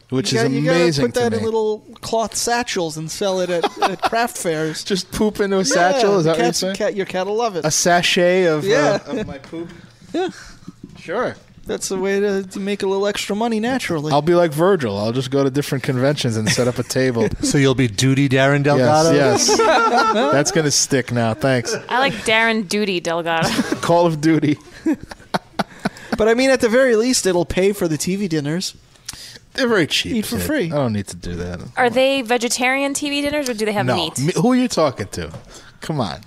which
You
is
got- you gotta
amazing
Put that
to
in
me.
little cloth satchels and sell it at, at craft fairs.
Just poop into a satchel? Is that what you're
cats-
saying?
Cat, your cat will love it.
a sachet of, uh,
yeah,
of my poop.
Yeah,
sure.
That's a way to, to make a little extra money naturally.
uh, I'll be like Virgil. I'll just go to different conventions and set up a table.
So you'll be duty Darren Delgado.
Yes, yes. That's gonna stick now. Thanks.
I like Darren Duty Delgado.
Call of Duty.
but I mean, at the very least, it'll pay for the TV dinners.
They're very cheap.
Eat for
Sid.
free.
I don't need to do that.
Are they vegetarian TV dinners or do they have
no.
meat?
Me- who are you talking to? Come on.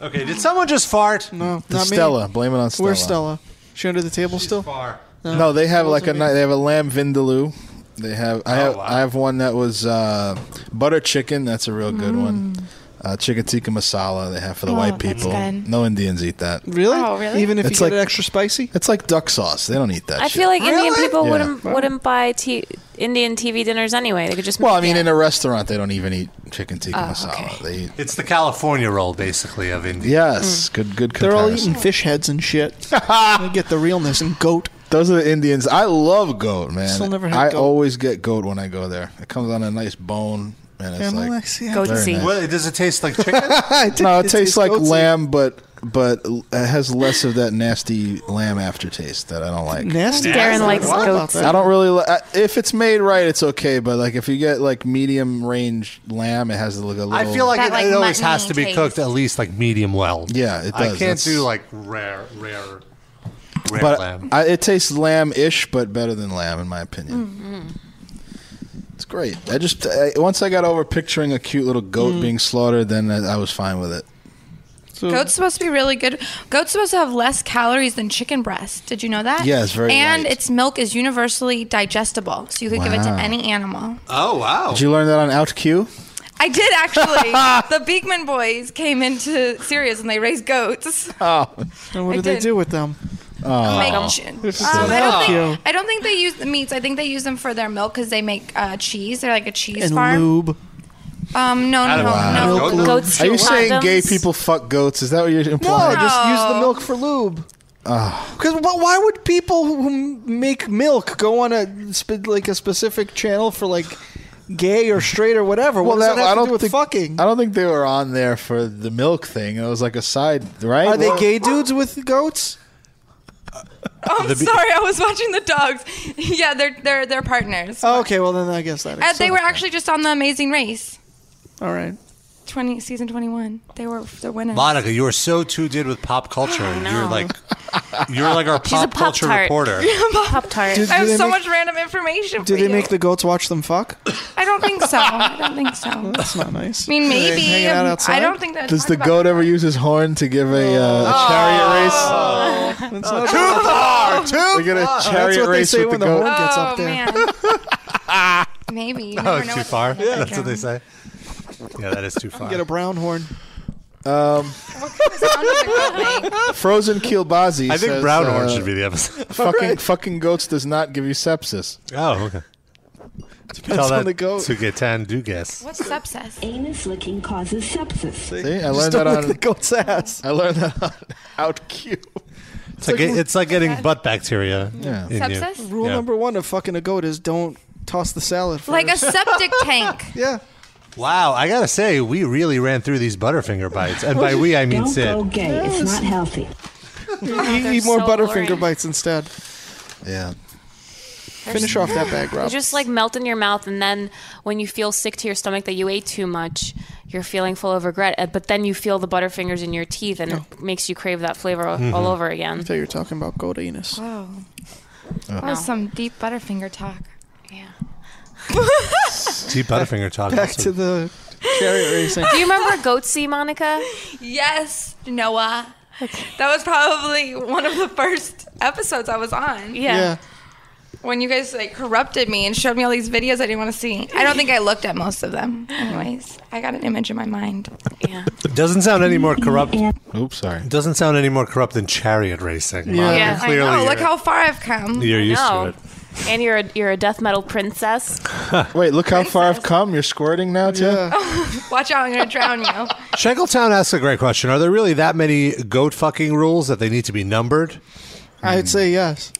Okay, did someone just fart?
No,
To Stella. Blame it on Stella.
Where's Stella? She under the table still?
No, they have like a ni- they have a lamb vindaloo. They have
Oh,
I have I have one that was uh, butter chicken. That's a real
Mm.
good one. Uh, chicken tikka masala they have for the
Oh,
white
that's
people.
good.
No Indians eat that.
Really?
Oh, really?
Even if
It's
you
like-
get it extra spicy?
It's like duck sauce. They don't eat that.
I
shit.
feel like Indian people
Yeah.
wouldn't wouldn't buy t- Indian TV dinners anyway. They could just
Well, I mean, in a restaurant they don't even eat chicken tikka
Oh,
masala. They eat
It's the California roll, basically, of India.
Yes, good good.
Mm. They're all
comparison.
eating fish heads and shit. They get the realness and goat.
Those are the Indians. I love goat, man.
Still never had
I
goat.
always get goat when I go there. It comes on a nice bone, and it's
Yeah,
like
well, I see how Goat
very
seed.
nice.
Well, does it taste like chicken?
no, it,
It
tastes
tastes
like
goat seed.
lamb, but but it has less of that nasty lamb aftertaste that I don't like.
Nasty.
Darren likes
What about
goats.
that?
I don't really. Li- I- if it's made right, it's okay. But like, if you get like medium range lamb, it has like a little.
I feel like
That,
it,
like,
it always
muttony
has to be
taste.
cooked at least like medium well.
Yeah, it
I can't
does. That's-
do like rare, rare, rare
but
lamb.
I, it tastes lamb-ish, but better than lamb, in my opinion.
Mm-hmm.
It's great. I just I, once I got over picturing a cute little
Mm.
goat being slaughtered, then I, I was fine with it.
So-
Goat's supposed to be really good. Goat's supposed to have less calories than chicken breast. Did you know that?
Yeah, it's very
And
light.
its milk is universally digestible, so you could give it to
Wow.
any animal.
oh wow!
Did you learn that on Out Q?
I did actually. the Beekman boys came into Sirius and they raised goats.
Oh,
And what
I
do they
did.
do with them?
Make-
oh.
um,
This is
I,
so
don't
cute.
think, I don't think they use the meats. I think they use them for their milk because they make uh, cheese. They're like a cheese
And
farm.
lube.
Um, no,
Out
no,
of
no.
goat
lube.
Goats
Are you
chew
saying
condoms.
gay people fuck goats? Is that what you're
No,
implying? ah.
just use the
No.
milk for lube. Because why would people who m- make milk go on a sp- like a specific channel for like gay or straight or whatever? What does that, have
I
to
don't
do with
think
fucking?
I don't think they were on there for the milk thing. It was like a side, right?
Are they gay dudes with goats?
Oh, I'm sorry. I was watching the dogs. yeah, they're they're they're partners.
Oh, okay, well then I guess that.
Uh,
explains
they were
it.
actually just on The Amazing Race,
all right.
twenty season twenty one. They were they're winners.
Monica, you are so too did with pop culture. You're like You're like our
She's a
pop culture
Pop-Tart.
reporter.
Pop tart.
Did-
I have
do they
so
make-
much random information
Do
for
they
you.
make the goats watch them fuck?
I don't think so. I don't think so.
That's not nice.
I mean,
Are they
maybe.
hanging out
Um, I
outside?
don't think Oh. that-
Does the goat ever use his horn to give a, uh, a chariot
Too
race?
far!
Too We get a far! chariot
That's what
race
they say
with
when
the
the horn
goat.
gets up there.
Oh, Maybe. You
Oh,
never
it's
know
too
what-
far. Yeah, that's what they say. Yeah, that is too far.
Get a brown horn.
Um, Frozen Kielbazi.
I think
says,
brown
uh,
horn should be the episode.
Fucking fucking goats does not give you sepsis.
Oh, okay.
Depends
Tell
on
that
the goat.
To get tan, do guess.
What's sepsis?
Anus licking causes sepsis.
See, I learned that on
goat's ass.
I learned that on Out Q.
It's like, it's like getting butt bacteria.
Yeah.
in you.
Rule
Yeah.
number one of fucking a goat is don't toss the salad. First.
Like a septic tank.
yeah.
Wow, I gotta say, we really ran through these Butterfinger bites, and by we I mean
Don't
Sid.
go gay. It's not healthy.
Oh,
You eat more Butterfinger bites instead.
Yeah.
Finish off that bag, Rob.
They just like melt in your mouth, and then when you feel sick to your stomach that you ate too much, you're feeling full of regret. uh, But then you feel the butterfingers in your teeth, and it makes you crave that flavor
Mm-hmm.
all- all
Mhm.
over again.
So you're talking about goat anus.
Wow.
Oh.
That was some deep Butterfinger talk.
Deep Butterfinger talk.
Back
also.
to the chariot racing.
Do you remember Goatsy, Monica?
Yes, Noah. That was probably one of the first episodes I was on.
Yeah.
When you guys like corrupted me and showed me all these videos I didn't want to see. I don't think I looked at most of them. Anyways, I got an image in my mind. Yeah.
Doesn't sound any more corrupt.
Oops, sorry.
Doesn't sound any more corrupt than chariot racing. Monica,
I
Clearly,
know. Look
you're-
how far I've come.
You're used
No.
to it.
And you're a, you're a death metal princess.
Wait, look how far I've come. You're squirting now too.
Oh. Watch out, I'm gonna drown you.
Shankletown asks a great question. Are there really that many goat fucking rules that they need to be numbered?
Mm.
I'd say yes.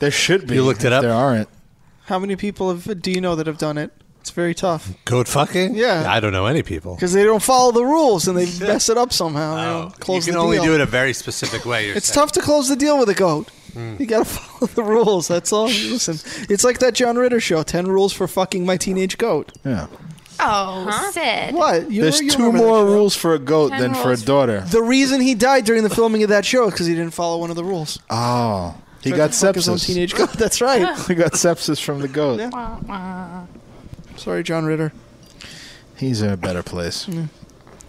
there should be.
You looked it up. There
aren't.
How many people have do you know that have done it? It's very tough
Goat fucking?
Yeah.
I don't know any
Oh.
people.
because they don't follow the rules and they mess it up somehow. They don't close
you can
the
only
deal.
do it a very specific way. You're
It's
saying.
tough to close the deal with a goat.
Mm.
You gotta follow the rules. That's all. Listen, it's like that John Ritter show: ten rules for fucking my teenage goat.
Yeah.
Oh, Sid.
What? You-
There's
you
two
remember
more rules for a goat
Ten
than for a
rules.
daughter.
The reason he died during the filming of that show is because he didn't follow one of the rules.
Oh, he
Tried
got
to fuck his own
sepsis.
teenage goat. That's right.
he got sepsis from the goat.
Sorry, John Ritter.
He's in a better place.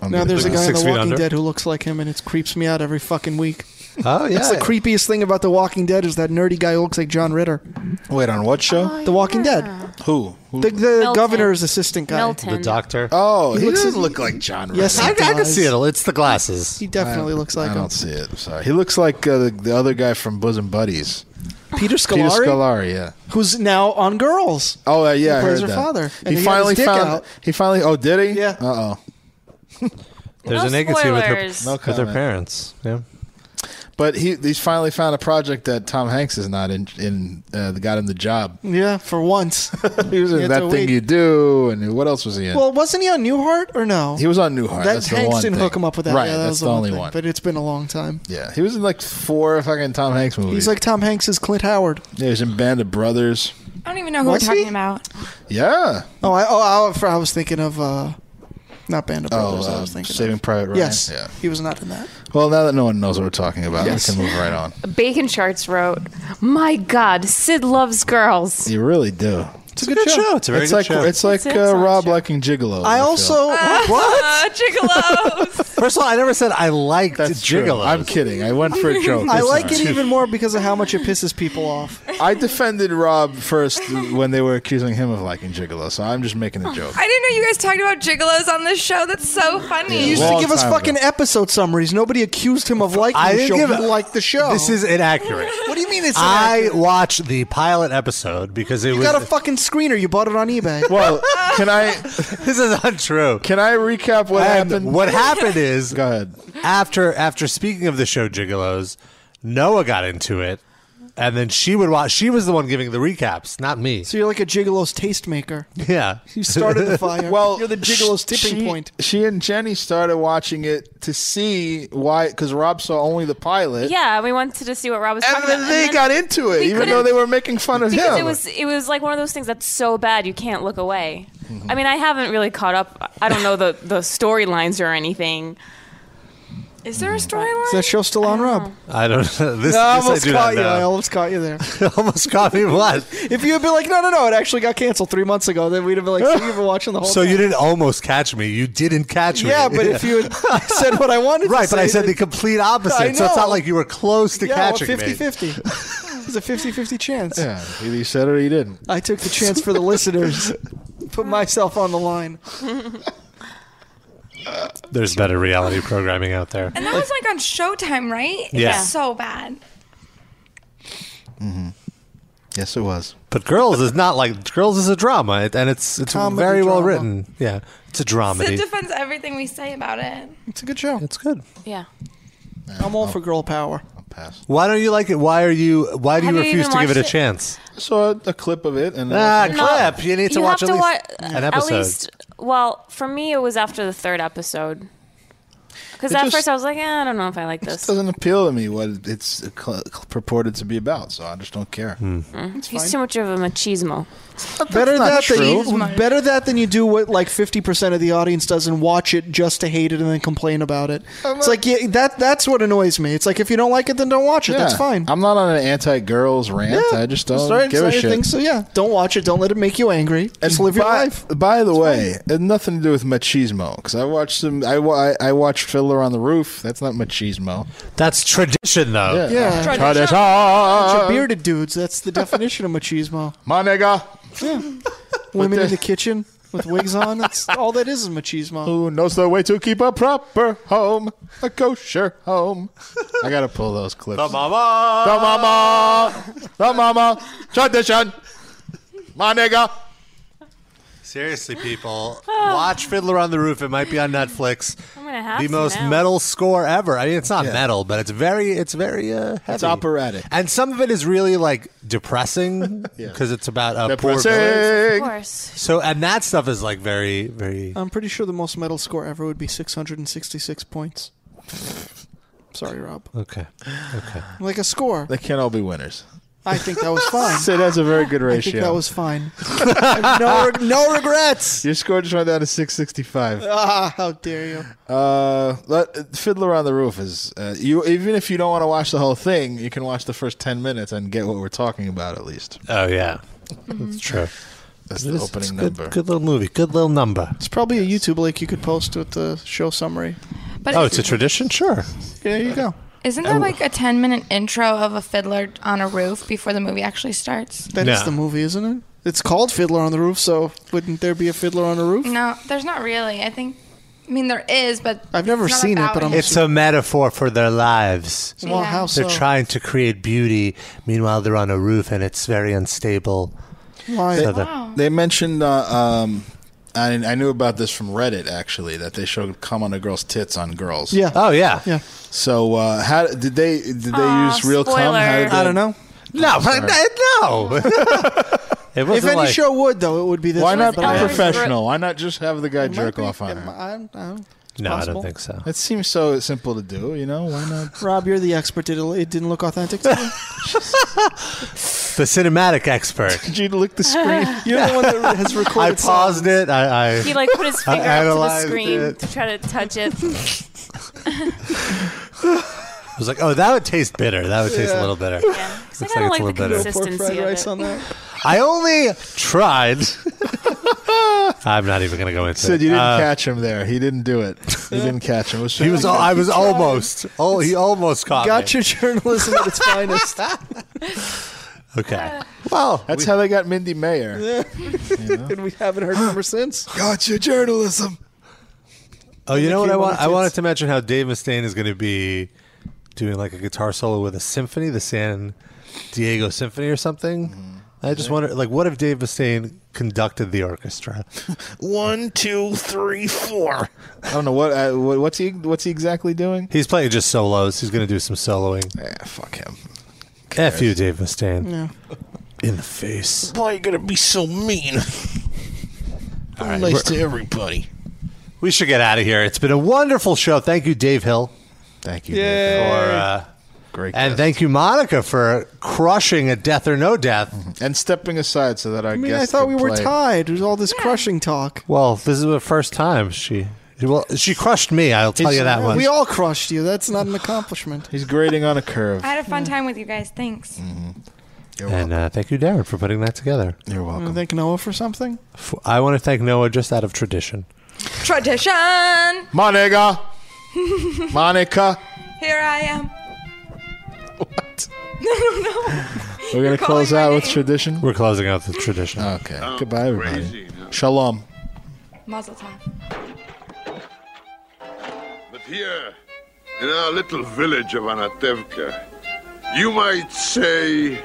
Now there's a guy in
in
The Walking Dead who looks like him, and it creeps me out every fucking week.
Oh
That's the creepiest thing about The Walking Dead is that nerdy guy who looks like John Ritter.
Wait, on what show?
the Walking Dead.
Who? Who-
The, the governor's assistant guy.
The doctor.
Oh, he,
looks
doesn't
like-
look like John.
Yes,
Ritter.
he I- I can does. see it.
It's the glasses.
He definitely looks like
I
him.
don't see it. I'm sorry. He looks like uh, the, the other guy from Bosom Buddies.
Peter Scolari,
Peter Scolari, yeah.
who's now on Girls.
Oh uh,
He
yeah, I
plays
heard
her
that.
father, and
He,
he had
finally
his dick
found.
out.
He finally. Oh, did he? Yeah. Uh oh.
There's
No
an agency with her,
spoilers. No
with her
comment.
parents. Yeah.
But he he's finally found a project that Tom Hanks is not in. In uh, that got him the job.
Yeah, for once.
He was in
had
that
to
thing
wait.
you do, and what else was he in?
Well, wasn't he on Newhart or no?
he was on Newhart.
that
that's the
Hanks
one
didn't
thing.
hook him up with that.
Right,
yeah, that
that's
was
the only
thing,
one.
But it's been a long time.
Yeah, he was in like four fucking Tom Hanks movies.
He's like Tom Hanks's Clint Howard.
yeah, he was in Band of Brothers.
I don't even know who
Was
we're talking about.
Yeah.
Oh, I oh I, I was thinking of uh, not Band of Brothers.
oh,
I
uh,
was thinking of.
Saving Private Ryan.
Yes,
Yeah.
he was not in that.
Well, now that no one knows what we're talking about,
Yes.
we can move right on.
Bacon Sharts wrote, "My God, Sid loves girls."
You really do.
It's a good, show.
It's, like it's like
It's an
uh,
excellent
Rob liking Gigolo.
I
Oh, feel.
also
Uh, what? Gigolo.
First of all, I never said I liked
True.
Gigolo.
I'm kidding. I went for a joke.
I
this
like it
time.
even more because of how much it pisses people off.
I defended Rob first when they were accusing him of liking Gigolo, so I'm just making a joke.
I didn't know you guys talked about gigolos on this show. That's so
He
funny.
used
Long
to give us
time ago.
fucking episode summaries. Nobody accused him of liking
I
the
didn't
show.
give
He
a-
liked the show.
This is inaccurate.
What do you mean it's
I
inaccurate?
watched the pilot episode because it
You
was.
got a fucking screener. You bought it on eBay.
Well, can I?
this is untrue.
Can I recap what
And
happened?
What happened is
Go ahead.
after after speaking of the show Gigolos, Noah got into it, and then she would watch. She was the one giving the recaps, not me.
So you're like a gigolo's tastemaker.
yeah,
You started the fire.
Well,
you're the gigolo's tipping
she,
point.
She and Jenny started watching it to see why, because Rob saw only the pilot.
Yeah, we wanted to see what Rob was
And
talking
then
about.
they got into it,
we
even though
couldn't-
they were making fun of
because
him.
it was it was like one of those things that's so bad you can't look away.
Mm-hmm.
I mean, I haven't really caught up. I don't know the the storylines or anything. Is there a storyline?
Is that show still on, Rob?
I don't know. This,
No, I
this I
almost
do
caught
not
you. I
know.
almost caught you there.
almost caught me what?
If you had been like, no, no, no, it actually got canceled three months ago, then we'd have been like, so you've been watching the whole.
So
time.
you didn't almost catch me. You didn't catch me.
Yeah, but if you had said what I wanted,
right?
to
But
say,
I said the complete opposite. So it's not like you were close to
yeah,
catching
well, 50,
me.
50 It's a 50-50 chance.
Yeah, either you said it or you didn't.
I took the chance for the listeners. Put myself on the line.
There's better reality programming out there.
And that was like on Showtime, right? It
Yeah.
was so bad.
Mm-hmm. Yes, it was.
But girls is not like girls is a drama, it- and it's it's
Comedy
very well
drama.
written. Yeah, it's a
Sid
dramedy.
defends everything we say about it.
It's a good show.
It's good.
Yeah.
I'm all for girl power.
Why don't you like it? Why are you? Why do
Have
you
you
refuse
even
to give it a
watched it?
chance?
Saw a clip of it and
Ah,
No,
clip. You need to
Um, you
watch
have
at
to
least
wa-
an episode.
At least, well, for me, it was after the third episode. Because
It
at
just-
first I was like, eh, I don't know if I like this.
This doesn't appeal to me what it's cl- purported to be about, so I just don't care.
Mm. He's too much of a machismo.
Better
not
that than
true.
you, better that than you do what like fifty percent of the audience does and watch it just to hate it and then complain about it. It's like yeah, that that's what annoys me. It's like if you don't like it, then don't watch it. That's
Yeah.
fine.
I'm not on an anti-girls rant. I just don't
Sorry,
give
sorry,
a shit.
Think so yeah, don't watch it. Don't let it make you angry. Just live
by,
your life.
By the way, it had nothing to do with machismo because I watched some. I, wa- I I watched Fiddler on the Roof. That's not machismo.
That's tradition, though.
Yeah.
Tradition.
Bunch of bearded dudes. That's the definition of machismo.
My nigga.
Yeah. Women
the-
in the kitchen with wigs on. That's all that is is machismo.
Who knows the way to keep a proper home, a kosher home? I gotta pull those clips.
The mama.
The mama. The mama. Tradition. My nigga.
Seriously, people, watch Fiddler on the Roof. It might be on Netflix.
I'm gonna have
the
to
most
now.
metal score ever. I mean, it's not metal, but it's very, it's very uh, heavy.
It's operatic.
and some of it is really like depressing
Yeah.
because it's about a
Depressing.
poor village.
Of course.
So, and that stuff is like very, very.
I'm pretty sure the most metal score ever would be 666 points. Sorry, Rob.
Okay. Okay.
Like a score.
They can't all be winners.
I think that was fine.
So that's a very good ratio.
I think that was fine. no, reg- no regrets.
Your score just went down to 665.
Ah, how dare you?
Uh, let, Fiddler on the Roof is uh, you. Even if you don't want to watch the whole thing, you can watch the first ten minutes and get what we're talking about at least.
Uh,
Oh yeah,
Mm-hmm.
that's true.
That's the
It's-
opening
it's good,
number.
Good little movie. Good little number.
It's probably a YouTube link you could post with the show summary.
But
oh,
it's-
it's a tradition. Sure.
There you go.
Isn't there like a 10 minute intro of a fiddler on a roof before the movie actually starts?
That is the movie, isn't it? It's called Fiddler on the Roof, so wouldn't there be a Fiddler on a Roof?
No, there's not really. I think, I mean, there is, but.
I've never
it's not
seen it,
about
but I'm
It's a metaphor for their lives.
Well, Yeah. how
They're
so?
trying to create beauty. Meanwhile, they're on a roof and it's very unstable.
Why?
They,
So the-
they mentioned. Uh, um, I, I knew about this from Reddit actually that they showed come on a girl's tits on girls.
Yeah.
Oh yeah.
Yeah.
So uh, how did they did they
Aw,
use real cum? How did
spoiler. I don't know.
No, but no. it
If
wasn't
any
like,
show would, though, it would be this.
Why
one,
not be
but I-
professional? Why not just have the guy
might
jerk
be-
off on her?
I, I don't
No, I
possible.
don't think so.
That seems so simple to do. You know why not?
Rob, you're the expert. Did it, it didn't look authentic to you?
The cinematic expert.
Did you lick the screen?
You're the one that has
I
recorded.
paused it. I, I
He like put his
I
finger up to the
analyzed
screen
It.
to try to touch it.
I was like, oh, that would taste bitter. That would taste a
Yeah.
little bitter.
Yeah.
Looks
I
like it's
kinda
a
like
little
the
bitter.
consistency.
pork fried
of
rice
it.
on that.
I only tried. I'm not even going to go into
Sid,
it.
you didn't
Uh,
catch him there. He didn't do it. You didn't catch him. It
He was. al- I was almost. Oh, he almost caught
Got
me.
your journalism at its finest.
Okay. Well,
That's how they got Mindy Mayer.
and we haven't heard from her since.
Got your journalism.
Oh, you know what
came
I
on
want?
the
I wanted
tits.
to mention how Dave Mustaine is going to be doing like a guitar solo with a symphony, the San Diego Symphony or something. I just wonder, like, what if Dave Mustaine conducted the orchestra?
One, two, three, four. I don't know what. I, what- what's he? What's he exactly doing?
He's playing just solos. He's going to do some soloing.
Eh, fuck him.
F you, Dave Mustaine.
Mm.
Yeah.
In the face.
Why are you gonna be so mean?
All right,
nice to
we're-
everybody.
we should get out of here. It's been a wonderful show. Thank you, Dave Hill.
Thank you.
For,
Nathan.
uh,
Great.
and thank you, Monica, for crushing a death or no death.
Mm-hmm. And stepping aside so that our
I mean, I
guests
thought we
could
were
play.
tied. There's all this crushing talk.
Well, this is the first time she Well, she crushed me. I'll tell you that one.
We all crushed you. That's not an accomplishment.
He's grading on a curve.
I had a fun time with you guys. Thanks.
Mm-hmm. and uh, thank you, Darren, for putting that together. You're
I
welcome.
thank Noah for something.
I want to thank Noah just out of tradition.
Tradition.
Monica.
Here
Monica.
I am.
What?
I don't know.
We're going to close out with tradition.
We're closing out with tradition.
Okay. Goodbye, everybody. Shalom.
Mazel tov.
But here, in our little village of Anatevka, you might say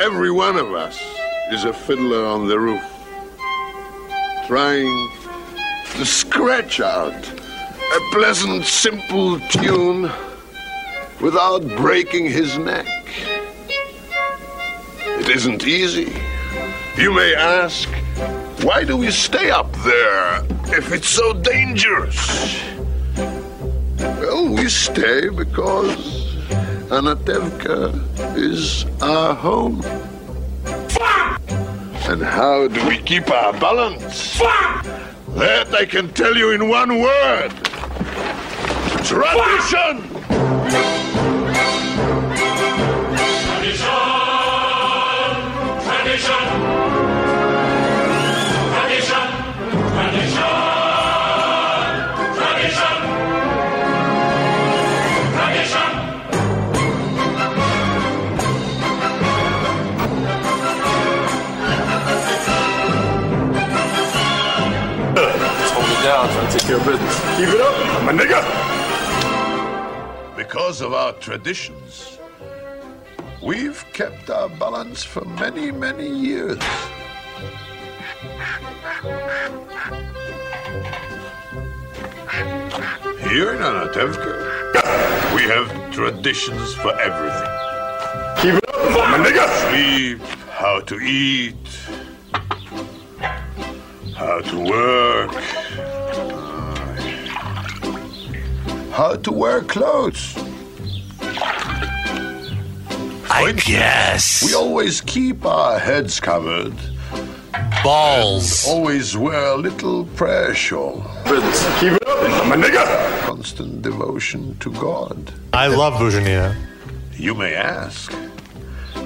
every one of us is a fiddler on the roof, trying to scratch out a pleasant, simple tune without breaking his neck. It isn't easy. You may ask, why do we stay up there if it's so dangerous? Well, we stay because Anatevka is our home. And how do we keep our balance? That I can tell you in one word. Tradition!
Just hold it down, trying to take care of business.
Keep it up, my nigga! Because of our traditions, we've kept our balance for many, many years. Here in Anatevka, we have traditions for everything. Keep it up, my nigga! Sleep, how to eat, how to work, how to wear clothes. I guess. We always keep our heads covered. Balls. always wear a little prayer shawl. Keep it up, my nigga. Constant devotion to God.
I love Bujanina.
You may ask,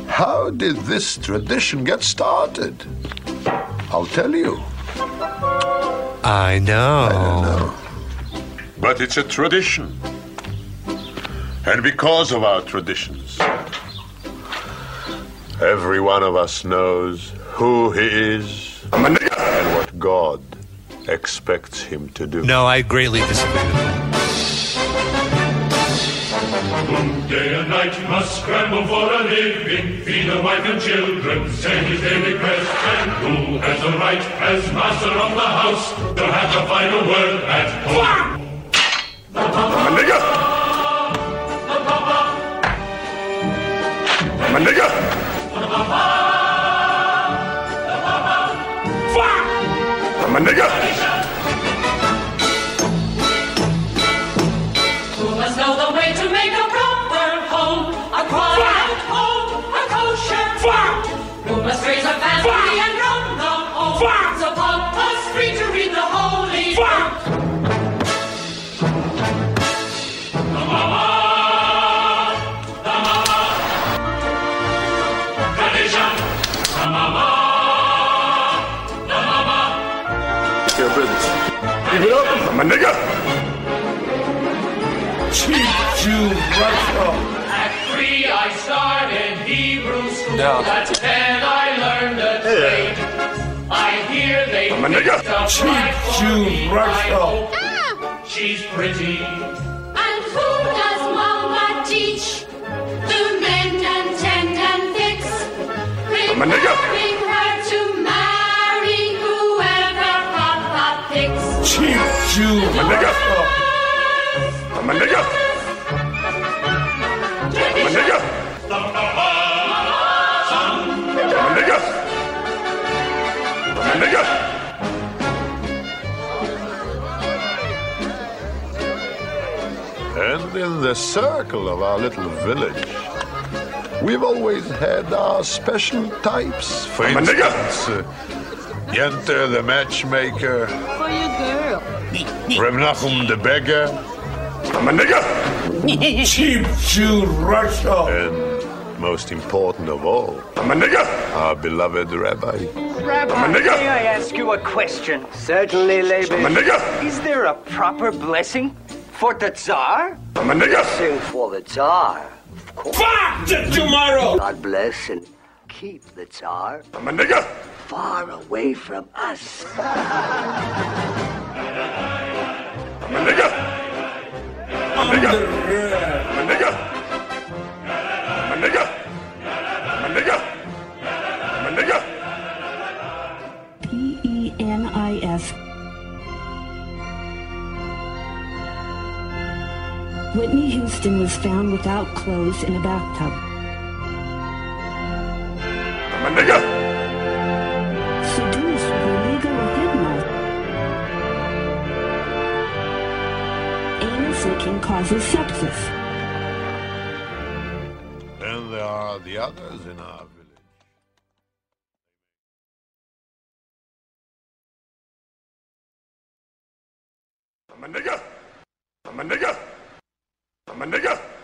how did this tradition get started? I'll tell you.
I know. I don't know.
But it's a tradition. And because of our traditions, every one of us knows who he is and what God expects him to do.
No, I greatly disagree.
Day and night you must scramble for a living, feed the wife and children, send his daily press, and who has a right as master of the house to have the final word at home? My nigga! My nigga! My nigga!
Who must know the way to make a proper home? A quiet home, a kosher farm. Who must raise a family and run the home? It's upon us free to read the holy book.
Tradition! The mama! The mama!
Take care of business.
Keep it up, my nigga!
Teach you At three I started Hebrew school.
Down.
At ten I learned a
Yeah.
trade. I hear they
I'm a nigga.
picked up
Teach
right for
you
me. I
Russian.
hope She's pretty.
And who does Mama teach? To mend and tend and fix.
I'm a nigger.
Preparing her to marry whoever Papa picks.
Teach you I'm a nigga! I'm a nigga! I'm a nigga! I'm a nigga! I'm a nigga!
And in the circle of our little village, we've always had our special types. For
I'm a nigga.
instance, uh, Yenta the matchmaker,
For your girl.
Reb Nachum the beggar. I'm a nigger. Cheap Jew Russia. And most important of all, I'm a nigger. Our beloved Rabbi.
Rabbi,
I'm a nigger.
may I ask you a question? Certainly, Laban.
I'm a nigger.
Is there a proper blessing for the Tsar?
I'm a nigger.
Blessing for the Tsar, of course. Fuck
the tomorrow!
God bless and keep the Tsar.
I'm a nigger.
Far away from us.
I'm a nigger. I'm a nigger. I'm a nigger. I'm a nigger. I'm a nigger. I'm a nigger.
P E N I S. Whitney Houston was found without clothes in a bathtub.
I'm a nigger.
Seduced with illegal fentanyl. Anus licking causes sepsis.
Then there are the others in our village. I'm a nigger. I'm a nigger. I'm a nigger.